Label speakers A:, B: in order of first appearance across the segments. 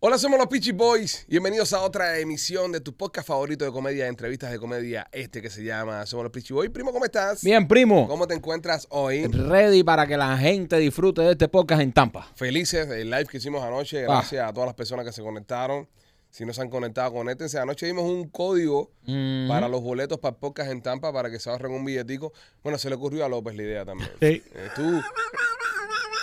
A: Hola, somos los Peachy Boys. Bienvenidos a otra emisión de tu podcast favorito de comedia, de entrevistas de comedia, este que se llama Somos los Peachy Boys. Primo, ¿cómo estás?
B: Bien, primo.
A: ¿Cómo te encuentras hoy?
B: Ready para que la gente disfrute de este podcast en Tampa.
A: Felices del live que hicimos anoche.
B: Ah.
A: Gracias a todas las personas que se conectaron. Si no se han conectado, conéctense. Anoche dimos un código
B: Mm.
A: para los boletos para el podcast en Tampa para que se ahorren un billetico. Bueno, se le ocurrió a López la idea también.
B: Sí.
A: Eh, tú,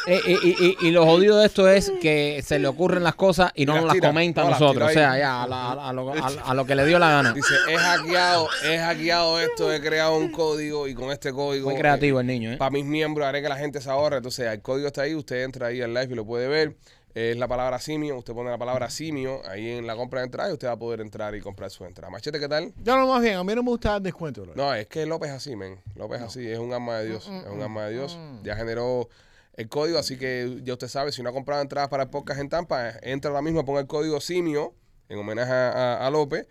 B: Eh, y, y- y- y lo jodido de esto es que se le ocurren las cosas y no
A: Y las
B: nos las
A: tira,
B: comenta
A: no,
B: a
A: las
B: nosotros. O
A: tira
B: sea,
A: ahí.
B: ya, a, la- a lo, a- a lo que le dio la gana.
A: dice, he hackeado, he hackeado esto, he creado un código y con este código...
B: Muy
A: eh,
B: creativo el niño, ¿eh?
A: Para mis miembros haré que la gente se ahorre. Entonces, el código está ahí. Usted entra ahí al live y lo puede ver. Es la palabra simio. Usted pone la palabra simio ahí en la compra de entrada y usted va a poder entrar y comprar su entrada. Machete, ¿qué tal?
C: Yo no más bien, a mí no me gusta dar descuento. bro.
A: No, es que López es así, men. López es así. Es un arma de Dios. es un arma de Dios. Ya generó el código. Así que ya usted sabe, si no ha comprado entradas para el podcast en Tampa, entra ahora mismo, ponga el código simio en homenaje a, a- a López.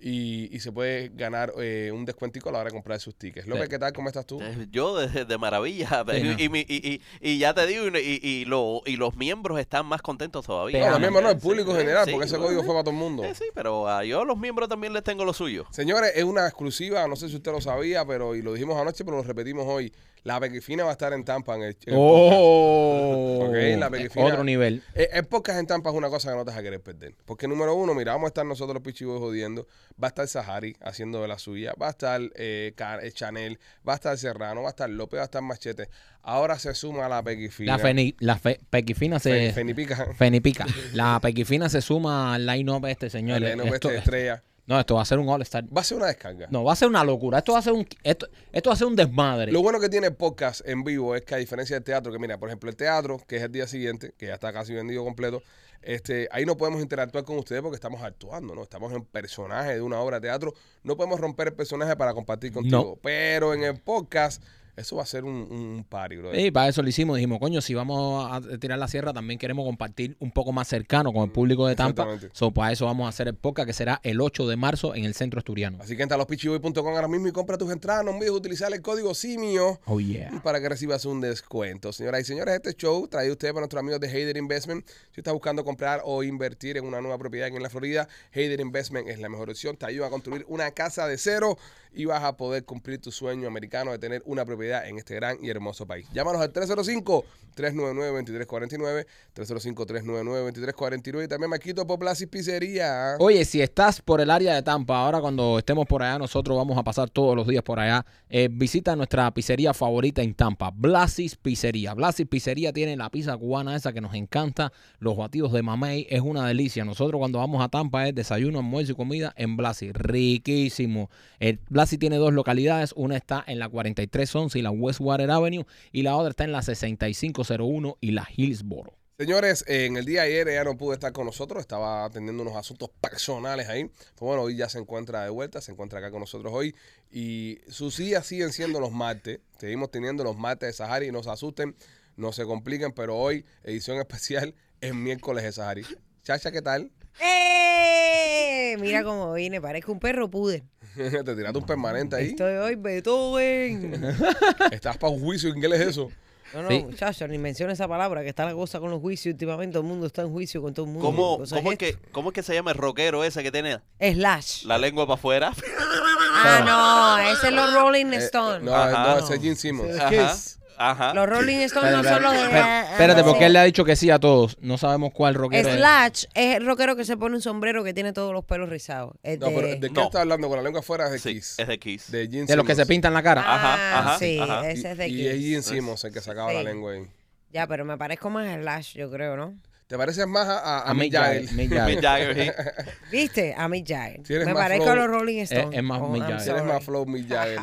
A: Y, y se puede ganar eh, un descuentico a la hora de comprar sus tickets. López,
B: Sí.
A: ¿qué tal? ¿Cómo estás tú?
D: Eh, Yo de, de maravilla.
B: Sí, no.
D: y, mi- y- y- y ya te digo, y, y- y lo- y los miembros están más contentos todavía.
B: Pero
A: No,
B: Pegamos.
A: lo mismo no, el
D: Sí,
A: público
D: sí,
A: general,
D: sí,
A: porque ese
D: sí,
A: código
D: sí.
A: fue para todo el mundo.
D: Sí, sí, pero a yo a los miembros también les tengo lo suyo.
A: Señores, es una exclusiva, no sé si usted lo sabía, pero y lo dijimos anoche, pero lo repetimos hoy. La Pequifina va a estar en Tampa en el, en el
B: ¡Oh!
A: podcast. Ok, la Pequifina.
B: Otro nivel.
A: Eh, El, podcast en Tampa es una cosa que no te vas a querer perder. Porque número uno, mira, vamos a estar nosotros los pichibos jodiendo. Va a estar Sahari haciendo de la suya. Va a estar eh, Ca- eh, Chanel. Va a estar Serrano. Va a estar López. Va a estar Machete. Ahora se suma la Pequifina.
B: La, feni, la fe- pequifina se...
A: Fe- Fenipica.
B: Fenipica. La pequifina se suma al line-up este, señor.
A: Elena
B: Esto-
A: Oeste Estrella.
B: no, esto va a ser un all-star.
A: Va a ser una descarga.
B: No, va a ser una locura. Esto va a ser un, esto, esto va a ser un desmadre.
A: Lo bueno que tiene el podcast en vivo es que a diferencia del teatro, que mira, por ejemplo, el teatro, que es el día siguiente, que ya está casi vendido completo, este, ahí no podemos interactuar con ustedes porque estamos actuando, ¿no? Estamos en personaje de una obra de teatro. No podemos romper el personaje para compartir contigo.
B: No.
A: Pero en el podcast, eso va a ser un, un party, bro.
B: Sí, para eso lo hicimos. Dijimos, coño, si vamos a tirar la sierra, también queremos compartir un poco más cercano con el público de Tampa.
A: Exactamente.
B: So, para eso vamos a hacer el podcast que será el 8 de marzo en el centro asturiano.
A: Así que entra a lospichiboy.com ahora mismo y compra tus entradas. No olvides utilizar el código SIMIO.
B: Oh,
A: y
B: yeah.
A: para que recibas un descuento. Señoras y señores, este show trae usted para nuestros amigos de Hader Investment. Si estás buscando comprar o invertir en una nueva propiedad aquí en la Florida, Hader Investment es la mejor opción. Te ayuda a construir una casa de cero y vas a poder cumplir tu sueño americano de tener una propiedad en este gran y hermoso país. Llámanos al 305-399-2349, 305-399-2349 y también Maquito Poplasis Pizzería.
B: Oye, si estás por el área de Tampa, ahora cuando estemos por allá, nosotros vamos a pasar todos los días por allá. eh, visita nuestra pizzería favorita en Tampa, Blasis Pizzería. Blasis Pizzería tiene la pizza cubana esa que nos encanta, los batidos de mamey, es una delicia. Nosotros cuando vamos a Tampa es desayuno, almuerzo y comida en Blasis, riquísimo. El Blasis tiene dos localidades, una está en la 4311 y la Westwater Avenue y la otra está en la 6501 y la Hillsboro.
A: Señores, eh, en el día de ayer ella no pudo estar con nosotros, estaba atendiendo unos asuntos personales ahí. Pero bueno, hoy ya se encuentra de vuelta, se encuentra acá con nosotros hoy. Y sus días siguen siendo los martes, seguimos teniendo los martes de Sahari, no se asusten, no se compliquen, pero hoy, edición especial, es miércoles de Sahari. Chacha, ¿qué tal?
E: ¡Eh! Mira cómo viene, parezco un perro pude.
A: Te tiraste un permanente ahí.
E: Estoy hoy Beethoven.
A: Estás para un juicio inglés eso.
E: No, no,
B: Sí.
E: muchachos, ni menciona esa palabra, que está la cosa con los juicios. Últimamente todo el mundo está en juicio con todo el mundo.
D: ¿Cómo,
E: Entonces,
D: cómo es
E: esto-
D: que, ¿Cómo es que se llama el rockero ese que tiene
E: Slash.
D: la lengua para afuera?
E: Ah, no, ese es los Rolling
A: Eh,
E: Stones.
A: no,
D: Ajá.
A: no, ese es Gene Simmons.
C: Ese
D: Ajá,
C: es-
D: ajá.
E: Los Rolling Stones no son los de...
B: Espérate, espérate,
E: no
B: porque
E: sé.
B: él le ha dicho que Ah, sí a todos. No sabemos cuál rockero es.
E: Slash es el rockero que se pone un sombrero que tiene todos los pelos rizados. Es
A: No, pero ¿de qué
D: No.
A: estás hablando? Con la lengua afuera es de
D: Sí,
A: Kiss.
D: es de Kiss.
A: De Gene
B: De los que se
A: Simmons.
B: pintan la cara.
E: Ah,
D: Ajá, ajá,
E: sí,
D: ajá.
E: ese es de
A: Y, y es
E: Kiss.
A: Gene Simmons el que sacaba la
E: Sí.
A: lengua ahí.
E: Ya, pero me parezco más a Slash, yo creo, ¿no?
A: Te pareces más a, a, a
B: A Mick
A: Mick
B: Jagger.
A: Jagger.
B: Mick Jagger.
D: Mick Jagger, sí.
E: ¿Viste? A Mick Jagger.
A: Tienes
E: Me
A: más
E: parezco
A: flow.
E: a los Rolling Stones.
B: es más
E: Oh,
B: Mick
E: I'm
B: Jagger.
A: Tienes más
E: sorry.
A: flow, Mick Jagger.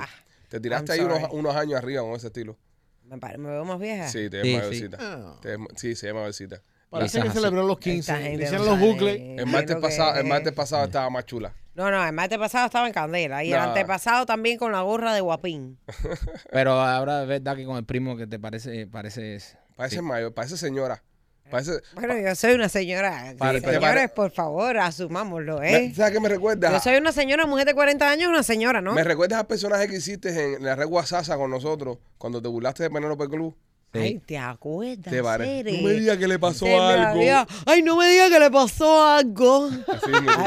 A: Te tiraste
E: I'm
A: ahí unos,
E: sorry.
A: unos años arriba con ese estilo.
E: Me, pare- me veo más vieja.
A: Sí, te ves
B: Sí,
A: mayorcita.
C: Ah.
A: Te ves ma- sí, se llama mayorcita.
C: Parece
B: Quizás
C: que
B: así.
C: celebró los
E: Esta
C: 15.
E: gente
C: Le hicieron
E: no
C: los
E: sabe.
C: bucles.
A: El martes,
E: lo que
A: pasado, el
E: es.
A: martes
B: Mm.
A: pasado estaba más chula.
E: No, no, el martes pasado estaba en Candela. Y el
A: No.
E: antepasado también con la gorra de guapín.
B: Pero ahora es verdad que con el primo que te parece, pareces.
A: Parece mayor, parece señora.
E: Eh.
A: Parece,
E: Bueno, yo soy una señora.
A: Pare-
E: Señores,
A: pare-
E: por favor, asumámoslo,
A: me-
E: ¿eh?
A: ¿Sabes qué me recuerda?
E: Yo soy una señora, mujer de 40 años, una señora, ¿no?
A: Me recuerdas al personaje que hiciste en la red WhatsApp con nosotros cuando te burlaste de Penélope Cruz.
E: Ay, ¿te acuerdas?
A: Te pare-
E: Cere?
A: No me digas que le pasó
E: eh? Se me
A: algo.
E: había- Ay, no me digas que le pasó algo.
A: Así
E: Ay, qué
A: mismo.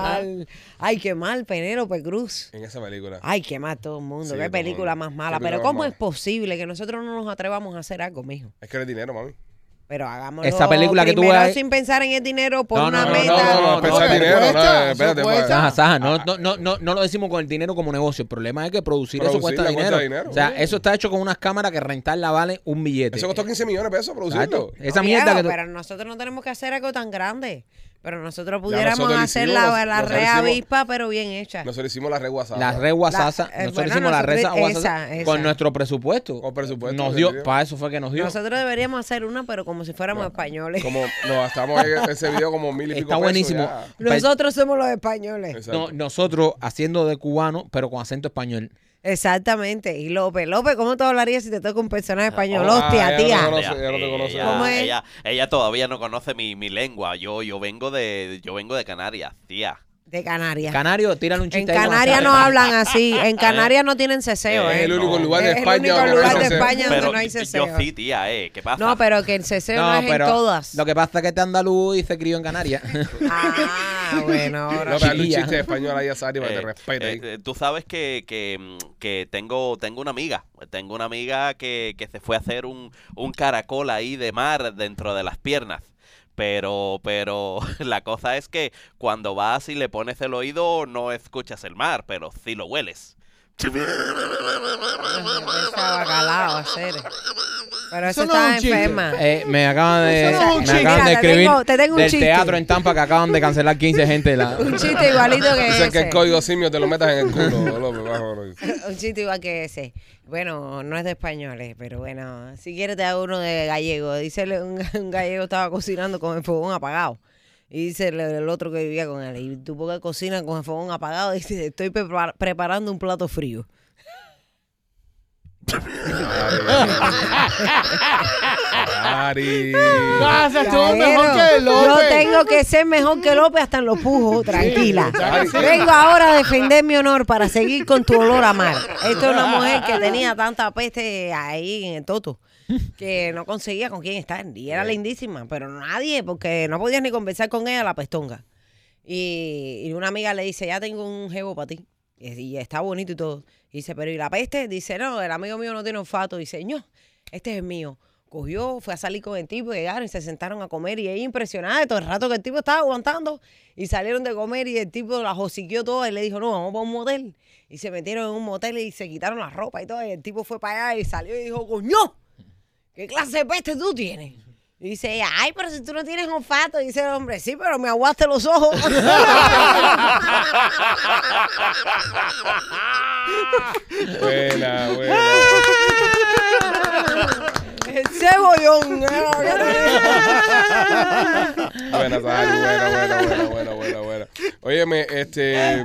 E: mal. Ay, qué mal, Penélope Cruz.
A: en esa película.
E: Ay, qué mal todo el mundo.
A: Sí, todo
E: qué
A: el
E: película
A: mundo.
E: más mala.
A: Película
E: Pero
A: más
E: ¿cómo
A: mala.
E: es posible que nosotros no nos atrevamos a hacer algo, mijo?
A: Es que no es dinero, mami.
E: Pero hagámoslo
B: Esa película que tú
E: primero
B: ves-
E: sin pensar en el dinero por
B: No, no,
E: una
B: no, no,
E: meta.
B: no, no, no,
A: pensar
C: no,
A: en dinero,
C: eso cuesta,
A: no, espérate.
C: eso cuesta.
A: ma-
B: Saja, Saja, no,
A: Ah.
B: no, no, no, no lo decimos con el dinero como negocio. El problema es que producir, eso
A: Producir
B: cuesta
A: la
B: dinero.
A: cuenta de dinero,
B: O sea,
A: sí.
B: eso está hecho con unas cámaras que rentarla vale un billete.
A: Eso costó 15 millones de pesos producirlo.
B: Eh, Exacto. Esa
E: Obviado,
B: mierda que tú-
E: Pero nosotros no tenemos que hacer algo tan grande. Pero nosotros pudiéramos
A: nosotros lo
E: hacer
A: hicimos,
E: la, la
A: nosotros
E: rea
A: hicimos-
E: avispa, pero bien hecha.
A: Nosotros hicimos la red WhatsApp.
B: La red guasasa,
E: eh,
B: nosotros
E: bueno,
B: hicimos la red
E: nosotros-
B: guasasa
E: esa,
B: con
E: esa.
B: nuestro presupuesto.
A: Con presupuesto,
B: Nos
A: sí,
B: dio,
A: sí.
B: para eso fue que nos dio.
E: Nosotros deberíamos hacer una, pero como si fuéramos españoles.
A: Como nos gastamos en ese video como mil y pico
B: Está buenísimo. Eh,
A: pesos ya.
E: Nosotros somos los españoles.
A: Exacto.
B: No, nosotros haciendo de cubano, pero con acento español.
E: Exactamente. Y López, López, ¿cómo te hablarías si te toca un personaje español?
A: Ah,
E: Hostia,
A: ya
E: tía.
A: no, no, no.
D: Ella-
A: conoce, ya te conoce.
D: ella-
E: ¿Cómo es?
D: Eh, Ella, ella todavía no conoce mi, mi lengua. Yo, yo vengo de, yo vengo de Canarias, tía.
E: De Canarias.
B: Canario, tírale un
E: en
B: chiste. ahí con
E: Canarias
B: acento
E: no Eh,
B: español.
E: hablan así. En Canarias no tienen ceseo,
A: Es
E: ¿eh?
A: el único
D: No.
A: lugar de
E: Es el
A: España
E: único
A: donde
E: lugar
A: no
E: de
A: se-
E: España. donde
D: Pero
E: no hay
D: yo
E: ceseo.
D: sí, tía, eh. ¿Qué pasa?
E: No, pero que el ceseo no, es en todas.
B: Lo que pasa es que te andaluz y se crió en Canarias.
E: Ah, bueno,
A: No,
E: ahora sí.
A: pero hazle un
B: Chiquilla.
A: chiste de español ahí a Sari para que te
D: Eh,
A: respete. ahí.
D: eh, eh, tú sabes que, que, mm, que tengo, tengo una amiga, tengo una amiga que, que se fue a hacer un, un caracol ahí de mar dentro de las piernas. Pero, pero la cosa es que cuando vas y le pones el oído no escuchas el mar, pero sí lo hueles.
E: Esa bacalao, hacer. Pero
C: Eso
E: eso,
C: no
E: está
C: es un chiste.
E: enferma.
B: Eh, me acaban de,
C: Eso no es un
B: me
C: chiste.
B: acaban de
E: Mira, te
B: escribir
E: tengo- te tengo un
B: del
E: chiste.
B: teatro en Tampa que acaban de cancelar 15 gente. de La...
E: Un chiste igualito que
A: Dicen que
E: ese.
A: el código simio te lo metas en el culo, López. bajo, López.
E: Un chiste igual que ese. Bueno, no es de españoles, pero bueno, si quieres te hago uno de gallego. Dice un, un gallego estaba cocinando con el fogón apagado. Y dice el, el otro que vivía con él, ¿y tú por qué cocinas con el fogón apagado? Dice, estoy prepar- preparando un plato frío.
A: Sari.
C: Pasa, estuvo
E: Caballero,
C: mejor que López.
E: Yo tengo que ser mejor que López hasta en los pujos, tranquila.
A: ya que sí.
E: Vengo ahora a defender mi honor para seguir con tu olor a mar. Esta es una mujer que tenía tanta peste ahí en el toto que no conseguía con quién estar. Y era lindísima, pero nadie, porque no podías ni conversar con ella la pestonga. Y, y una amiga le dice, ya tengo un jevo para ti. Y, y está bonito y todo. Y dice, pero ¿y la peste? Dice, no, el amigo mío no tiene olfato. Dice, no, este es el mío. Cogió, fue a salir con el tipo, llegaron y se sentaron a comer y ella impresionada de todo el rato que el tipo estaba aguantando y salieron de comer y el tipo la josiqueó toda y le dijo, no, vamos para un motel. Y se metieron en un motel y se quitaron la ropa y todo y el tipo fue para allá y salió y dijo, coño, ¿Qué clase de peste tú tienes? Y dice ella, ay, pero si tú no tienes olfato. Y dice el hombre, sí, pero me aguaste los ojos.
A: Buena, buena.
E: El cebollón.
A: Buena, Sari. Buena, buena, buena, buena, buena, buena. Óyeme, este.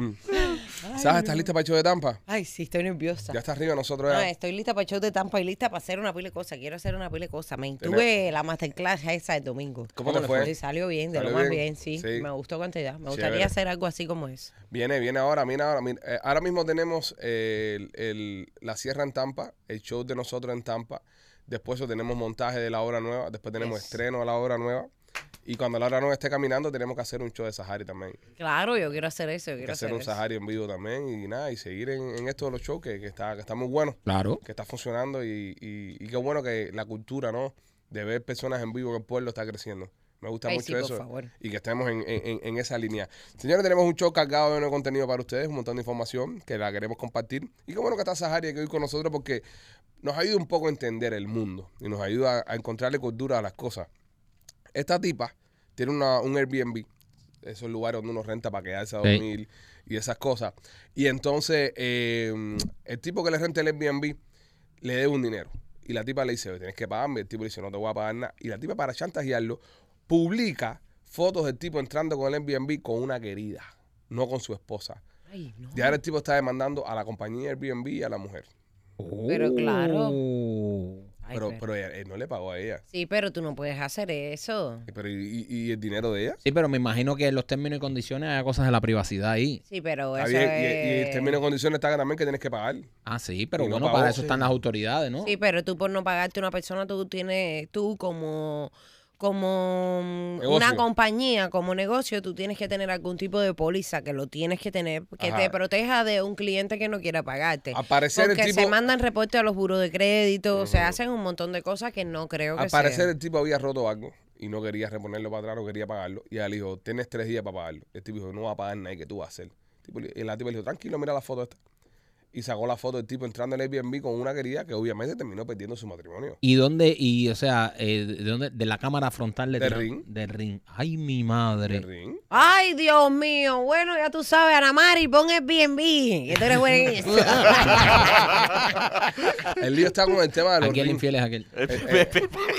A: ¿Sabes? ¿Estás lista para el show de Tampa?
E: ay, sí, estoy nerviosa.
A: Ya está arriba nosotros.
E: No,
A: Ya.
E: estoy lista para el show de Tampa y lista para hacer una pila de cosas. Quiero hacer una pila de cosas. Me tuve la masterclass esa el domingo.
A: ¿Cómo te fue?
E: Sí, salió bien, de
A: ¿Salió
E: lo más
A: bien?
E: bien, sí.
A: Sí.
E: Me gustó cantidad. Me gustaría
A: Chévere.
E: hacer algo así como eso.
A: Viene, viene ahora, mira ahora. mira, eh, ahora mismo tenemos eh, el, el- la sierra en Tampa, el show de nosotros en Tampa. Después tenemos montaje de la obra nueva. Después tenemos
E: Yes.
A: estreno de la obra nueva. Y cuando la obra nueva esté caminando, tenemos que hacer un show de Sahari también.
E: Claro, yo quiero hacer eso. Yo
A: Hay
E: quiero
A: que hacer un
E: eso.
A: Sahari en vivo también. Y nada, y seguir en, en esto de los shows que, que está, que está muy bueno,
B: Claro.
A: que está funcionando. Y, y, y qué bueno que la cultura, ¿no? De ver personas en vivo en el pueblo está creciendo. Me gusta
E: Ay,
A: mucho
E: sí, por
A: eso
E: favor.
A: y que estemos en, en- en- en esa línea. Señores, tenemos un show cargado de nuevo contenido para ustedes, un montón de información que la queremos compartir. Y qué bueno que está Sahari aquí hoy con nosotros porque nos ayuda un poco a entender el mundo y nos ayuda a encontrarle cordura a las cosas. Esta tipa tiene una- un Airbnb, esos lugares donde uno renta para quedarse a
B: Sí.
A: dormir y esas cosas. Y entonces eh, el tipo que le renta el Airbnb le debe un dinero. Y la tipa le dice, tienes que pagarme. El tipo le dice, no te voy a pagar nada. Y la tipa para chantajearlo, publica fotos del tipo entrando con el Airbnb con una querida, no con su esposa.
E: Ay, no.
A: Y ahora el tipo está demandando a la compañía Airbnb y a la mujer.
E: Pero claro. Ay,
A: pero
E: pero-
A: pero ella- él no le pagó a ella.
E: Sí, pero tú no puedes hacer eso.
A: Y- Pero, ¿y, y- y el dinero de ella?
B: Sí, pero me imagino que en los términos y condiciones hay cosas de la privacidad ahí.
E: Sí, pero
A: Está
E: Pues eso
A: bien, y,
E: es...
A: y el término de condiciones está también que tienes que pagar.
B: Ah, sí, pero
A: Y no
B: bueno,
A: pagó,
B: para
A: sí.
B: eso están las autoridades, ¿no?
E: Sí,
A: Oh.
E: pero tú por no pagarte una persona, tú tienes, tú como como mm, una
A: Negocio.
E: compañía, como negocio, tú tienes que tener algún tipo de póliza que lo tienes que tener, que
A: Ajá.
E: te proteja de un cliente que no quiera pagarte.
A: Al parecer el
E: Porque se
A: tipo-
E: mandan reportes a los buros de crédito, se hacen un montón de cosas que no creo que
A: Al parecer
E: sea.
A: el tipo había roto algo y no quería reponerlo para atrás, no quería pagarlo. Y ella le dijo, tienes tres días para pagarlo. El tipo dijo, no va a pagar nadie, que tú vas a hacer? El tipo le- y la tipa le dijo, tranquilo, mira la foto esta. Y sacó la foto del tipo entrando al Airbnb con una querida que obviamente terminó perdiendo su matrimonio.
B: ¿Y dónde? Y, o sea, eh, ¿de dónde? De la cámara frontal de
A: Del ring.
B: Del ring. Ay, mi madre.
A: El ring.
E: Ay, Dios mío. Bueno, ya tú sabes, Ana Mari, pon el B&B. que tú eres buena en eso.
A: El lío está con el tema de los
B: Aquel
A: rings.
B: infiel es aquel.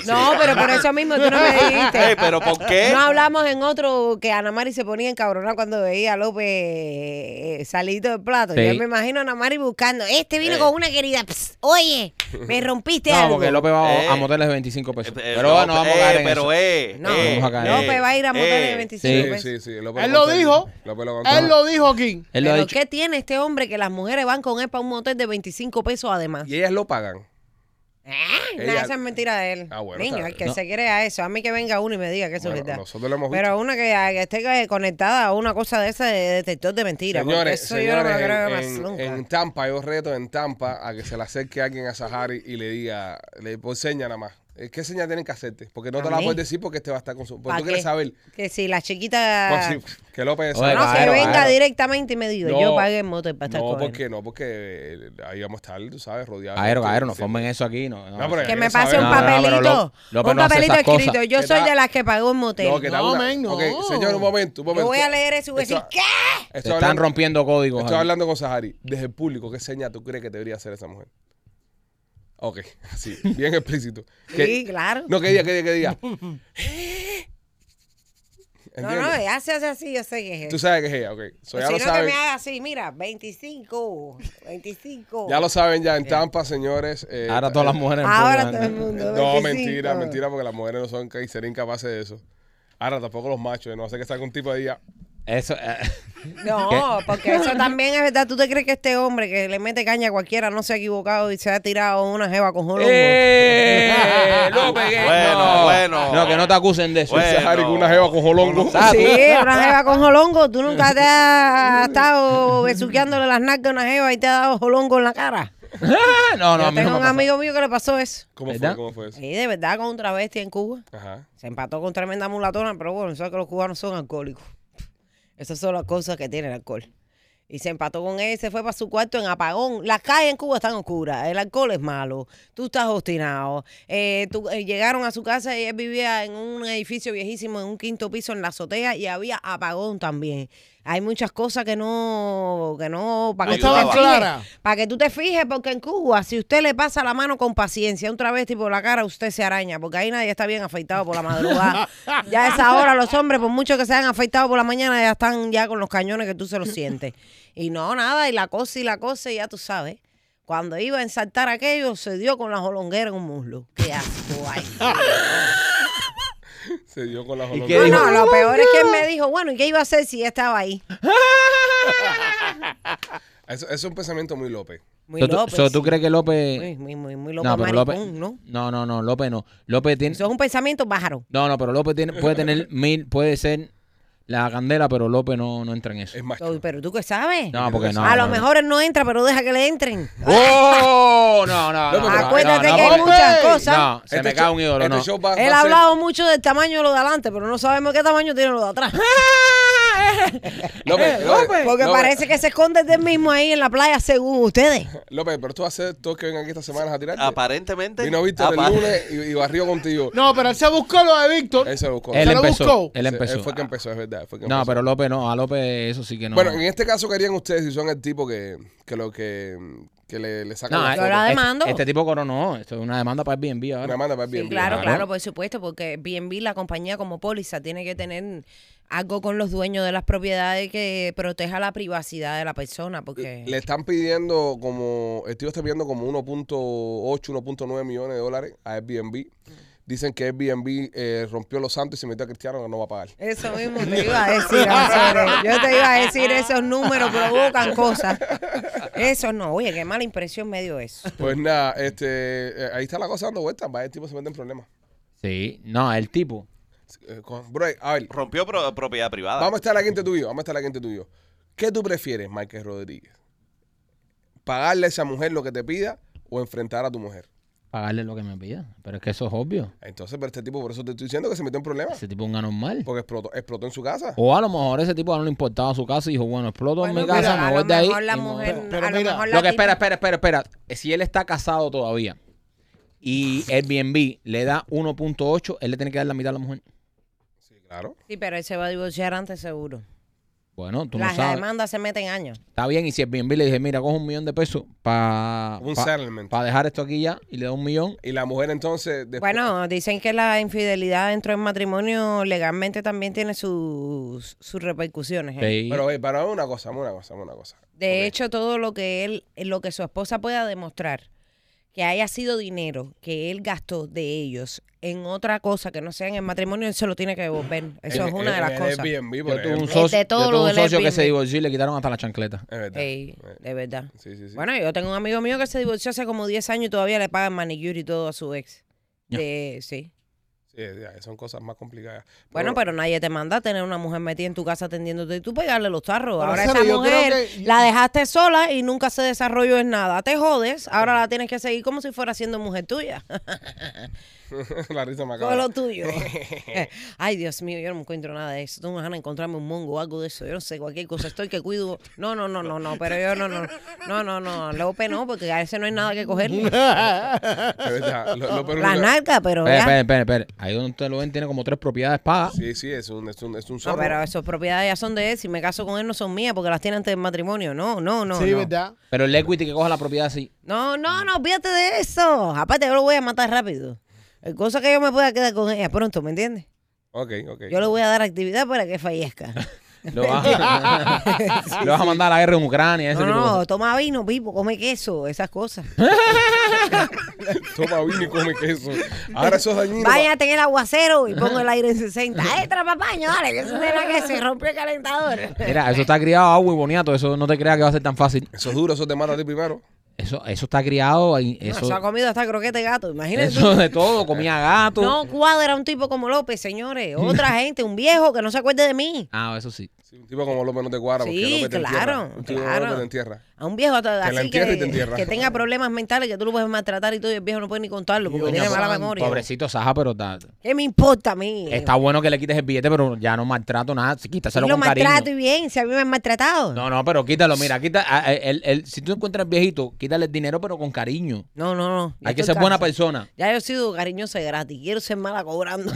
E: No, pero por eso mismo tú no me dijiste.
D: Ey, Eh, pero ¿por qué?
A: Eh.
E: No hablamos en otro que Ana Mari se ponía encabronada cuando veía a López eh, salidito del plato.
B: Sí.
E: Yo me imagino a Ana Mari buscando. Este
A: Eh.
E: vino con una querida. Pss, oye, me rompiste
B: No,
E: algo.
B: porque López va a-
D: Eh.
B: a moteles de 25 pesos.
D: Eh, eh,
B: pero bueno,
D: no,
B: vamos a
D: eh,
B: caer en
D: pero,
B: eso.
D: eh,
E: No,
D: eh,
B: Vamos a caer.
E: López va a ir a moteles
D: eh,
E: de
B: Sí,
E: 25
A: Sí,
E: pesos.
A: sí, sí. López
C: Él lo
A: contó-
C: dijo.
A: López lo contó.
C: Él lo dijo aquí.
B: Él lo ha
E: Pero
B: dicho.
E: ¿qué tiene este hombre que las mujeres van con él para un motel de 25 pesos además?
A: Y ellas lo pagan.
E: Ah,
A: Ella-
E: nah, esa es mentira de él.
A: Ah, bueno,
E: Niño,
A: está-
E: el que
B: no.
E: se quiere a eso. A mí que venga uno y me diga que eso
A: Bueno,
E: es verdad.
A: nosotros lo hemos visto.
E: Pero una que, a- que esté eh, conectada a una cosa de esa de detector de mentiras. porque
A: Señores,
E: eso yo no me lo
A: señores,
E: creo
A: en,
E: más
A: en-
E: nunca.
A: en Tampa, yo reto en Tampa a que se le acerque alguien a Sahari y le diga, le por seña nada más. Eh, ¿Qué seña tienen que hacerte? Porque no
E: ¿A
A: te la
E: mí?
A: puedes decir porque este va a estar con su. Porque
E: ¿Pa
A: tú quieres
E: qué?
A: saber.
E: Que si la chiquita
A: Pues sí, que López
B: Oye,
E: no
A: sabe.
E: que
B: claro,
E: venga
B: claro.
E: directamente y me diga,
A: No.
E: yo pagué el motel para estar
A: No,
E: con él.
A: porque no, porque eh, ahí vamos a estar, tú sabes, rodeados.
B: Aero,
A: Sí,
B: aero, no
A: sí.
B: formen eso aquí. No, no,
A: No, pero-
E: Que
A: Quiero
E: me pase
A: saber.
E: un
A: No, no,
B: pero
E: papelito,
B: López- López
E: un
B: no hace
E: papelito
B: esas
E: escrito.
B: cosas.
E: Yo
A: ¿Qué
E: soy
A: tal?
E: de las que pagó el motel.
A: No, que
C: No,
A: da una-
C: men, no.
A: Ok, señor, un momento, un
E: yo
A: momento.
E: voy a leer eso y voy a
A: Esto-
E: decir, ¿qué?
A: Estoy
B: Te están
A: hablando,
B: rompiendo códigos.
A: estoy
B: aquí.
A: hablando con Sahari. Desde el público, ¿qué seña tú crees que debería hacer esa mujer? Ok, así, bien explícito. Que-
E: Sí, claro.
A: No, que diga, que diga, que diga. ¿Eh?
E: No,
A: ¿Entiendes?
E: no, ella se hace así, yo sé que es.
A: Tú
E: él.
A: sabes que es ella, ok. So,
E: Pues
A: ya,
E: si
A: lo
E: no que
A: saben,
E: me haga así, mira, 25, 25.
A: ya lo saben ya en Tampa, señores. eh,
B: Eh. Ahora todas las mujeres. en
E: Ahora
B: público,
E: todo el
B: ¿no?
E: mundo.
A: No,
E: 25.
A: mentira, mentira, porque las mujeres no son ca- y serían capaces de eso. Ahora tampoco los machos, eh, no sé que salga un tipo ahí ya.
B: Eso. eh,
E: No, porque eso también es verdad. ¿Tú te crees que este hombre que le mete caña a cualquiera no se ha equivocado y se ha tirado una jeva con jolongo?
B: ¡Eh! López, que-
D: Bueno,
B: no.
D: bueno.
B: No, que no te acusen de eso.
D: Bueno.
A: Ese Harry con una jeva con jolongo.
B: Ah,
E: Sí, una jeva con jolongo. ¿Tú nunca te has estado besuqueándole las nalgas a una jeva y te ha dado jolongo en la cara?
B: no, no, a
E: Yo
B: mí
E: tengo
B: no me
E: un
B: pasa.
E: amigo mío que le pasó eso.
A: ¿Cómo fue?
B: ¿Verdad?
A: ¿Cómo fue eso?
E: Sí, de verdad, con un travesti en Cuba.
A: Ajá.
E: Se empató con tremenda mulatona, pero bueno, sabes que los cubanos son alcohólicos. Esas son las cosas que tiene el alcohol. Y se empató con él, se fue para su cuarto en apagón. Las calles en Cuba están oscuras, el alcohol es malo, tú estás obstinado. Eh, tú- eh, llegaron a su casa y él vivía en un edificio viejísimo, en un quinto piso, en la azotea, y había apagón también. Hay muchas cosas que no, que no, para que, tú te
D: Ayudaba.
C: Clara.
E: fijes, para que tú te fijes, porque en Cuba, si usted le pasa la mano con paciencia a un travesti por la cara, usted se araña, porque ahí nadie está bien afeitado por la madrugada. ya a esa hora los hombres, por mucho que se hayan afeitado por la mañana, ya están ya con los cañones que tú se los sientes. Y no, nada, y la cosa y la cosa, y ya tú sabes. Cuando iba a ensartar aquello, se dio con la jolonguera en un muslo. Qué asco, ay.
A: Se dio con la
B: ¿Y
A: jolongo.
B: qué dijo?
E: No, no, lo peor es que él me dijo, bueno, ¿y qué iba a hacer si ya estaba ahí?
A: Eso, eso es un pensamiento muy López.
E: Muy
B: So, tú-
E: López.
B: so, ¿Tú crees que
E: Muy,
B: López.?
E: muy, muy, muy López
B: No, pero López.
E: maricón, ¿no?
B: No, no, no, López no. López tiene.
E: Eso es un pensamiento pájaro.
B: No, no, pero López tiene, puede tener mil, puede ser la candela, pero López no, no entra en eso.
A: Es macho.
E: Pero, pero tú qué sabes.
B: No, porque no.
E: a
B: no,
E: lo
B: no.
E: mejor él no entra, pero deja que le entren.
B: ¡Oh! No, no, no.
A: López,
B: no,
E: Acuérdate
B: no,
E: que hay
B: porque-
E: muchas cosas.
B: No, se
A: Este
B: me cae
A: show-
B: un ídolo,
A: este
B: no.
A: show va- va
E: Él
A: a
E: ha
A: ser-
E: hablado mucho del tamaño de lo de adelante, pero no sabemos qué tamaño tiene lo de atrás.
A: López, López,
E: Porque
A: López,
E: parece que se esconde del mismo ahí en la playa, según ustedes.
A: López, pero tú haces todos que vengan aquí estas semanas a tirarte.
B: Ah,
D: Aparentemente.
A: Vino Víctor
D: apa-
A: el lunes y, y barrió contigo.
C: No, pero él se buscó lo de Víctor.
A: Él se buscó.
B: Él
C: Se lo
B: empezó.
C: buscó.
B: Él
A: Se- Él
B: empezó.
A: fue el que empezó, es verdad. Fue el que
B: No,
A: empezó.
B: pero López no. A López, eso sí que no.
A: Bueno, en este caso, ¿qué harían ustedes si son el tipo que, que lo que, que le, le sacan
B: No,
A: la
B: eh,
E: Yo la
A: foto?
B: este-
E: demando.
B: Este, tipo coronó. Esto es una demanda para Airbnb ahora.
A: Una manda para el
E: Sí,
A: bien.
E: claro,
B: claro.
E: claro, por supuesto, porque BNB, la compañía como póliza, tiene que tener algo con los dueños de las propiedades que proteja la privacidad de la persona, porque
A: Le están pidiendo como, el tío está pidiendo como 1.8, 1.9 millones de dólares a Airbnb. Dicen que Airbnb eh, rompió los santos y se metió a Cristiano que no va a pagar.
E: eso mismo te iba a decir, Alfredo. yo te iba a decir, esos números provocan cosas. Eso no, oye, qué mala impresión me dio eso.
A: Pues nada, este, eh, ahí está la cosa dando vueltas. Va, el tipo se mete en problemas.
B: Sí, no, el tipo.
A: Eh, con- Bro, a ver,
D: Rompió pro- propiedad privada.
A: vamos a estar aquí entre tú y yo, Vamos a estar aquí entre tú y yo. ¿Qué tú prefieres, Michael Rodríguez? ¿Pagarle a esa mujer lo que te pida o enfrentar a tu mujer?
B: Pagarle lo que me pida. Pero es que eso es obvio.
A: Entonces, pero este tipo, por eso te estoy diciendo que se metió en problemas.
B: Ese tipo es un anormal.
A: Porque explotó, explotó en su casa.
B: O a lo mejor ese tipo no le importaba su casa y dijo, bueno, exploto en mi
E: Bueno,
B: casa,
E: pero
B: me
E: a
B: voy
E: lo
B: de ahí.
E: mejor la
B: y me voy.
E: mujer,
C: Pero
E: a lo
C: mira,
E: mejor la
B: Lo que
E: tipa-
B: espera, espera, espera, espera. Si él está casado todavía y Airbnb le da 1.8, él le tiene que dar la mitad a la mujer.
A: Sí, claro.
E: Sí, pero él se va a divorciar antes seguro.
B: Bueno, tú
E: Las
B: no sabes.
E: demandas se meten años.
B: Está bien, y si Airbnb le dije, mira, coge un millón de pesos para
A: Un settlement.
B: dejar esto aquí ya y le da un millón.
A: Y la mujer entonces. después-
E: Bueno, dicen que la infidelidad dentro del matrimonio legalmente también tiene sus, sus repercusiones. ¿eh?
B: Sí.
A: Pero, oye, para una cosa, dame una cosa, dame una cosa.
E: De hecho, todo lo que él, eh, lo que su esposa pueda demostrar que haya sido dinero que él gastó de ellos en otra cosa que no sea en el matrimonio, él se lo tiene que devolver. Eso
A: En-
E: es una de
A: en-
E: las
A: en
E: cosas.
A: Airbnb, por
B: yo tuve un
A: ejemplo.
E: so-
B: socio,
E: de todo
B: yo tuve
E: lo
B: un
E: del
B: socio que se
E: Airbnb.
B: divorció y le quitaron hasta la chancleta.
A: Es verdad.
E: Ey, de verdad.
A: Sí, sí, sí.
E: Bueno, yo tengo un amigo mío que se divorció hace como 10 años y todavía le pagan manicure y todo a su ex.
B: Ya.
E: De, sí.
A: Sí, ya, son cosas más complicadas.
E: Bueno, pero nadie te manda a tener una mujer metida en tu casa atendiéndote y tú pegarle los tarros.
C: Pero,
E: ahora
C: Sara,
E: esa
C: yo creo
E: mujer
C: que-
E: la dejaste sola y nunca se desarrolló en nada. Te jodes, ahora la tienes que seguir como si fuera siendo mujer tuya. pues,
A: la risa me acaba.
E: Todo lo tuyo. Ay, Dios mío, yo no me encuentro nada de eso. Tú me vas a encontrarme un mongo o algo de eso. Yo no sé, cualquier cosa. Estoy que cuido. No, no, no, no, no. Pero yo no, no. No, no, no. López no, porque a ese no hay nada que cogerle.
A: Es verdad. Lo, lo peor es
E: La
A: una-
E: narca, pero
B: Espera, espera,
E: ya.
B: espera, espera. Ahí donde ustedes lo ven tiene como tres propiedades pagas.
A: Sí, sí, es un, es un, es un
E: No,
A: zorro.
E: pero esas propiedades ya son de él. Si me caso con él, no son mías porque las tiene antes del matrimonio. No, no, no.
C: sí,
E: no.
C: ¿verdad?
B: Pero el equity que coja la propiedad sí.
E: No, no, no, fíjate de eso. Aparte, yo lo voy a matar rápido. El cosa que yo me pueda quedar con ella pronto, ¿me entiendes?
A: Ok, ok.
E: Yo le voy a dar actividad para que fallezca.
B: Lo vas, lo vas a mandar a la guerra en Ucrania. Ese
E: No,
B: tipo de
E: no,
B: cosas.
E: toma vino, pipo, come queso, esas cosas.
A: Toma vino y come queso. Ahora eso es dañino.
E: Váyate en el aguacero y pongo el aire en 60. ¡Extra, papaño! Dale, que eso será que se rompió el calentador.
B: Mira, eso está criado a agua y boniato. Eso no te creas que va a ser tan fácil.
A: Eso es duro, eso te mata a ti primero.
B: Eso, eso está criado. ahí,
E: No,
B: Eso,
E: se ha comido hasta croquete de gato, imagínate. tú.
B: eso de todo. Comía gato.
E: No cuadra un tipo como López, señores. Otra gente, un viejo que no se acuerde de mí.
B: Ah, eso sí.
A: Sí, un tipo como López no te cuadra. porque
E: Sí,
A: López te
E: claro,
A: entierra. Un tipo
E: claro.
A: López te entierra.
E: A un viejo hasta-
A: Te la
E: así
A: entierra y te
E: que,
A: entierra.
E: que tenga problemas mentales que tú lo puedes maltratar y todo y el viejo no puede ni contarlo porque
C: Dios
E: tiene mala
C: santo,
E: memoria.
B: Pobrecito Saja, pero está,
E: ¿Qué me importa a mí?
B: está bueno que le quites el billete, pero ya no maltrato nada. Sí,
E: Yo
B: Quítaselo
E: lo
B: con
E: maltrato
B: cariño.
E: y bien, si a mí me han maltratado. No,
B: No, no, pero quítalo. Mira, quita, a- a- el- el- si tú encuentras viejito, quítale el dinero, pero con cariño.
E: no, no. ya
B: Hay que
E: estoy
B: ser buena
E: cansada.
B: persona.
E: Ya yo he sido cariñosa y gratis. Quiero ser mala cobrando.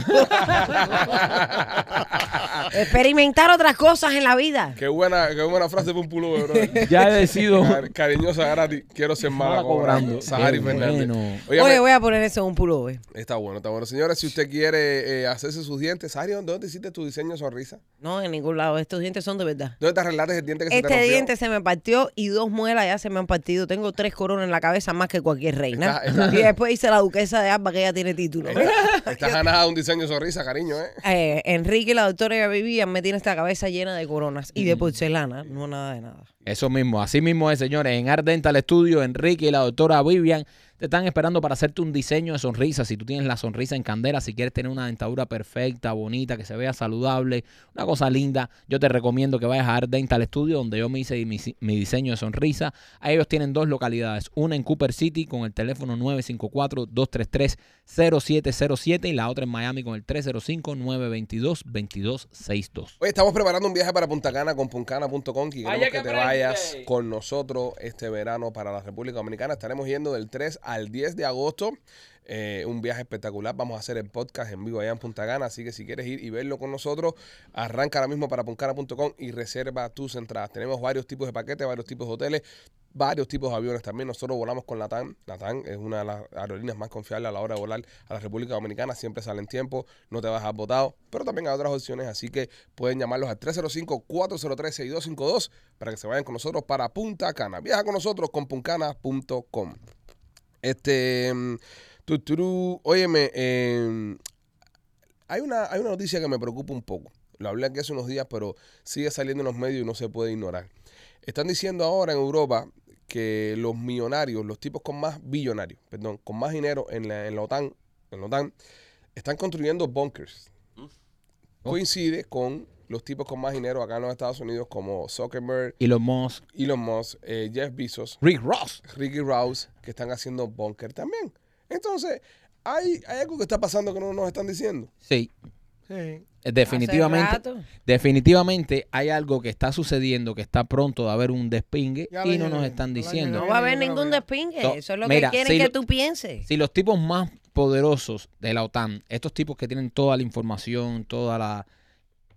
E: Experimentar otras cosas en la vida.
A: Qué buena, qué buena frase fue un pulo, bro.
B: Ya he decidido.
A: Cari- Cariñosa gratis, quiero ser mala
B: Mala
A: cobrando.
B: cobrando.
A: Sahari
B: Qué
A: Fernández.
B: bueno.
A: Oye,
E: Oye,
A: me-
E: voy a poner eso en un pullover.
A: Está bueno, está bueno. Señores, si usted quiere eh, hacerse sus dientes, Sahari, ¿dónde dónde hiciste tu diseño de sonrisa?
E: No, en ningún lado. Estos dientes son de verdad.
A: ¿Dónde te arreglaste el diente que se te
E: Este
A: rompió?
E: diente se me partió y dos muelas ya se me han partido. Tengo tres coronas en la cabeza más que cualquier reina.
A: Está- está-
E: Y después hice la duquesa de Alba, que ella tiene título.
A: Está- Estás ganada de un diseño de sonrisa, cariño, ¿eh?
E: Eh, Enrique, la doctora que vivía, me tiene esta cabeza llena de coronas y
A: Mm.
E: de porcelana. No nada de nada.
B: Eso mismo, así mismo es, señores. En Art Dental Studio, Enrique y la doctora Vivian te están esperando para hacerte un diseño de sonrisa. Si tú tienes la sonrisa en candela, si quieres tener una dentadura perfecta, bonita, que se vea saludable, una cosa linda, yo te recomiendo que vayas a Art Dental Studio, donde yo me hice mi, mi diseño de sonrisa. A ellos tienen dos localidades, una en Cooper City con el teléfono 954-233-0707 y la otra en Miami con el 305-922-2262.
A: Oye, estamos preparando un viaje para Punta Cana con puncana.com y queremos que te vayas con nosotros este verano para la República Dominicana. Estaremos yendo del 3 al 10 de agosto. Eh, un viaje espectacular. Vamos a hacer el podcast en vivo allá en Punta Cana. Así que si quieres ir y verlo con nosotros, arranca ahora mismo para puncana.com y reserva tus entradas. Tenemos varios tipos de paquetes, varios tipos de hoteles. varios tipos de aviones también. Nosotros volamos con Latam. Latam es una de las aerolíneas más confiables a la hora de volar a la República Dominicana. Siempre sale en tiempo, no te vas a botado. Pero también hay otras opciones, así que pueden llamarlos al 305-403-6252 para que se vayan con nosotros para Punta Cana. Viaja con nosotros con puncana.com. Este. mm, tu, turú. óyeme, eh, hay, una, hay una noticia que me preocupa un poco. Lo hablé aquí hace unos días, pero sigue saliendo en los medios y no se puede ignorar. Están diciendo ahora en Europa que los millonarios, los tipos con más billonarios, perdón, con más dinero en la, en la OTAN, en la OTAN, están construyendo bunkers.
B: Oh.
A: Coincide con los tipos con más dinero acá en los Estados Unidos, como Zuckerberg,
B: Elon Musk,
A: Elon Musk, eh, Jeff Bezos,
B: Rick Ross.
A: Ricky Rouse, que están haciendo bunker también. Entonces, hay, hay algo que está pasando que no nos están diciendo.
B: Sí,
C: Sí.
B: Eh, definitivamente.
E: rato.
B: Definitivamente hay algo que está sucediendo, que está pronto de haber un despingue
C: Ya
B: y
C: viene,
B: no nos están
C: ya
B: diciendo.
E: No
C: viene.
E: va a haber
C: Mira,
E: ningún
C: mira.
E: despingue.
B: No,
E: Eso es lo
B: mira,
E: que quieren
B: si
E: que
B: lo-
E: tú pienses.
B: Si los tipos más poderosos de la OTAN, estos tipos que tienen toda la información, toda la...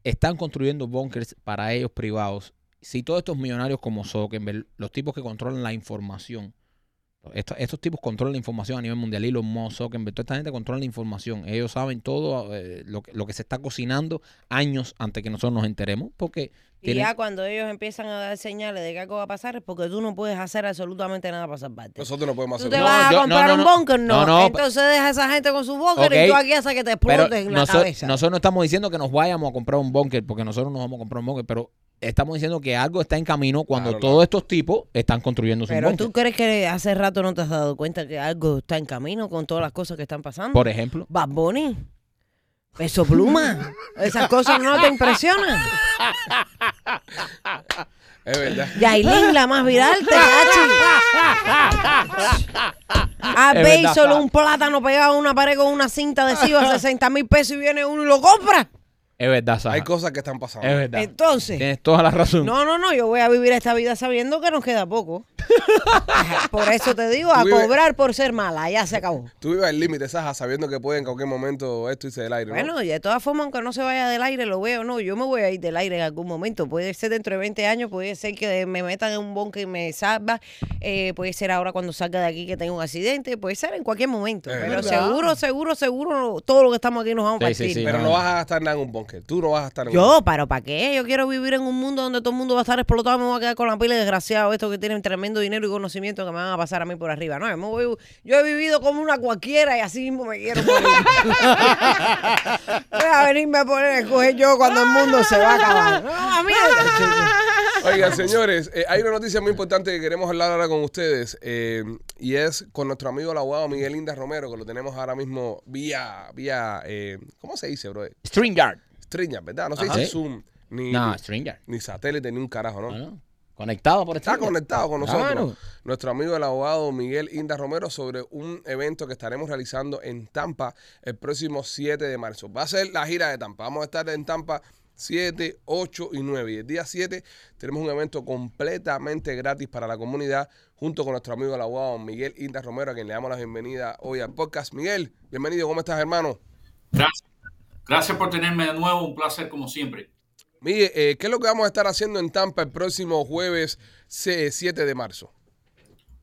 B: Están construyendo bunkers para ellos privados. Si todos estos millonarios como Zuckerberg, los tipos que controlan la información, estos, estos tipos controlan la información a nivel mundial, Elon Musk, Zuckerberg, toda esta gente controla la información. Ellos saben todo eh, lo, que- lo que se está cocinando años antes que nosotros nos enteremos, porque
E: Y
B: tienen-
E: ya cuando ellos empiezan a dar señales de que algo va a pasar es porque tú no puedes hacer absolutamente nada para salvarte.
A: Nosotros no podemos
E: ¿Tú
A: hacer
E: te
B: No,
A: nada.
E: vas a
B: yo- no,
E: comprar
B: no,
E: un
B: no.
E: bunker? No.
B: No, no,
E: Entonces deja a esa gente con su bunker y
B: Ok,
E: tú aquí hasta que te
B: Pero
E: exploten en la
B: noso-
E: cabeza.
B: nosotros no estamos diciendo que nos vayamos a comprar un bunker, porque nosotros nos vamos a comprar un bunker, pero estamos diciendo que algo está en camino cuando
A: Claro,
B: todos
A: claro.
B: estos tipos están construyendo su
E: Pero
B: bunker.
E: tú crees que hace rato no te has dado cuenta que algo está en camino con todas las cosas que están pasando.
B: Por ejemplo,
E: Bad Bunny, Peso Pluma, esas cosas no te impresionan.
A: Es verdad.
E: Yailin, la más viral, te cacho. A
B: Es
E: Bey
B: verdad.
E: solo un plátano pegado a una pared con una cinta adhesiva a 60 mil pesos y viene uno y lo compra.
B: es verdad, Saja.
A: Hay cosas que están
B: Es
A: pasando.
B: verdad.
E: Entonces,
B: Tienes toda la razón.
E: no, no, no, yo voy a vivir esta vida sabiendo que nos queda poco. Ajá, Por eso te digo, a
A: Tú vives-
E: cobrar por ser mala, ya se acabó.
A: Tú vives al límite, Saja, sabiendo que puede en cualquier momento esto irse del aire, ¿no?
E: Bueno, y de todas formas, aunque no se vaya del aire, lo veo, no, yo me voy a ir del aire en algún momento. Puede ser dentro de 20 años, puede ser que me metan en un bunker y me salva, eh, puede ser ahora cuando salga de aquí que tenga un accidente, puede ser en cualquier momento.
A: Es
E: pero
A: verdad.
E: seguro, seguro, seguro, todo lo que estamos aquí nos vamos a
B: Sí, sí,
E: partir.
B: sí.
A: Pero
B: no.
A: no vas a gastar nada en un bunker. Tú no vas a gastar en un
E: Yo, pero ¿para qué? Yo quiero vivir en un mundo donde todo el mundo va a estar explotado, me voy a quedar con la pila de desgraciado, estos que tienen tremendo dinero y conocimiento que me van a pasar a mí por arriba. No, yo me voy- yo he vivido como una cualquiera y así mismo me quiero morir. voy a venirme a poner a escoger yo cuando el mundo se va a acabar. No, a mí
A: Oigan, señores, eh, hay una noticia muy importante que queremos hablar ahora con ustedes eh, y es con nuestro amigo el abogado Miguel Inda Romero, que lo tenemos ahora mismo vía, vía, eh, ¿cómo se dice, bro?
B: StreamYard.
A: Streña, ¿verdad? No se
B: Ajá.
A: dice
B: Sí.
A: Zoom, ni,
B: No, StreamYard.
A: ni satélite, ni un carajo, ¿no?
B: No, no. Conectado por
A: Está
B: StreamYard.
A: conectado con nosotros.
B: Claro.
A: Nuestro amigo el abogado Miguel Inda Romero sobre un evento que estaremos realizando en Tampa el próximo 7 de marzo. Va a ser la gira de Tampa. Vamos a estar en Tampa 7, 8 y 9. Y el día 7 tenemos un evento completamente gratis para la comunidad junto con nuestro amigo el abogado Miguel Inda Romero, a quien le damos la bienvenida hoy al podcast. Miguel, bienvenido. ¿Cómo estás, hermano?
F: Gracias. Gracias por tenerme de nuevo. Un placer como siempre.
A: Miguel, eh, ¿qué es lo que vamos a estar haciendo en Tampa el próximo jueves eh, 7 de marzo?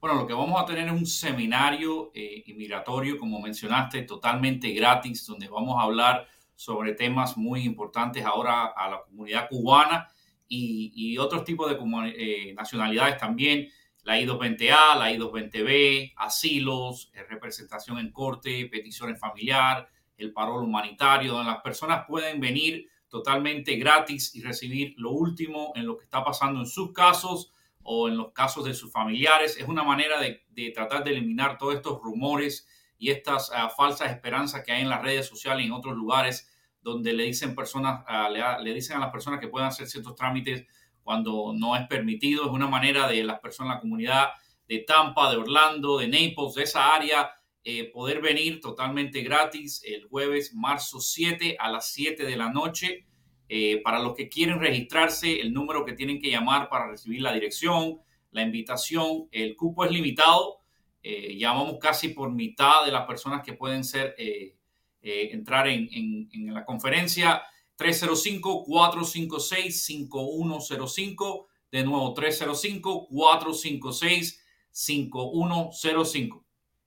F: Bueno, lo que vamos a tener es un seminario eh, inmigratorio, como mencionaste, totalmente gratis, donde vamos a hablar sobre temas muy importantes ahora a la comunidad cubana y, y otros tipos de comu- eh, nacionalidades también, la I-220A, la I-220B, asilos, eh, representación en corte, peticiones familiar, el parol humanitario, donde las personas pueden venir totalmente gratis y recibir lo último en lo que está pasando en sus casos o en los casos de sus familiares. Es una manera de, de tratar de eliminar todos estos rumores y estas ah, falsas esperanzas que hay en las redes sociales y en otros lugares donde le dicen, personas, ah, le, a- le dicen a las personas que pueden hacer ciertos trámites cuando no es permitido. Es una manera de las personas, la comunidad de Tampa, de Orlando, de Naples, de esa área, eh, poder venir totalmente gratis el jueves, marzo 7 a las 7 de la noche. Eh, para los que quieren registrarse, el número que tienen que llamar para recibir la dirección, la invitación, el cupo es limitado. Eh, ya vamos casi por mitad de las personas que pueden ser eh, eh, entrar en, en- en la conferencia. 305-456-5105. De nuevo, 305-456-5105.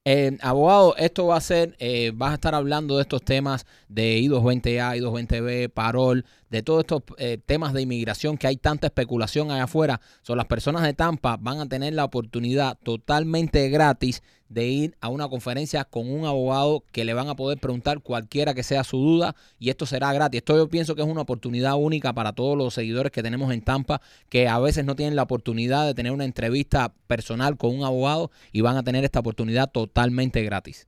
B: Eh, abogado, esto va a ser, eh, vas a estar hablando de estos temas de I220A, I220B, parol, de todos estos eh, temas de inmigración que hay tanta especulación allá afuera. So, las personas de Tampa van a tener la oportunidad totalmente gratis de ir a una conferencia con un abogado que le van a poder preguntar cualquiera que sea su duda y esto será gratis. Esto yo pienso que es una oportunidad única para todos los seguidores que tenemos en Tampa que a veces no tienen la oportunidad de tener una entrevista personal con un abogado y van a tener esta oportunidad totalmente gratis.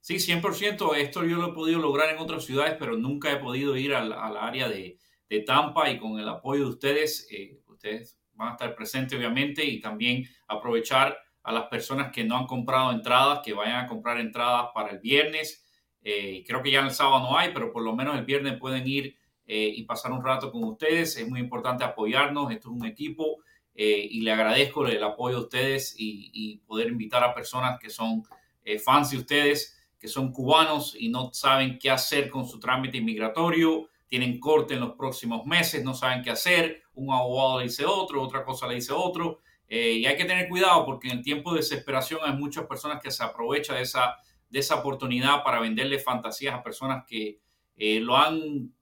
F: Sí, 100%. Esto yo lo he podido lograr en otras ciudades, pero nunca he podido ir al, al área de, de Tampa y con el apoyo de ustedes, eh, ustedes van a estar presentes obviamente y también aprovechar a las personas que no han comprado entradas, que vayan a comprar entradas para el viernes. Eh, creo que ya el sábado no hay, pero por lo menos el viernes pueden ir eh, y pasar un rato con ustedes. Es muy importante apoyarnos. Esto es un equipo eh, y le agradezco el apoyo a ustedes y, y poder invitar a personas que son eh, fans de ustedes, que son cubanos y no saben qué hacer con su trámite inmigratorio, tienen corte en los próximos meses, no saben qué hacer, un abogado le dice otro, otra cosa le dice otro, eh, y hay que tener cuidado porque en el tiempo de desesperación hay muchas personas que se aprovechan de esa, de esa oportunidad para venderle fantasías a personas que eh, lo han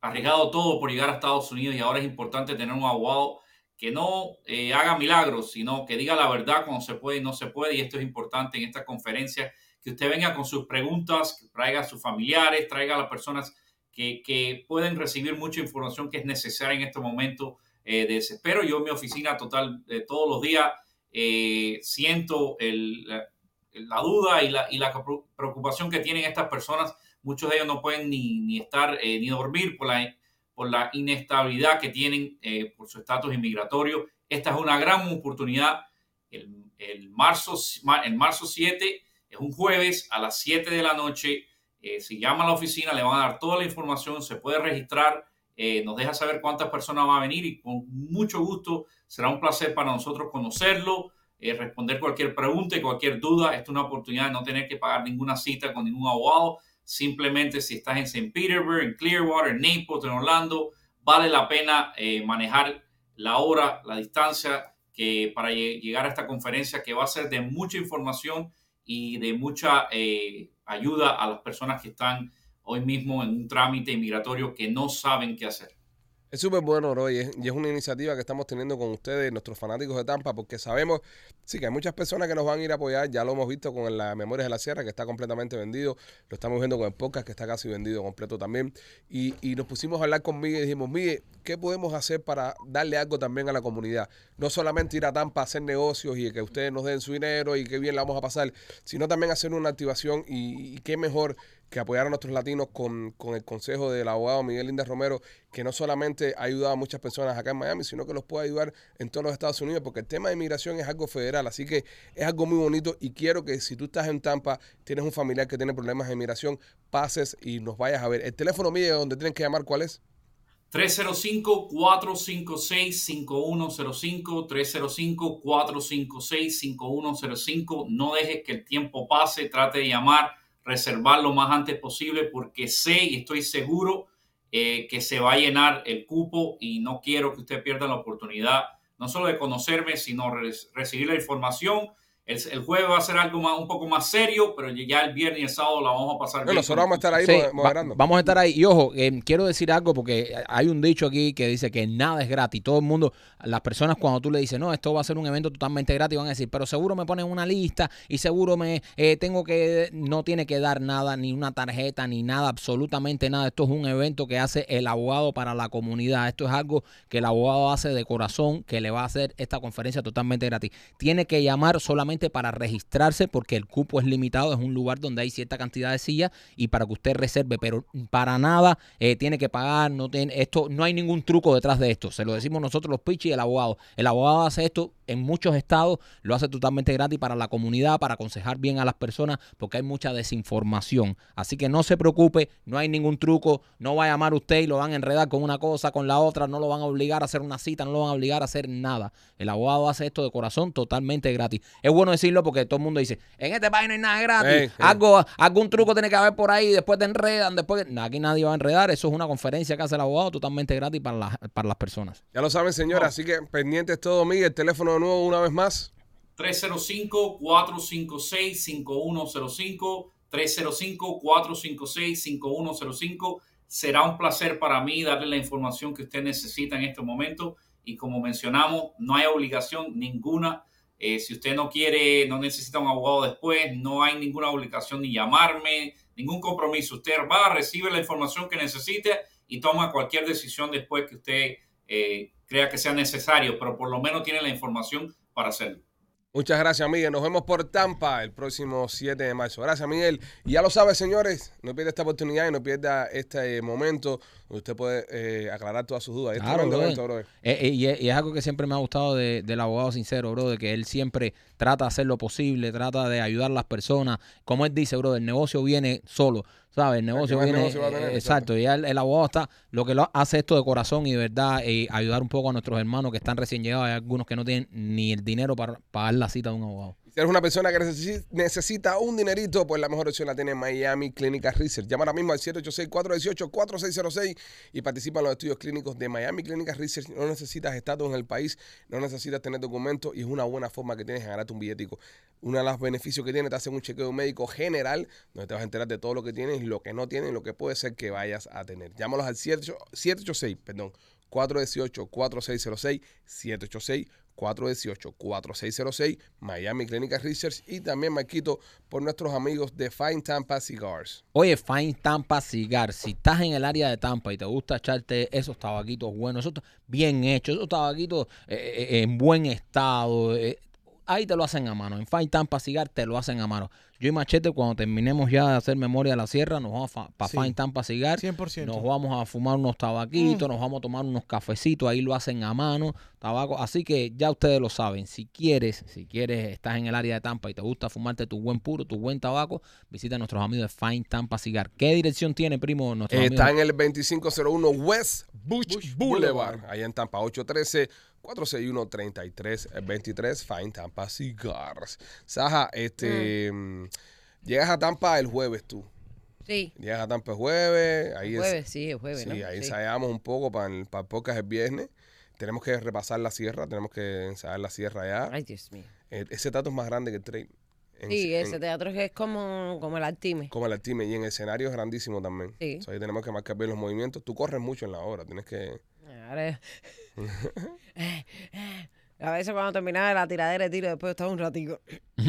F: arriesgado todo por llegar a Estados Unidos y ahora es importante tener un abogado que no eh, haga milagros, sino que diga la verdad cuando se puede y no se puede. Y esto es importante en esta conferencia, que usted venga con sus preguntas, que traiga a sus familiares, traiga a las personas que, que pueden recibir mucha información que es necesaria en este momento eh, de desespero. Yo en mi oficina total, eh, todos los días, eh, siento el- la, la duda y la, y la preocu- preocupación que tienen estas personas. Muchos de ellos no pueden ni, ni estar, eh, ni dormir por la por la inestabilidad que tienen eh, por su estatus inmigratorio. Esta es una gran oportunidad. El, el marzo, el marzo 7 es un jueves a las 7 de la noche. Eh, si llama a la oficina, le van a dar toda la información, se puede registrar, eh, nos deja saber cuántas personas van a venir y con mucho gusto será un placer para nosotros conocerlo, eh, responder cualquier pregunta y cualquier duda. Esta es una oportunidad de no tener que pagar ninguna cita con ningún abogado. Simplemente si estás en St. Petersburg, en Clearwater, en Naples, en Orlando, vale la pena eh, manejar la hora, la distancia que para lle- llegar a esta conferencia que va a ser de mucha información y de mucha eh, ayuda a las personas que están hoy mismo en un trámite inmigratorio que no saben qué hacer.
A: Es súper bueno, Roy, y es- y es una iniciativa que estamos teniendo con ustedes, nuestros fanáticos de Tampa, porque sabemos, sí, que hay muchas personas que nos van a ir a apoyar, ya lo hemos visto con la Memorias de la Sierra, que está completamente vendido, lo estamos viendo con el podcast, que está casi vendido completo también, y, y nos pusimos a hablar con Miguel y dijimos, Miguel, ¿qué podemos hacer para darle algo también a la comunidad? No solamente ir a Tampa a hacer negocios y que ustedes nos den su dinero y qué bien la vamos a pasar, sino también hacer una activación y, y qué mejor que apoyar a nuestros latinos con, con el consejo del abogado Miguel Linda Romero, que no solamente ha ayudado a muchas personas acá en Miami, sino que los puede ayudar en todos los Estados Unidos, porque el tema de inmigración es algo federal, así que es algo muy bonito y quiero que si tú estás en Tampa, tienes un familiar que tiene problemas de inmigración, pases y nos vayas a ver. El teléfono mío donde tienen que llamar, ¿cuál es?
F: 305-456-5105, 305-456-5105. No dejes que el tiempo pase, trate de llamar, reservar lo más antes posible porque sé y estoy seguro eh, que se va a llenar el cupo y no quiero que usted pierda la oportunidad, no solo de conocerme, sino re- recibir la información. El, el jueves va a ser algo más, un poco más serio, pero ya el viernes y el sábado la vamos a pasar
A: Bueno,
F: bien con-
A: nosotros vamos a estar ahí
B: Sí, va-
A: moderando.
B: vamos a estar ahí. Y ojo, eh, quiero decir algo porque hay un dicho aquí que dice que nada es gratis. Todo el mundo, las personas cuando tú le dices, no, esto va a ser un evento totalmente gratis, van a decir, pero seguro me ponen una lista y seguro me eh, tengo que, no tiene que dar nada, ni una tarjeta, ni nada, absolutamente nada. Esto es un evento que hace el abogado para la comunidad. Esto es algo que el abogado hace de corazón, que le va a hacer esta conferencia totalmente gratis. Tiene que llamar solamente para registrarse porque el cupo es limitado, es un lugar donde hay cierta cantidad de sillas y para que usted reserve, pero para nada eh, tiene que pagar, no tiene, esto, no hay ningún truco detrás de esto. Se lo decimos nosotros los pichis y el abogado. El abogado hace esto en muchos estados, lo hace totalmente gratis para la comunidad, para aconsejar bien a las personas, porque hay mucha desinformación. Así que no se preocupe, no hay ningún truco, no va a llamar usted y lo van a enredar con una cosa, con la otra, no lo van a obligar a hacer una cita, no lo van a obligar a hacer nada. El abogado hace esto de corazón totalmente gratis. Es bueno bueno decirlo porque todo el mundo dice, en este país no hay nada gratis,
A: Ey, ey.
B: Algo, algún truco tiene que haber por ahí, después te enredan, después... No, aquí nadie va a enredar, eso es una conferencia que hace el abogado totalmente gratis para las, para las personas.
A: Ya lo saben, señora. Así que pendientes todo, Miguel. Teléfono de nuevo una vez más.
F: 305-456-5105, 305-456-5105. Será un placer para mí darle la información que usted necesita en este momento. Y como mencionamos, no hay obligación ninguna. Eh, si usted no quiere, no necesita un abogado después, no hay ninguna obligación ni llamarme, ningún compromiso. Usted va, recibe la información que necesite y toma cualquier decisión después que usted eh, crea que sea necesario, pero por lo menos tiene la información para hacerlo.
A: Muchas gracias, Miguel. Nos vemos por Tampa el próximo 7 de marzo. Gracias, Miguel. Y ya lo sabe, señores, no pierda esta oportunidad y no pierda este eh, momento donde usted puede eh, aclarar todas sus dudas. Es
B: Claro,
A: tremendo
B: brother.
A: evento, brother.
B: Eh, eh, y, es, y es algo que siempre me ha gustado de- del abogado sincero, bro, de que él siempre trata de hacer lo posible, trata de ayudar a las personas. Como él dice, bro, el negocio viene solo, ¿sabes? El negocio
A: más
B: viene...
A: negocio va a tener,
B: eh, exacto, y el, el abogado está, lo que lo hace esto de corazón y de verdad, eh, ayudar un poco a nuestros hermanos que están recién llegados. Hay algunos que no tienen ni el dinero para pagar la cita de un abogado.
A: Si eres una persona que necesi- necesita un dinerito, pues la mejor opción la tiene en Miami Clínica Research. Llama ahora mismo al 786-418-4606 y participa en los estudios clínicos de Miami Clínica Research. No necesitas estatus en el país, no necesitas tener documentos y es una buena forma que tienes de ganarte un billetico. Uno de los beneficios que tiene, te hacen un chequeo médico general, donde te vas a enterar de todo lo que tienes, lo que no tienes y lo que puede ser que vayas a tener. Llámalos al 7- 786, perdón, 418-4606, 786-418-4606, Miami Clinical Research y también Marquito por nuestros amigos de Fine Tampa Cigars.
B: Oye, Fine Tampa Cigar, si estás en el área de Tampa y te gusta echarte esos tabaquitos buenos, esos ta- bien hechos, esos tabaquitos eh, eh, en buen estado, eh, ahí te lo hacen a mano. En Fine Tampa Cigar te lo hacen a mano. Yo y Machete, cuando terminemos ya de hacer memoria de la sierra, nos vamos para
C: Sí.
B: Fine Tampa Cigar.
C: 100%.
B: Nos vamos a fumar unos tabaquitos, nos vamos a tomar unos cafecitos, ahí lo hacen a mano, tabaco. Así que ya ustedes lo saben. Si quieres, si quieres, estás en el área de Tampa y te gusta fumarte tu buen puro, tu buen tabaco, visita a nuestros amigos de Fine Tampa Cigar. ¿Qué dirección tiene, primo? Nuestros
A: Eh, Está en
B: amigos?
A: el 2501 West Bush, Boulevard, allá en Tampa 813. 461-3323, Fine Tampa Cigars. Saja, este, mm, llegas a Tampa el jueves tú.
E: Sí.
A: Llegas a Tampa el jueves, ahí es,
E: Jueves, sí, es jueves.
A: Sí,
E: ¿no?
A: ahí
E: Sí.
A: ensayamos un poco para el, para el podcast el viernes. Tenemos que repasar la sierra, tenemos que ensayar la sierra ya.
E: Ay, Dios mío.
A: Eh, Ese teatro es más grande que el train. En-
E: Sí,
A: en-
E: ese teatro es como, como el Actime.
A: Como el Altime. Y en el escenario es grandísimo también.
E: Sí.
A: So, ahí tenemos que marcar bien los movimientos. Tú corres mucho en la obra, tienes que...
E: Ahora- Eh, A veces cuando terminaba la tiradera de tiro, después estaba un ratico.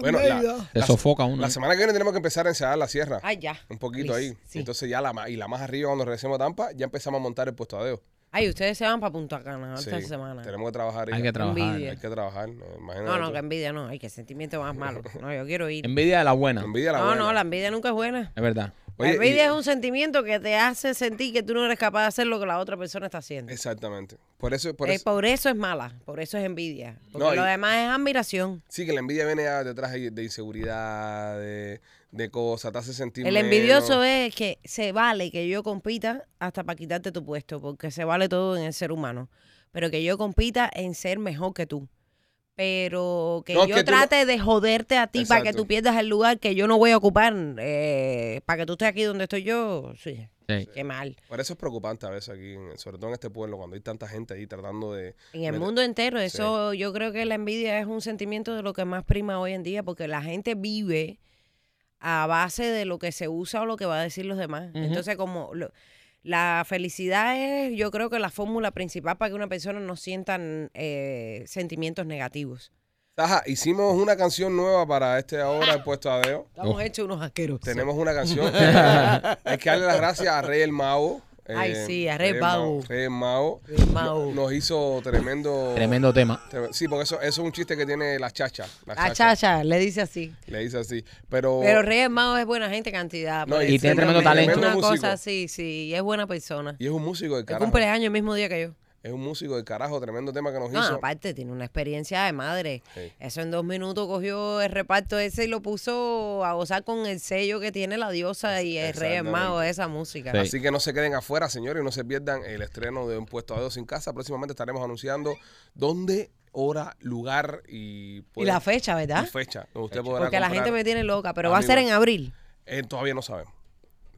A: Bueno, la- ah.
B: Se sofoca uno.
A: La semana que viene tenemos que empezar a ensayar la sierra.
E: Ay, ya.
A: Un poquito
E: Please,
A: ahí.
E: sí.
A: Entonces ya la más, y la más arriba cuando regresemos a Tampa, ya empezamos a montar el postadeo.
E: Ay, ustedes se van para Punta Cana
A: Sí.
E: esta Ah, semana.
A: Tenemos que trabajar.
B: Hay
A: hija.
B: que trabajar.
E: Envidia.
A: Hay que trabajar. eh, imagínate
E: No, no,
A: tú.
E: que envidia no. Ay, que sentimiento más malo. No, yo quiero ir.
B: Envidia de la buena.
A: Envidia la
E: No,
A: buena.
E: no, la envidia nunca es buena.
B: Es verdad.
A: Oye,
E: la
A: y-
E: envidia es un sentimiento que te hace sentir que tú no eres capaz de hacer lo que la otra persona está haciendo. Eh,
A: Exactamente. Por eso, por
E: Por,
A: eso,
E: eso. es mala, por eso es envidia. Porque
A: No, y-
E: lo demás es admiración.
A: Sí, que la envidia viene ya detrás ahí de inseguridad, de, de cosas, te hace sentir
E: El
A: menos.
E: envidioso es que se vale que yo compita hasta para quitarte tu puesto, porque se vale todo en el ser humano. Pero que yo compita en ser mejor que tú. Pero que
A: No, es
E: yo
A: que tú no-
E: trate de joderte a ti para que
A: Exacto.
E: tú pierdas el lugar que yo no voy a ocupar, eh, para que tú estés aquí donde estoy yo. Sí,
B: Sí.
E: qué mal.
A: Por eso es preocupante a veces aquí, en- sobre todo en este pueblo, cuando hay tanta gente ahí tratando de...
E: En el
A: Mira,
E: mundo entero, eso yo creo que la envidia es un sentimiento de lo que más prima hoy en día, porque la gente vive a base de lo que se usa o lo que va a decir los demás. Entonces, como lo- la felicidad es, yo creo que la fórmula principal para que una persona no sienta eh, sentimientos negativos.
A: Ajá, hicimos una canción nueva para este ahora, el puesto a Deo.
E: Estamos hechos unos asqueros.
A: Oh. Tenemos una canción. Hay que darle las gracias a Rey el Mao.
E: Ay, sí, a Rey Mao.
A: Rey el Mao.
E: Rey el Mao.
A: No- Nos hizo tremendo...
B: Tremendo tema.
A: tre- Sí, porque eso, eso es un chiste que tiene la chacha. La
E: A Ah, Chacha le dice así.
A: Le dice así. Pero...
E: Pero Reyes Mago es buena gente cantidad.
A: No,
E: por
A: y
E: eso
B: tiene tremendo
E: también.
B: talento.
E: Es una
A: Tremendo músico.
E: cosa así, sí, y es buena persona.
A: y es un músico de
E: El
A: carajo.
E: cumpleaños Ah, el mismo día que yo.
A: Es un músico de carajo, tremendo tema que nos
E: No,
A: hizo.
E: aparte tiene una experiencia de madre.
A: Sí.
E: Eso en dos minutos cogió el reparto ese y lo puso a gozar con el sello que tiene la diosa y el rey
A: Exactamente.
E: mago de esa música.
B: Sí.
A: Así que no se queden afuera, señores, y no se pierdan el estreno de Un Puesto a Dedos sin Casa. Próximamente estaremos anunciando dónde hora, lugar y,
E: Y
A: pues,
E: la fecha,
A: y
E: ¿verdad?
A: fecha. Usted podrá
E: Porque la
A: comprar.
E: gente me tiene loca, pero va a ser
A: Aníbal.
E: en abril.
A: Eh, todavía no sabemos.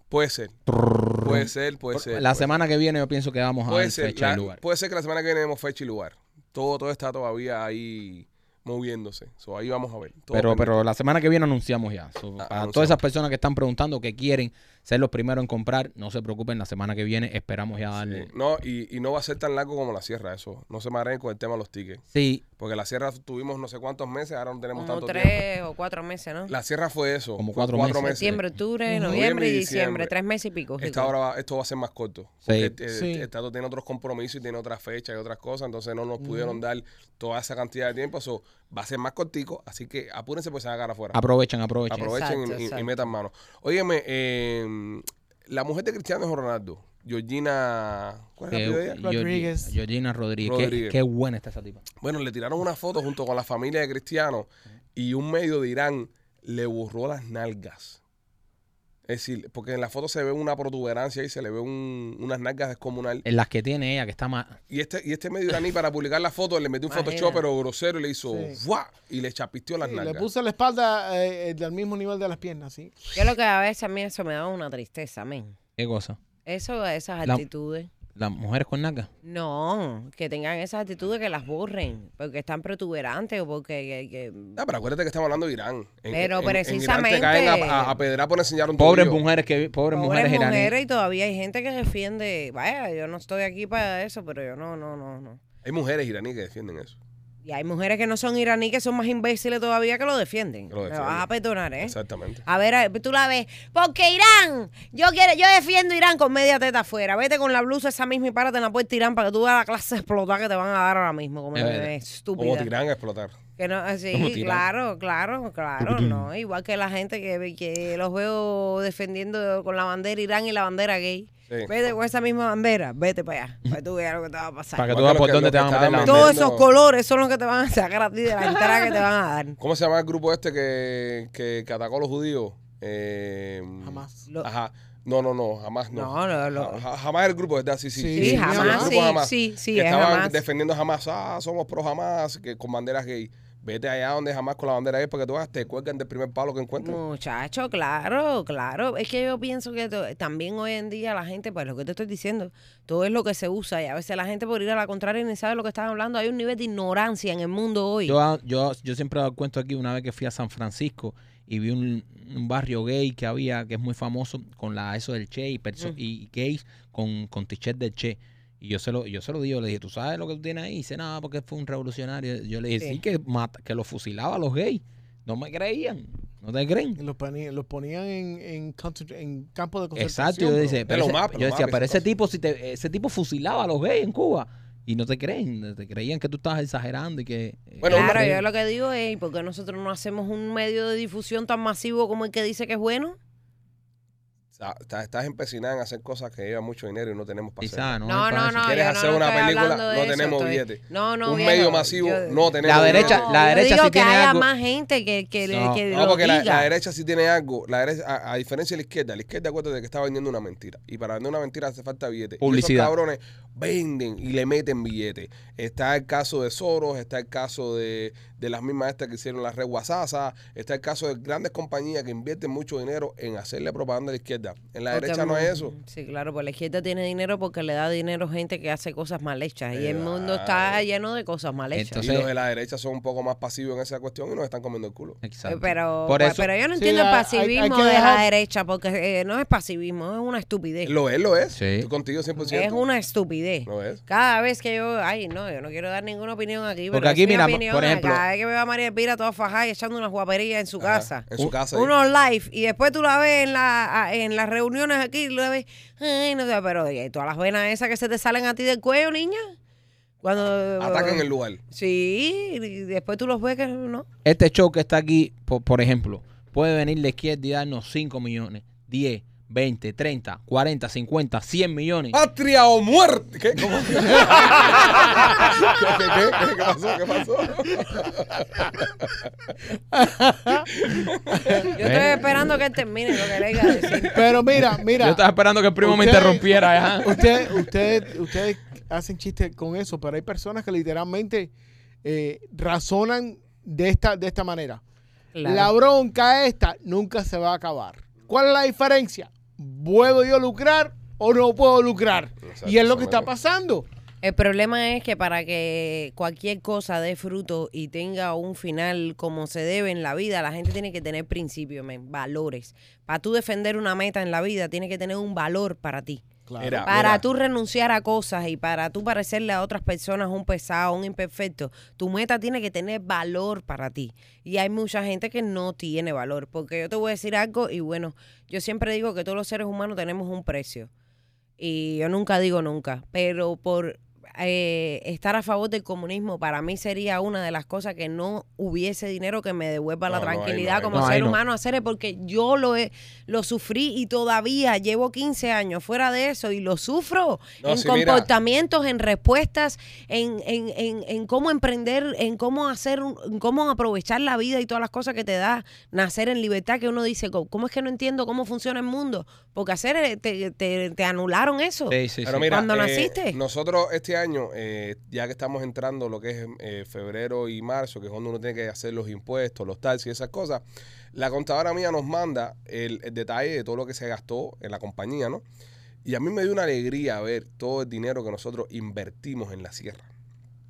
A: Puede ser. Puede ser, puede ser.
B: la
A: puede
B: semana que viene yo pienso que vamos a
A: pues. Puede
B: ver
A: ser,
B: fecha
A: la-
B: y lugar.
A: puede ser que la semana que viene demos fecha y lugar. Todo, todo está todavía ahí moviéndose. So, ahí vamos a ver. Todo
B: Pero,
A: pendiente.
B: pero la semana que viene anunciamos ya. So,
A: Ah,
B: para
A: anunciamos.
B: todas esas personas que están preguntando que quieren ser los primeros en comprar, no se preocupen, la semana que viene esperamos ya darle.
A: Sí. No, y, y no va a ser tan largo como la sierra, eso. No se mareen con el tema de los tickets.
B: Sí,
A: Porque la sierra tuvimos no sé cuántos meses, ahora no tenemos
E: Como
A: tanto tiempo.
E: tres o cuatro meses, ¿no?
A: La sierra fue eso.
B: Como
A: fue
B: cuatro meses.
E: Septiembre, octubre,
A: Ujú.
E: noviembre y
A: Noviembre y
E: diciembre.
A: diciembre.
E: Tres meses y pico.
A: Esta
E: chico.
A: hora va- esto va a ser más corto.
B: Sí.
A: Porque, eh,
C: Sí.
A: el Estado tiene otros compromisos y tiene otras fechas y otras cosas, entonces no nos pudieron dar toda esa cantidad de tiempo. Eso va a ser más cortico, así que apúrense pues se van a quedar afuera.
B: aprovechen, aprovechen.
A: Aprovechen
E: Exacto,
A: y- y- y,
E: exacto.
A: metan mano. Óyeme, eh, la mujer de Cristiano es Ronaldo. Georgina. ¿Cuál es el
B: Eh,
A: apellido de ella?
B: Georgi-
C: Rodríguez.
B: Georgina Rodríguez. Qué-
A: Rodríguez.
B: Qué, buena está esa tipa.
A: Bueno, le tiraron una foto junto con la familia de Cristiano y un medio de Irán le borró las nalgas. Es decir, porque en la foto se ve una protuberancia y se le ve un- unas nalgas descomunal.
B: En las que tiene ella, que está más.
A: Y este, y este medio iraní para publicar la foto le metió un
E: Imagínate.
A: Photoshop pero grosero y le hizo
C: Sí.
A: ¡guau! y le chapisteó las
C: Sí,
A: nalgas.
C: le puse la espalda eh, eh, del mismo nivel de las piernas, ¿sí?
E: Yo lo que a veces a mí eso me da una tristeza, amén.
B: ¿Qué cosa?
E: Eso, esas
B: La-
E: actitudes.
B: Las mujeres con nalgas.
E: No, que tengan esas actitudes que las borren, porque están protuberantes o porque... que- que-
A: Ah, pero acuérdate que estamos hablando de Irán. En-
E: Pero
A: en- en Irán
E: precisamente-
A: te caen a, a- a pedrar por enseñar un
B: Pobres
A: tobillo.
B: mujeres que pobres, mujeres
E: pobres
B: iraníes.
E: mujeres y todavía hay gente que defiende, vaya, yo no estoy aquí para eso, pero yo no, no, no, no.
A: Hay mujeres iraníes que defienden eso.
E: Y hay mujeres que no son iraní que son más imbéciles todavía que lo defienden.
A: Que lo
E: Me
A: defienden.
E: vas a perdonar, ¿eh?
A: Exactamente.
E: A ver, a ver, tú la ves. Porque Irán, yo quiero, yo defiendo Irán con media teta afuera. Vete con la blusa esa misma y párate en la puerta de Irán para que tú veas la clase de explotar que te van a dar ahora mismo. Como
B: Es verdad.
A: Como
E: estúpida.
A: tiran a explotar.
E: Que no, ah, sí,
B: Como tirar.
E: claro, claro, claro, no. Igual que la gente que, ve- que los veo defendiendo con la bandera Irán y la bandera gay.
A: Sí.
E: Vete con esa misma bandera, vete para allá, para que tú veas lo que te va a pasar.
B: Para que
A: Igual
B: tú veas
A: que
B: por
A: lo
B: dónde
A: que
B: te van a meter
A: estaban
B: la
A: metiendo-
B: mano.
E: Todos esos colores son los que te van a sacar a ti de la entrada que te van a dar.
A: ¿Cómo se llama el grupo este que, que, que atacó a los judíos? Eh,
C: Jamás.
E: Lo-
A: Ajá. No, no, no, jamás no.
E: No, no, lo-
A: Ja- jamás el grupo, ¿verdad? Sí, sí.
C: Sí,
E: Sí,
C: sí,
A: el
E: jamás,
A: grupo
E: sí,
A: jamás,
E: sí, sí,
A: que
E: es
A: estaban
E: jamás.
A: defendiendo jamás. Ah, somos pro jamás, que con banderas gay. Vete allá donde jamás con la bandera gay para que tú veas, te cuelgan del primer palo que encuentres.
E: Muchacho, claro, claro. Es que yo pienso que to- también hoy en día la gente, pues lo que te estoy diciendo, todo es lo que se usa y a veces la gente por ir a la contraria ni sabe lo que están hablando. Hay un nivel de ignorancia en el mundo hoy.
B: Yo, ah, yo, yo siempre he dado cuento aquí una vez que fui a San Francisco y vi un, un barrio gay que había, que es muy famoso, con la eso del Che y, perso- y gays con, con t-shirt del Che. Y yo se lo, yo se lo digo, le dije, ¿tú sabes lo que tú tienes ahí? Y dice, nada, porque fue un revolucionario. Yo le dije, sí,
E: Sí.
B: que, mata, que lo fusilaba a los gays. No me creían, no te
C: Y
B: creen.
C: los, ponían- los ponían en, en, concent- en campo de
B: Exacto,
C: concentración.
B: yo,
C: bro.
B: dice, pero
A: lo
B: ese-
A: más, pero
B: yo
A: lo
B: decía,
A: más,
B: pero
A: esa
B: ese tipo, si te- ese tipo fusilaba a los gays en Cuba. Y no te creen, no te creían que tú estabas exagerando y que...
A: Bueno,
B: eh,
E: claro,
B: que-
E: yo lo que digo es, ¿y ¿por qué nosotros no hacemos un medio de difusión tan masivo como el que dice que es bueno?
A: Sa- Estás, estás empecinada en hacer cosas que llevan mucho dinero y no tenemos para hacer.
B: quizá, no,
E: No,
B: es para
E: no,
B: eso.
E: no.
A: quieres
E: yo
A: hacer una
E: estoy
A: película,
E: hablando de
A: no
E: eso,
A: tenemos
E: estoy-
A: billete.
E: No, no,
A: un
E: viejo,
A: medio masivo
E: yo-
A: no tenemos
B: La derecha-
A: billete.
E: No,
B: la
E: yo
B: derecha
E: digo
B: sí
E: que
B: tiene
E: haya
B: algo-
E: más gente que, que,
B: No.
E: que
A: No,
E: lo
A: porque la,
E: diga.
A: la derecha sí tiene algo. La derecha, a, a diferencia de la izquierda, la izquierda acuérdate que está vendiendo una mentira. Y para vender una mentira hace falta billete. Y esos
B: Publicidad.
A: cabrones venden y le meten billete. Está el caso de Soros, está el caso de, de las mismas estas que hicieron la red Guasasa, está el caso de grandes compañías que invierten mucho dinero en hacerle propaganda a la izquierda. En la
E: Porque
A: derecha no
E: mu-
A: es eso.
E: Sí, claro, pues la izquierda tiene dinero porque le da dinero a gente que hace cosas mal hechas. Y el
A: Claro.
E: mundo está lleno de cosas mal hechas.
B: Entonces-
A: y los de la derecha son un poco más pasivos en esa cuestión y nos están comiendo el culo.
E: Eh,
B: Exacto.
E: pero, pues,
B: Por eso-
E: pero yo no
C: Sí,
E: entiendo el
C: hay- hay- hay
E: pasivismo
C: que
E: de
C: dejar-
E: la derecha porque eh, no es pasivismo, es una estupidez.
A: Lo es, lo es.
B: Sí.
A: Estoy contigo 100%.
E: es una estupidez.
A: Lo es.
E: Cada vez que yo, ay, no, yo no quiero dar ninguna opinión aquí. pero
B: Porque
E: es
B: aquí,
E: mi
B: mira,
E: opinión,
B: por ejemplo-
E: Cada vez que veo a María Elvira toda fajada y echando una guapería en su
A: Ajá,
E: casa.
A: En su casa. ahí.
E: Unos live y después tú la ves en, la, a- en las reuniones aquí, la ves, ay, no sé, pero oye, todas las venas esas que se te salen a ti del cuello, niña. Cuando.
A: Atacan el lugar.
E: Sí, y después tú los ves que no.
B: Este show que está aquí, por, por ejemplo, puede venir la izquierda y darnos 5 millones, 10, 20, 30, 40, 50, 100 millones.
A: patria o muerte. ¿Qué? ¿Cómo? ¿Qué, qué, qué? ¿Qué pasó? ¿Qué pasó? Eh.
E: Yo estoy esperando que él termine lo que le iba a decir.
C: Pero mira, mira.
B: Yo estaba esperando que el primo me
C: Ustedes-
B: interrumpiera. ya.
C: Usted, usted, ustedes hacen chistes con eso, pero hay personas que literalmente eh, razonan de esta, de esta manera.
E: Claro.
C: La bronca esta nunca se va a acabar. ¿Cuál es la diferencia? ¿Puedo yo lucrar o no puedo lucrar? y es lo que está pasando.
E: El problema es que para que cualquier cosa dé fruto y tenga un final como se debe en la vida, la gente tiene que tener principios, men, valores. Para tú defender una meta en la vida, tiene que tener un valor para ti.
A: Mira,
E: Para
A: mira,
E: tú renunciar a cosas y para tú parecerle a otras personas un pesado, un imperfecto, tu meta tiene que tener valor para ti. Y hay mucha gente que no tiene valor. Porque yo te voy a decir algo y bueno, yo siempre digo que todos los seres humanos tenemos un precio. Y yo nunca digo nunca, pero por eh, estar a favor del comunismo para mí sería una de las cosas que no hubiese dinero que me devuelva la
A: No, no, ahí no,
E: tranquilidad
A: ahí
E: como
B: no. No, ahí
E: ser
B: no.
E: humano hacer es porque yo lo he- lo sufrí y todavía llevo 15 años fuera de eso y lo sufro
A: No,
E: en
A: sí, mira.
E: comportamientos, en respuestas, en, en- en- en cómo emprender, en cómo hacer, un- en cómo aprovechar la vida y todas las cosas que te da nacer en libertad que uno dice, "Co- ¿cómo es que no entiendo cómo funciona el mundo? Porque hacer eh, te, te- te anularon eso.
B: Sí, sí,
A: pero
B: sí.
A: mira,
E: ¿Cuándo
A: eh,
E: naciste?
A: Nosotros este año, eh, ya que estamos entrando lo que es eh, febrero y marzo, que es cuando uno tiene que hacer los impuestos, los taxis y esas cosas, la contadora mía nos manda el, el detalle de todo lo que se gastó en la compañía, ¿no? Y a mí me dio una alegría ver todo el dinero que nosotros invertimos en la sierra.